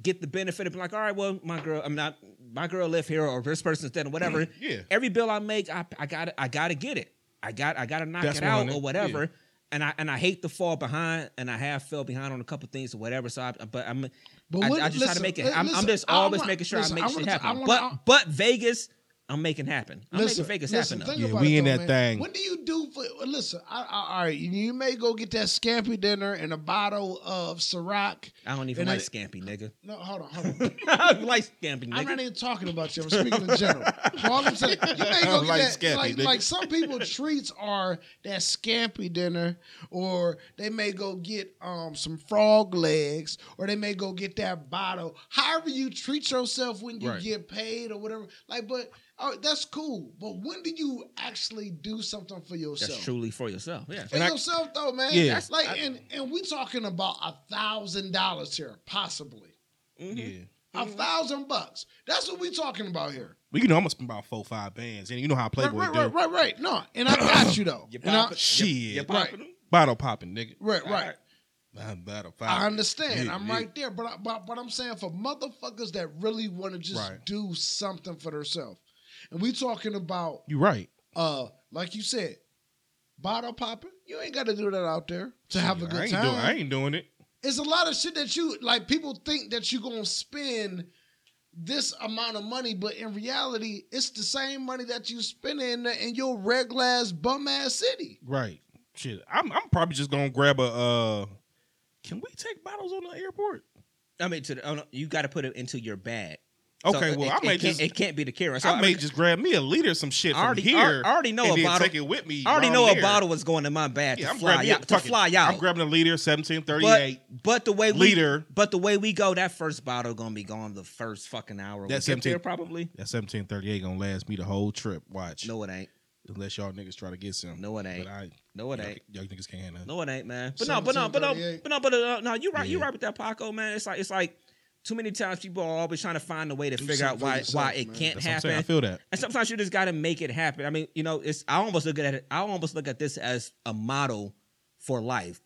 Speaker 1: get the benefit of being like, all right, well, my girl, I'm not my girl live here or this person's dead or whatever.
Speaker 3: Mm-hmm. Yeah.
Speaker 1: Every bill I make, I I got I gotta get it. I got I gotta knock
Speaker 3: That's
Speaker 1: it out
Speaker 3: 100,
Speaker 1: or whatever.
Speaker 3: yeah.
Speaker 1: And I and I hate to fall behind, and I have fell behind on a couple things or whatever. So, I, but I'm I,
Speaker 2: what-
Speaker 1: I just try to
Speaker 2: listen,
Speaker 1: make it.
Speaker 3: uh,
Speaker 2: li-
Speaker 1: I'm, I'm
Speaker 2: listen,
Speaker 1: just
Speaker 2: I
Speaker 1: always
Speaker 2: want-
Speaker 1: making sure
Speaker 2: listen,
Speaker 1: I make shit
Speaker 2: wanna-
Speaker 1: happen.
Speaker 2: I wanna-
Speaker 1: but
Speaker 2: I-
Speaker 1: but Vegas, I'm making happen. I'm making Vegas happen.
Speaker 2: think
Speaker 1: though.
Speaker 3: Yeah,
Speaker 2: about
Speaker 3: we
Speaker 2: it
Speaker 3: in
Speaker 2: though,
Speaker 3: that
Speaker 2: man.
Speaker 3: thing.
Speaker 2: What do you do for? well, Listen, I, I, all right, you, you may go get that scampi dinner and a bottle of Ciroc.
Speaker 1: I don't even
Speaker 2: And
Speaker 1: like
Speaker 2: it-
Speaker 1: scampy, nigga.
Speaker 2: No, hold on, hold on.
Speaker 1: I don't like scampy, nigga.
Speaker 2: I'm not even talking about you. I'm speaking in general. So all I'm saying, you may go get
Speaker 3: Like
Speaker 2: that.
Speaker 3: scampi,
Speaker 2: like,
Speaker 3: nigga.
Speaker 2: like some people treats are that scampi dinner, or they may go get um some frog legs, or they may go get that bottle. However, you treat yourself when you
Speaker 3: Right.
Speaker 2: get paid or whatever. Like, but all right, that's cool. But when do you actually do something for yourself?
Speaker 1: That's truly for yourself. Yeah.
Speaker 2: For
Speaker 3: And I-
Speaker 2: yourself though, man.
Speaker 3: Yeah.
Speaker 2: That's like, and and we talking about a thousand dollars here, possibly.
Speaker 1: Mhm.
Speaker 3: Yeah.
Speaker 2: A thousand bucks. That's what we talking about here.
Speaker 3: Well, you know, I'm going to spend about four, five bands. And you know how Playboy
Speaker 2: right,
Speaker 3: do.
Speaker 2: right, right, right, right. No, and I got you though.
Speaker 1: You
Speaker 2: And I-
Speaker 1: pop it,
Speaker 3: Shit.
Speaker 1: you- you pop
Speaker 2: Right.
Speaker 1: it.
Speaker 3: Bottle popping, nigga.
Speaker 2: right, right.
Speaker 3: I'm Bottle popping.
Speaker 2: I understand.
Speaker 3: Yeah,
Speaker 2: I'm
Speaker 3: yeah.
Speaker 2: right there, but, I, but but I'm saying for motherfuckers that really want to just
Speaker 3: Right.
Speaker 2: do something for themselves, and we talking about
Speaker 3: You right.
Speaker 2: uh, like you said, bottle popping. You ain't got to do that out there to have a
Speaker 3: I
Speaker 2: good
Speaker 3: ain't
Speaker 2: time.
Speaker 3: Doing, I ain't doing it.
Speaker 2: it's a lot of shit that you like people think that you're gonna spend this amount of money, but in reality, it's the same money that you spend in, in your regular ass bum ass city.
Speaker 3: Right. Shit. I'm, I'm probably just going to grab a. uh Can we take bottles on the airport?
Speaker 1: I mean, to the, oh, no, you got to put it into your bag. So
Speaker 3: Okay,
Speaker 1: it-
Speaker 3: well,
Speaker 1: it,
Speaker 3: I
Speaker 1: it
Speaker 3: may
Speaker 1: can't-
Speaker 3: just.
Speaker 1: it can't be the carry. So
Speaker 3: I may
Speaker 1: mean,
Speaker 3: just grab me a liter of some shit
Speaker 1: I
Speaker 3: from
Speaker 1: already- I-
Speaker 3: here.
Speaker 1: I already know
Speaker 3: and
Speaker 1: a
Speaker 3: then
Speaker 1: bottle-
Speaker 3: Take it with me.
Speaker 1: I already
Speaker 3: while
Speaker 1: know
Speaker 3: I'm
Speaker 1: a
Speaker 3: there.
Speaker 1: bottle was going in my bag
Speaker 3: Yeah,
Speaker 1: to
Speaker 3: I'm
Speaker 1: fly
Speaker 3: grabbing me a
Speaker 1: out. To
Speaker 3: fucking-
Speaker 1: fly out.
Speaker 3: I'm grabbing a liter, seventeen
Speaker 1: but,
Speaker 3: thirty-eight.
Speaker 1: but the way we
Speaker 3: Liter.
Speaker 1: but the way we go, that first bottle gonna be gone the first fucking hour.
Speaker 3: That's
Speaker 1: we get there
Speaker 3: 17.
Speaker 1: probably.
Speaker 3: That seventeen thirty-eight gonna last me the whole trip. Watch,
Speaker 1: No, it ain't.
Speaker 3: unless y'all niggas try to get some.
Speaker 1: No, it ain't.
Speaker 3: But I,
Speaker 1: No, it
Speaker 3: y'all,
Speaker 1: ain't.
Speaker 3: y'all niggas can't handle.
Speaker 1: No, it ain't, man. But no, but no, but no,
Speaker 2: 1738.
Speaker 1: but no, but uh, no. You right, you
Speaker 3: Yeah.
Speaker 1: right with that Paco, man. It's like it's like too many times people are always trying to find a way to
Speaker 2: Do
Speaker 1: figure out
Speaker 2: something for
Speaker 1: why
Speaker 2: yourself,
Speaker 1: why it
Speaker 2: man.
Speaker 1: can't
Speaker 3: That's what I'm saying. I
Speaker 1: happen.
Speaker 3: feel that.
Speaker 1: And sometimes you just gotta make it happen. I mean, you know, it's I almost look at it. I almost look at this as a model for life.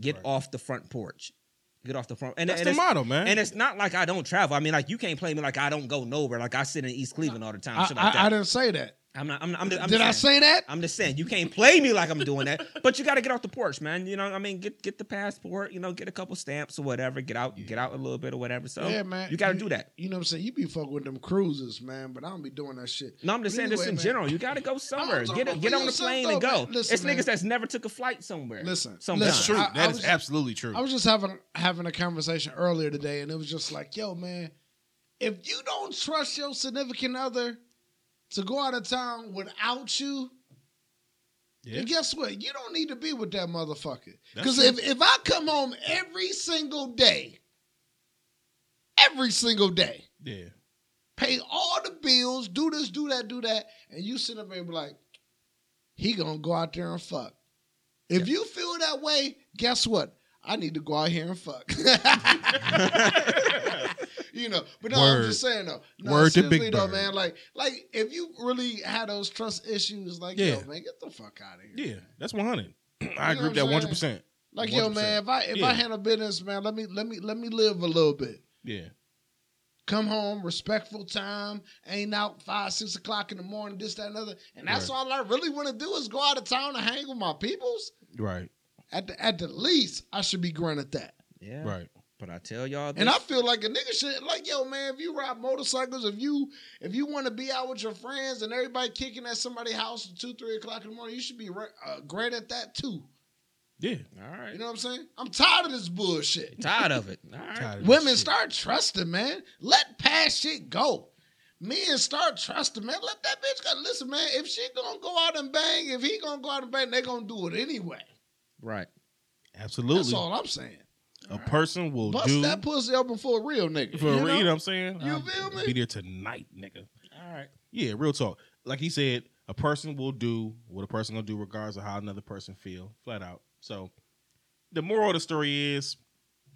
Speaker 1: Get
Speaker 3: Right.
Speaker 1: off the front porch. Get off the front. And,
Speaker 3: That's
Speaker 1: and
Speaker 3: the
Speaker 1: it's,
Speaker 3: motto, man.
Speaker 1: and it's not like I don't travel. I mean, like you can't play me like I don't go nowhere. Like I sit in East Cleveland all the time.
Speaker 2: I,
Speaker 1: shit like
Speaker 2: I- I
Speaker 1: that.
Speaker 2: didn't say that.
Speaker 1: I, am not. I'm, not- I'm, just- I'm
Speaker 2: Did
Speaker 1: just
Speaker 2: I
Speaker 1: saying.
Speaker 2: say that?
Speaker 1: I'm just saying you can't play me like I'm doing that. But you got to get off the porch, man. You know, what I mean, get get the passport. You know, get a couple stamps or whatever. Get out, get out a little bit or whatever. So
Speaker 2: yeah, man.
Speaker 1: you got to do that.
Speaker 2: You know what I'm saying? You be fucking with them cruises, man, but I don't be doing that shit.
Speaker 1: No, I'm just
Speaker 2: But
Speaker 1: saying this
Speaker 2: anyway,
Speaker 1: in
Speaker 2: man.
Speaker 1: general. You got to go somewhere.
Speaker 2: I'm talking
Speaker 1: Get
Speaker 2: about
Speaker 1: get
Speaker 2: for
Speaker 1: on the
Speaker 2: yourself,
Speaker 1: plane
Speaker 2: though,
Speaker 1: and go.
Speaker 2: man. Listen,
Speaker 1: it's
Speaker 2: man.
Speaker 1: niggas that's never took a flight somewhere.
Speaker 2: Listen,
Speaker 1: Sometimes.
Speaker 3: That's true.
Speaker 2: I- I
Speaker 3: that is
Speaker 2: was-
Speaker 3: absolutely true.
Speaker 2: I was just having having a conversation earlier today, and it was just like, yo, man, if you don't trust your significant other to go out of town without you,
Speaker 3: yeah.
Speaker 2: then guess what? You don't need to be with that motherfucker.
Speaker 3: That's
Speaker 2: Because
Speaker 3: true.
Speaker 2: if, if I come home every single day, every single day,
Speaker 3: yeah,
Speaker 2: pay all the bills, do this, do that, do that, and you sit up there and be like, he gonna go out there and fuck. If you feel that way, guess what? I need to go out here and fuck. you know, but no, I'm
Speaker 3: Word.
Speaker 2: just saying though. No,
Speaker 3: Word to Big
Speaker 2: seriously though,
Speaker 3: Bird.
Speaker 2: man. Like, like if you really had those trust issues, like,
Speaker 3: Yeah.
Speaker 2: yo, man, get the fuck out of here.
Speaker 3: yeah. That's one hundred. I
Speaker 2: what
Speaker 3: agree
Speaker 2: I'm
Speaker 3: with that
Speaker 2: saying?
Speaker 3: one hundred percent.
Speaker 2: Like, yo, man, if I if I
Speaker 3: Yeah.
Speaker 2: handle business, man, let me let me let me live a little bit.
Speaker 3: Yeah,
Speaker 2: come home, respectful time, ain't out five, six o'clock in the morning, this, that, and other. And that's
Speaker 3: Right.
Speaker 2: all I really want to do is go out of town and hang with my peoples.
Speaker 3: Right.
Speaker 2: At the, at the least, I should be granted that.
Speaker 1: Yeah.
Speaker 3: Right.
Speaker 1: But I tell y'all this.
Speaker 2: And I feel like a nigga should like, yo, man, if you ride motorcycles, if you if you want to be out with your friends and everybody kicking at somebody's house at two, three o'clock in the morning, you should be re- uh, great at that too.
Speaker 3: Yeah.
Speaker 1: all right.
Speaker 2: You know what I'm saying? I'm tired of this bullshit.
Speaker 1: tired of it. All right.
Speaker 3: Tired of this
Speaker 2: Women
Speaker 3: shit.
Speaker 2: start trusting, man. Let past shit go. Men start trusting, man. Let that bitch go. Listen, man, if she gonna go out and bang, if he gonna go out and bang, they gonna do it anyway.
Speaker 1: Right.
Speaker 2: That's
Speaker 3: Absolutely.
Speaker 2: all I'm saying.
Speaker 3: A person will
Speaker 2: Bust
Speaker 3: do
Speaker 2: that pussy open for a real nigga.
Speaker 3: for
Speaker 2: you
Speaker 3: real.
Speaker 2: know?
Speaker 3: You know what I'm saying?
Speaker 2: You
Speaker 3: I'll
Speaker 2: feel me?
Speaker 3: Be there tonight, nigga.
Speaker 1: All right.
Speaker 3: Yeah, real talk. Like he said, a person will do what a person gonna do, regardless of how another person feel, flat out. So, the moral of the story is,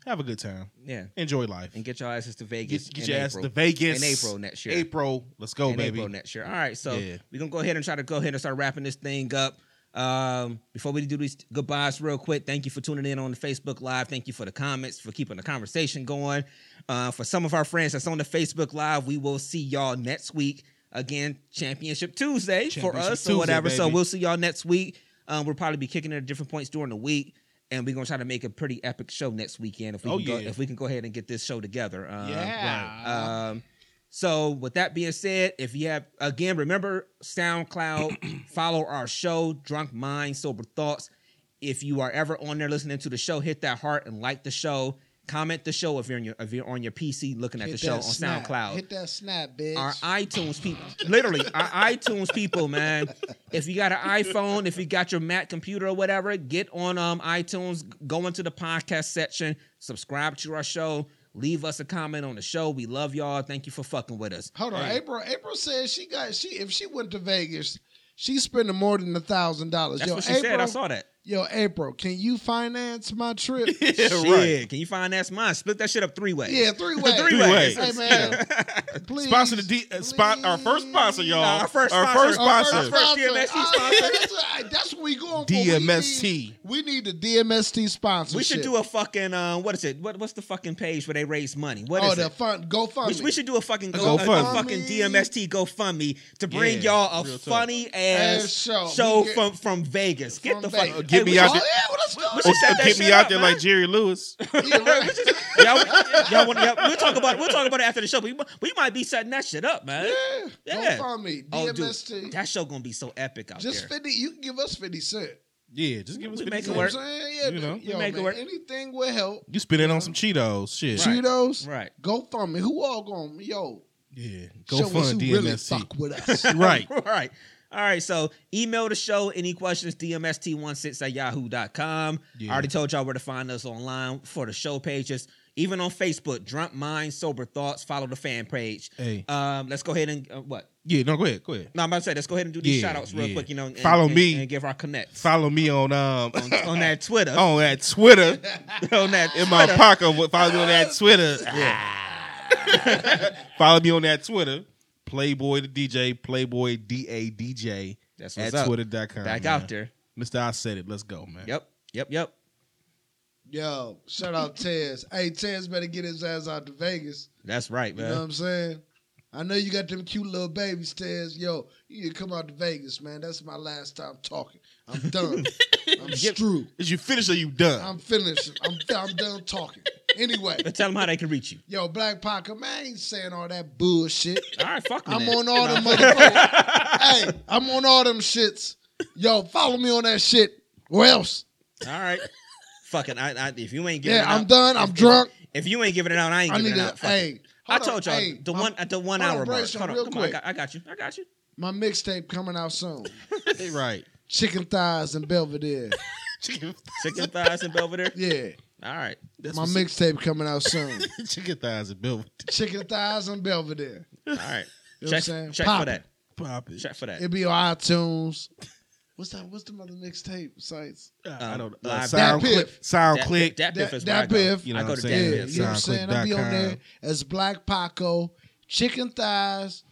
Speaker 3: have a good time,
Speaker 1: Yeah.
Speaker 3: enjoy life,
Speaker 1: And get your asses to Vegas.
Speaker 3: get, get
Speaker 1: in
Speaker 3: your ass
Speaker 1: April.
Speaker 3: to Vegas
Speaker 1: in April next year.
Speaker 3: April, let's go,
Speaker 1: in
Speaker 3: baby.
Speaker 1: April next year. All right, so
Speaker 3: Yeah.
Speaker 1: we're gonna go ahead and try to go ahead and start wrapping this thing up. Um, before we do these goodbyes real quick, thank you for tuning in on the Facebook Live. Thank you for the comments, for keeping the conversation going. Uh, for some of our friends that's on the Facebook Live, we will see y'all next week. Again, Championship Tuesday for
Speaker 3: Championship
Speaker 1: us or
Speaker 3: Tuesday,
Speaker 1: whatever. So
Speaker 3: baby.
Speaker 1: we'll see y'all next week. Um, we'll probably be kicking it at different points during the week. And we're gonna try to make a pretty epic show next weekend if we
Speaker 3: Oh,
Speaker 1: can go,
Speaker 3: yeah.
Speaker 1: if we can go ahead and get this show together. Um,
Speaker 2: yeah.
Speaker 1: um, so with that being said, if you have again, remember SoundCloud, follow our show, Drunk Mind, Sober Thoughts. If you are ever on there listening to the show, hit that heart and like the show. Comment the show if you're on your if you're on your PC looking at
Speaker 2: Hit
Speaker 1: the show
Speaker 2: that
Speaker 1: on
Speaker 2: snap.
Speaker 1: SoundCloud
Speaker 2: Hit that snap, bitch.
Speaker 1: our iTunes people, literally our iTunes people, man. If you got an iPhone, if you got your Mac computer or whatever, get on um iTunes, go into the podcast section, subscribe to our show, leave us a comment on the show. We love y'all. Thank you for fucking with us.
Speaker 2: Hold on,
Speaker 3: Hey.
Speaker 2: April. April says she got she if she went to Vegas, she's spending more than a thousand dollars.
Speaker 1: That's
Speaker 2: Yo,
Speaker 1: what she
Speaker 2: April,
Speaker 1: said. I saw that.
Speaker 2: Yo, April, can you finance my trip?
Speaker 3: Yeah,
Speaker 1: Shit,
Speaker 3: right.
Speaker 1: Can you find that's mine? Split that shit up three ways.
Speaker 2: yeah, three ways.
Speaker 1: three,
Speaker 3: Three
Speaker 1: ways.
Speaker 3: ways.
Speaker 2: Hey man, please
Speaker 3: Sponsor the D, uh, spon- our first sponsor, y'all.
Speaker 1: Nah, our first
Speaker 3: our
Speaker 1: sponsor.
Speaker 3: first
Speaker 2: Our
Speaker 3: sponsor,
Speaker 1: Our first DMST
Speaker 2: Oh,
Speaker 1: sponsor.
Speaker 2: yeah, that's, what- I- that's what we going for. We need-
Speaker 3: DMST.
Speaker 2: We need the DMST sponsorship.
Speaker 1: We should do a fucking um, what is it? What, what's the fucking page where they raise money? What is
Speaker 2: oh,
Speaker 1: it?
Speaker 2: the fund. Go fund.
Speaker 1: We, we should do a fucking
Speaker 3: A
Speaker 1: go, a- a
Speaker 3: GoFundMe.
Speaker 1: fucking DMST GoFundMe to bring
Speaker 3: Yeah,
Speaker 1: y'all a
Speaker 3: real talk.
Speaker 1: funny ass
Speaker 2: Ass show.
Speaker 1: show,
Speaker 2: We get-
Speaker 1: from from Vegas. Get
Speaker 2: from
Speaker 1: the
Speaker 2: Vegas.
Speaker 1: fuck.
Speaker 3: Get Uh, me
Speaker 1: we
Speaker 3: out
Speaker 2: Oh,
Speaker 1: should-
Speaker 2: yeah,
Speaker 3: there.
Speaker 2: well, let's go.
Speaker 1: should set that
Speaker 3: get me
Speaker 1: shit
Speaker 3: out
Speaker 1: up,
Speaker 3: there
Speaker 1: man.
Speaker 3: like Jerry Lewis.
Speaker 2: Yeah, right.
Speaker 1: y'all, y'all, want y'all, we'll talk about it. we'll talk about it after the show. But we, mi- we might be setting that shit up, man.
Speaker 2: Yeah.
Speaker 1: Yeah.
Speaker 2: Go fund me.
Speaker 1: Oh,
Speaker 2: DMST.
Speaker 1: dude, that show gonna be so epic out
Speaker 2: just
Speaker 1: there.
Speaker 2: fifty. You can give us fifty cent.
Speaker 3: Yeah, just give us.
Speaker 1: We
Speaker 3: 50
Speaker 1: make it
Speaker 3: cents.
Speaker 2: You know
Speaker 1: work.
Speaker 2: what I'm saying? Yeah,
Speaker 3: You know.
Speaker 2: yo,
Speaker 1: Make it
Speaker 2: man,
Speaker 1: work.
Speaker 2: anything will help.
Speaker 3: You spit it on some Cheetos, shit.
Speaker 1: Right.
Speaker 2: Cheetos,
Speaker 1: Right.
Speaker 2: Go fund me. Who all going? Yo,
Speaker 3: Yeah, go
Speaker 2: go show us who
Speaker 3: fund
Speaker 2: really
Speaker 3: DMST.
Speaker 2: fuck with us.
Speaker 3: right.
Speaker 1: right. All right. So email the show. Any questions, DMST16 at yahoo.com.
Speaker 3: Yeah.
Speaker 1: I already told y'all where to find us online for the show pages. Even on Facebook, Drunk Mind, Sober Thoughts. Follow the fan page.
Speaker 3: Hey,
Speaker 1: Um, let's go ahead and uh, what?
Speaker 3: yeah, no, go ahead, go ahead.
Speaker 1: No, I'm about to say, let's go ahead and do these
Speaker 3: Yeah,
Speaker 1: shout outs real
Speaker 3: yeah.
Speaker 1: quick, you know, and,
Speaker 3: Follow
Speaker 1: and-
Speaker 3: me.
Speaker 1: and give our connects
Speaker 3: Follow me on um
Speaker 1: on, on that Twitter.
Speaker 3: on that Twitter
Speaker 1: on that
Speaker 3: Oh, in my pocket. what- Follow me on that Twitter. follow me on that Twitter. Playboy the DJ, Playboy D A D J
Speaker 1: That's
Speaker 3: at
Speaker 1: what's up.
Speaker 3: twitter.com.
Speaker 1: Back
Speaker 3: man.
Speaker 1: out there.
Speaker 3: Mr. I said it. Let's go, man.
Speaker 1: Yep. Yep. Yep.
Speaker 2: yo, shout out Tez. Hey, Tez better get his ass out to Vegas.
Speaker 1: That's right,
Speaker 2: You
Speaker 1: man.
Speaker 2: know what I'm saying? I know you got them cute little babies, Tez. Yo, you need to come out to Vegas, man. That's my last time talking. I'm done. I'm
Speaker 1: Yep.
Speaker 2: through.
Speaker 3: Is you finished or you done?
Speaker 2: I'm finished. I'm, I'm done talking. Anyway,
Speaker 1: But tell them how they can reach you.
Speaker 2: yo, Black Pocket, man, I ain't saying all that bullshit.
Speaker 1: All right, fuck with
Speaker 2: I'm
Speaker 1: that.
Speaker 2: on all them motherfuckers. hey, I'm on all them shits. Yo, follow me on that shit. Or else.
Speaker 1: All right. Fucking, I, I, if you ain't giving
Speaker 2: Yeah,
Speaker 1: it
Speaker 2: I'm
Speaker 1: out-
Speaker 2: done. I'm drunk.
Speaker 1: If you ain't giving it out, I ain't
Speaker 2: I
Speaker 1: giving
Speaker 2: need
Speaker 1: it
Speaker 2: to.
Speaker 1: out. Fuck it.
Speaker 2: Hey,
Speaker 1: I
Speaker 2: hold on.
Speaker 1: told y'all
Speaker 2: Hey,
Speaker 1: the
Speaker 2: my,
Speaker 1: one at the one
Speaker 2: hold on,
Speaker 1: hour mark.
Speaker 2: Brayshawn,
Speaker 1: Hold on,
Speaker 2: real
Speaker 1: come on, I
Speaker 2: quick.
Speaker 1: got, I got you, I got you.
Speaker 2: My mixtape coming out soon.
Speaker 3: right.
Speaker 2: Chicken thighs and Belvedere.
Speaker 3: Chicken,
Speaker 1: Chicken thighs and Belvedere.
Speaker 2: Yeah,
Speaker 1: All right,
Speaker 3: that's
Speaker 2: my
Speaker 3: what's
Speaker 2: mixtape coming out soon.
Speaker 3: up. chicken thighs and built
Speaker 2: Chicken thighs and Belvedere.
Speaker 1: all right.
Speaker 2: You know what I'm
Speaker 1: check
Speaker 2: saying?
Speaker 1: check
Speaker 2: Pop
Speaker 1: for that.
Speaker 3: pop it.
Speaker 1: Check for that.
Speaker 2: It be on iTunes. What's that? What's the mother mixtape sites?
Speaker 3: I don't know.
Speaker 1: Um, live-
Speaker 3: sound
Speaker 2: That
Speaker 3: click.
Speaker 2: Piff.
Speaker 3: Sound
Speaker 1: that,
Speaker 3: click.
Speaker 1: That, that,
Speaker 2: That-
Speaker 1: Piff is
Speaker 2: that
Speaker 1: where I go.
Speaker 2: Piff.
Speaker 3: You know
Speaker 1: I
Speaker 3: what
Speaker 1: go
Speaker 3: I'm
Speaker 1: to
Speaker 2: Yeah,
Speaker 1: that
Speaker 3: saying?
Speaker 1: Piff.
Speaker 2: you know what I'm saying? I'll be on there
Speaker 3: SoundClick.com.
Speaker 2: as Black Paco, Chicken Thighs,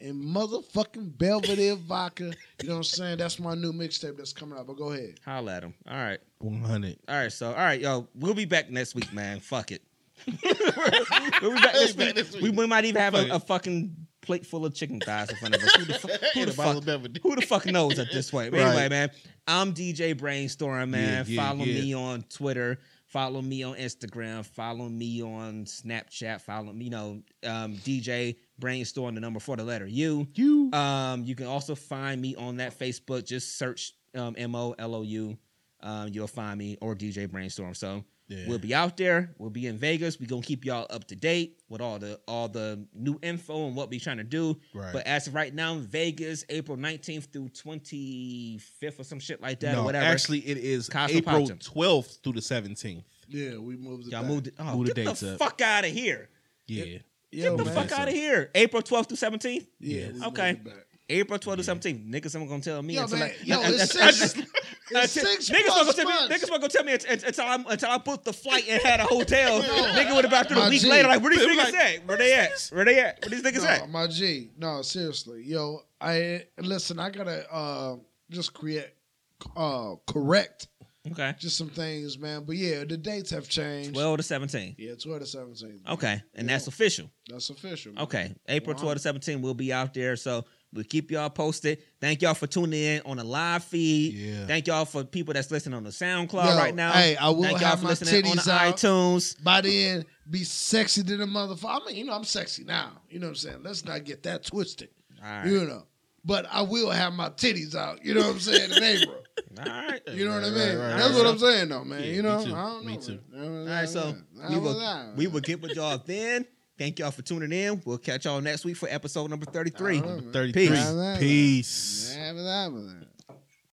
Speaker 2: and motherfucking Belvedere Vodka. You know what I'm saying? That's my new mixtape that's coming out, but go ahead.
Speaker 1: Holla at him. All right.
Speaker 3: One hundred.
Speaker 1: All right, so all right, yo, we'll be back next week, man. Fuck it. we'll be back,
Speaker 3: We'll
Speaker 1: next,
Speaker 3: be back
Speaker 1: week.
Speaker 3: next week.
Speaker 1: We, we might even have
Speaker 3: Fuck
Speaker 1: a,
Speaker 3: it.
Speaker 1: a fucking plate full of chicken thighs in front of us. Who the, fu- who the fuck?
Speaker 2: Belvedere.
Speaker 1: Who the fuck knows at this point? But
Speaker 3: Right.
Speaker 1: Anyway, man, I'm DJ Brainstorm, man.
Speaker 3: Yeah, yeah,
Speaker 1: follow
Speaker 3: yeah.
Speaker 1: me on Twitter. Follow me on Instagram. Follow me on Snapchat. Follow me, you know, um, DJ Brainstorm, the number for the letter U.
Speaker 3: You.
Speaker 1: Um, you can also find me on that Facebook. Just search um, M O L O U. Um, you'll find me or DJ Brainstorm. So
Speaker 3: Yeah.
Speaker 1: we'll be out there. We'll be in Vegas. We're gonna keep y'all up to date with all the all the new info and what we're trying to do.
Speaker 3: Right.
Speaker 1: But as of right now, Vegas, April 19th through 25th or some shit like that
Speaker 3: no,
Speaker 1: or whatever.
Speaker 3: actually, it is April
Speaker 1: Cosmopolitan.
Speaker 3: 12th through the 17th.
Speaker 2: Yeah, we moved it.
Speaker 1: y'all
Speaker 2: back.
Speaker 1: moved it. Oh,
Speaker 3: Move the
Speaker 1: get
Speaker 3: dates
Speaker 1: the
Speaker 3: up.
Speaker 1: fuck out of here.
Speaker 3: Yeah.
Speaker 2: Yo,
Speaker 1: Get the
Speaker 2: man.
Speaker 1: fuck
Speaker 3: so.
Speaker 1: out of here. April 12th through 17th.
Speaker 2: Yeah, we
Speaker 3: Yes.
Speaker 2: moved
Speaker 1: Okay.
Speaker 2: it back.
Speaker 1: April 12th to 17th. Niggas ain't gonna tell me
Speaker 2: Yo,
Speaker 1: until
Speaker 2: man,
Speaker 1: I,
Speaker 2: yo,
Speaker 1: I-
Speaker 2: it's
Speaker 1: I- I-
Speaker 2: six-
Speaker 1: I-
Speaker 2: It's
Speaker 1: until-
Speaker 2: six
Speaker 1: Uh, niggas
Speaker 2: plus
Speaker 1: gonna tell me
Speaker 2: months.
Speaker 1: niggas gonna tell me until, until I until I booked the flight and had a hotel. nigga would have been out there a
Speaker 2: My
Speaker 1: week
Speaker 2: G.
Speaker 1: later. Like where these
Speaker 3: They'll be
Speaker 1: niggas
Speaker 3: like,
Speaker 1: at? Where they at? Where they at? Where these niggas
Speaker 2: No,
Speaker 1: at?
Speaker 2: my G. No, seriously, yo. I listen. I gotta uh, just create, uh, correct
Speaker 1: Okay,
Speaker 2: just some things, man. But yeah, the dates have changed.
Speaker 1: 12 to 17.
Speaker 2: yeah, twelve to seventeen.
Speaker 1: Okay, and
Speaker 2: Yeah.
Speaker 1: that's official.
Speaker 2: That's official. man.
Speaker 1: Okay, April
Speaker 2: Wow.
Speaker 1: 12 to 17, we'll be out there. So we'll keep y'all posted. Thank y'all for tuning in on the live feed.
Speaker 3: Yeah.
Speaker 1: Thank y'all for people that's listening on the SoundCloud
Speaker 2: Yo,
Speaker 1: right now.
Speaker 2: Hey, I will
Speaker 1: Thank y'all
Speaker 2: have
Speaker 1: for
Speaker 2: my
Speaker 1: listening on the
Speaker 2: titties out.
Speaker 1: iTunes.
Speaker 2: By then, be sexy to the motherfucker. I mean, you know, I'm sexy now. You know what I'm saying? Let's not get that twisted.
Speaker 1: All right.
Speaker 2: You know. But I will have my titties out. You know what I'm saying? In April.
Speaker 1: All right.
Speaker 2: You know what I
Speaker 3: Right,
Speaker 2: mean?
Speaker 3: right, right,
Speaker 2: That's
Speaker 1: right.
Speaker 2: what I'm saying, though, man.
Speaker 3: Yeah,
Speaker 2: you know,
Speaker 3: me too.
Speaker 2: I don't know.
Speaker 3: Me too.
Speaker 2: All
Speaker 1: All right, so we will, we will get with y'all then. Thank y'all for tuning in. We'll catch y'all next week for episode number 33.
Speaker 2: All right.
Speaker 3: 33.
Speaker 2: Peace.
Speaker 3: Peace.
Speaker 2: Have that.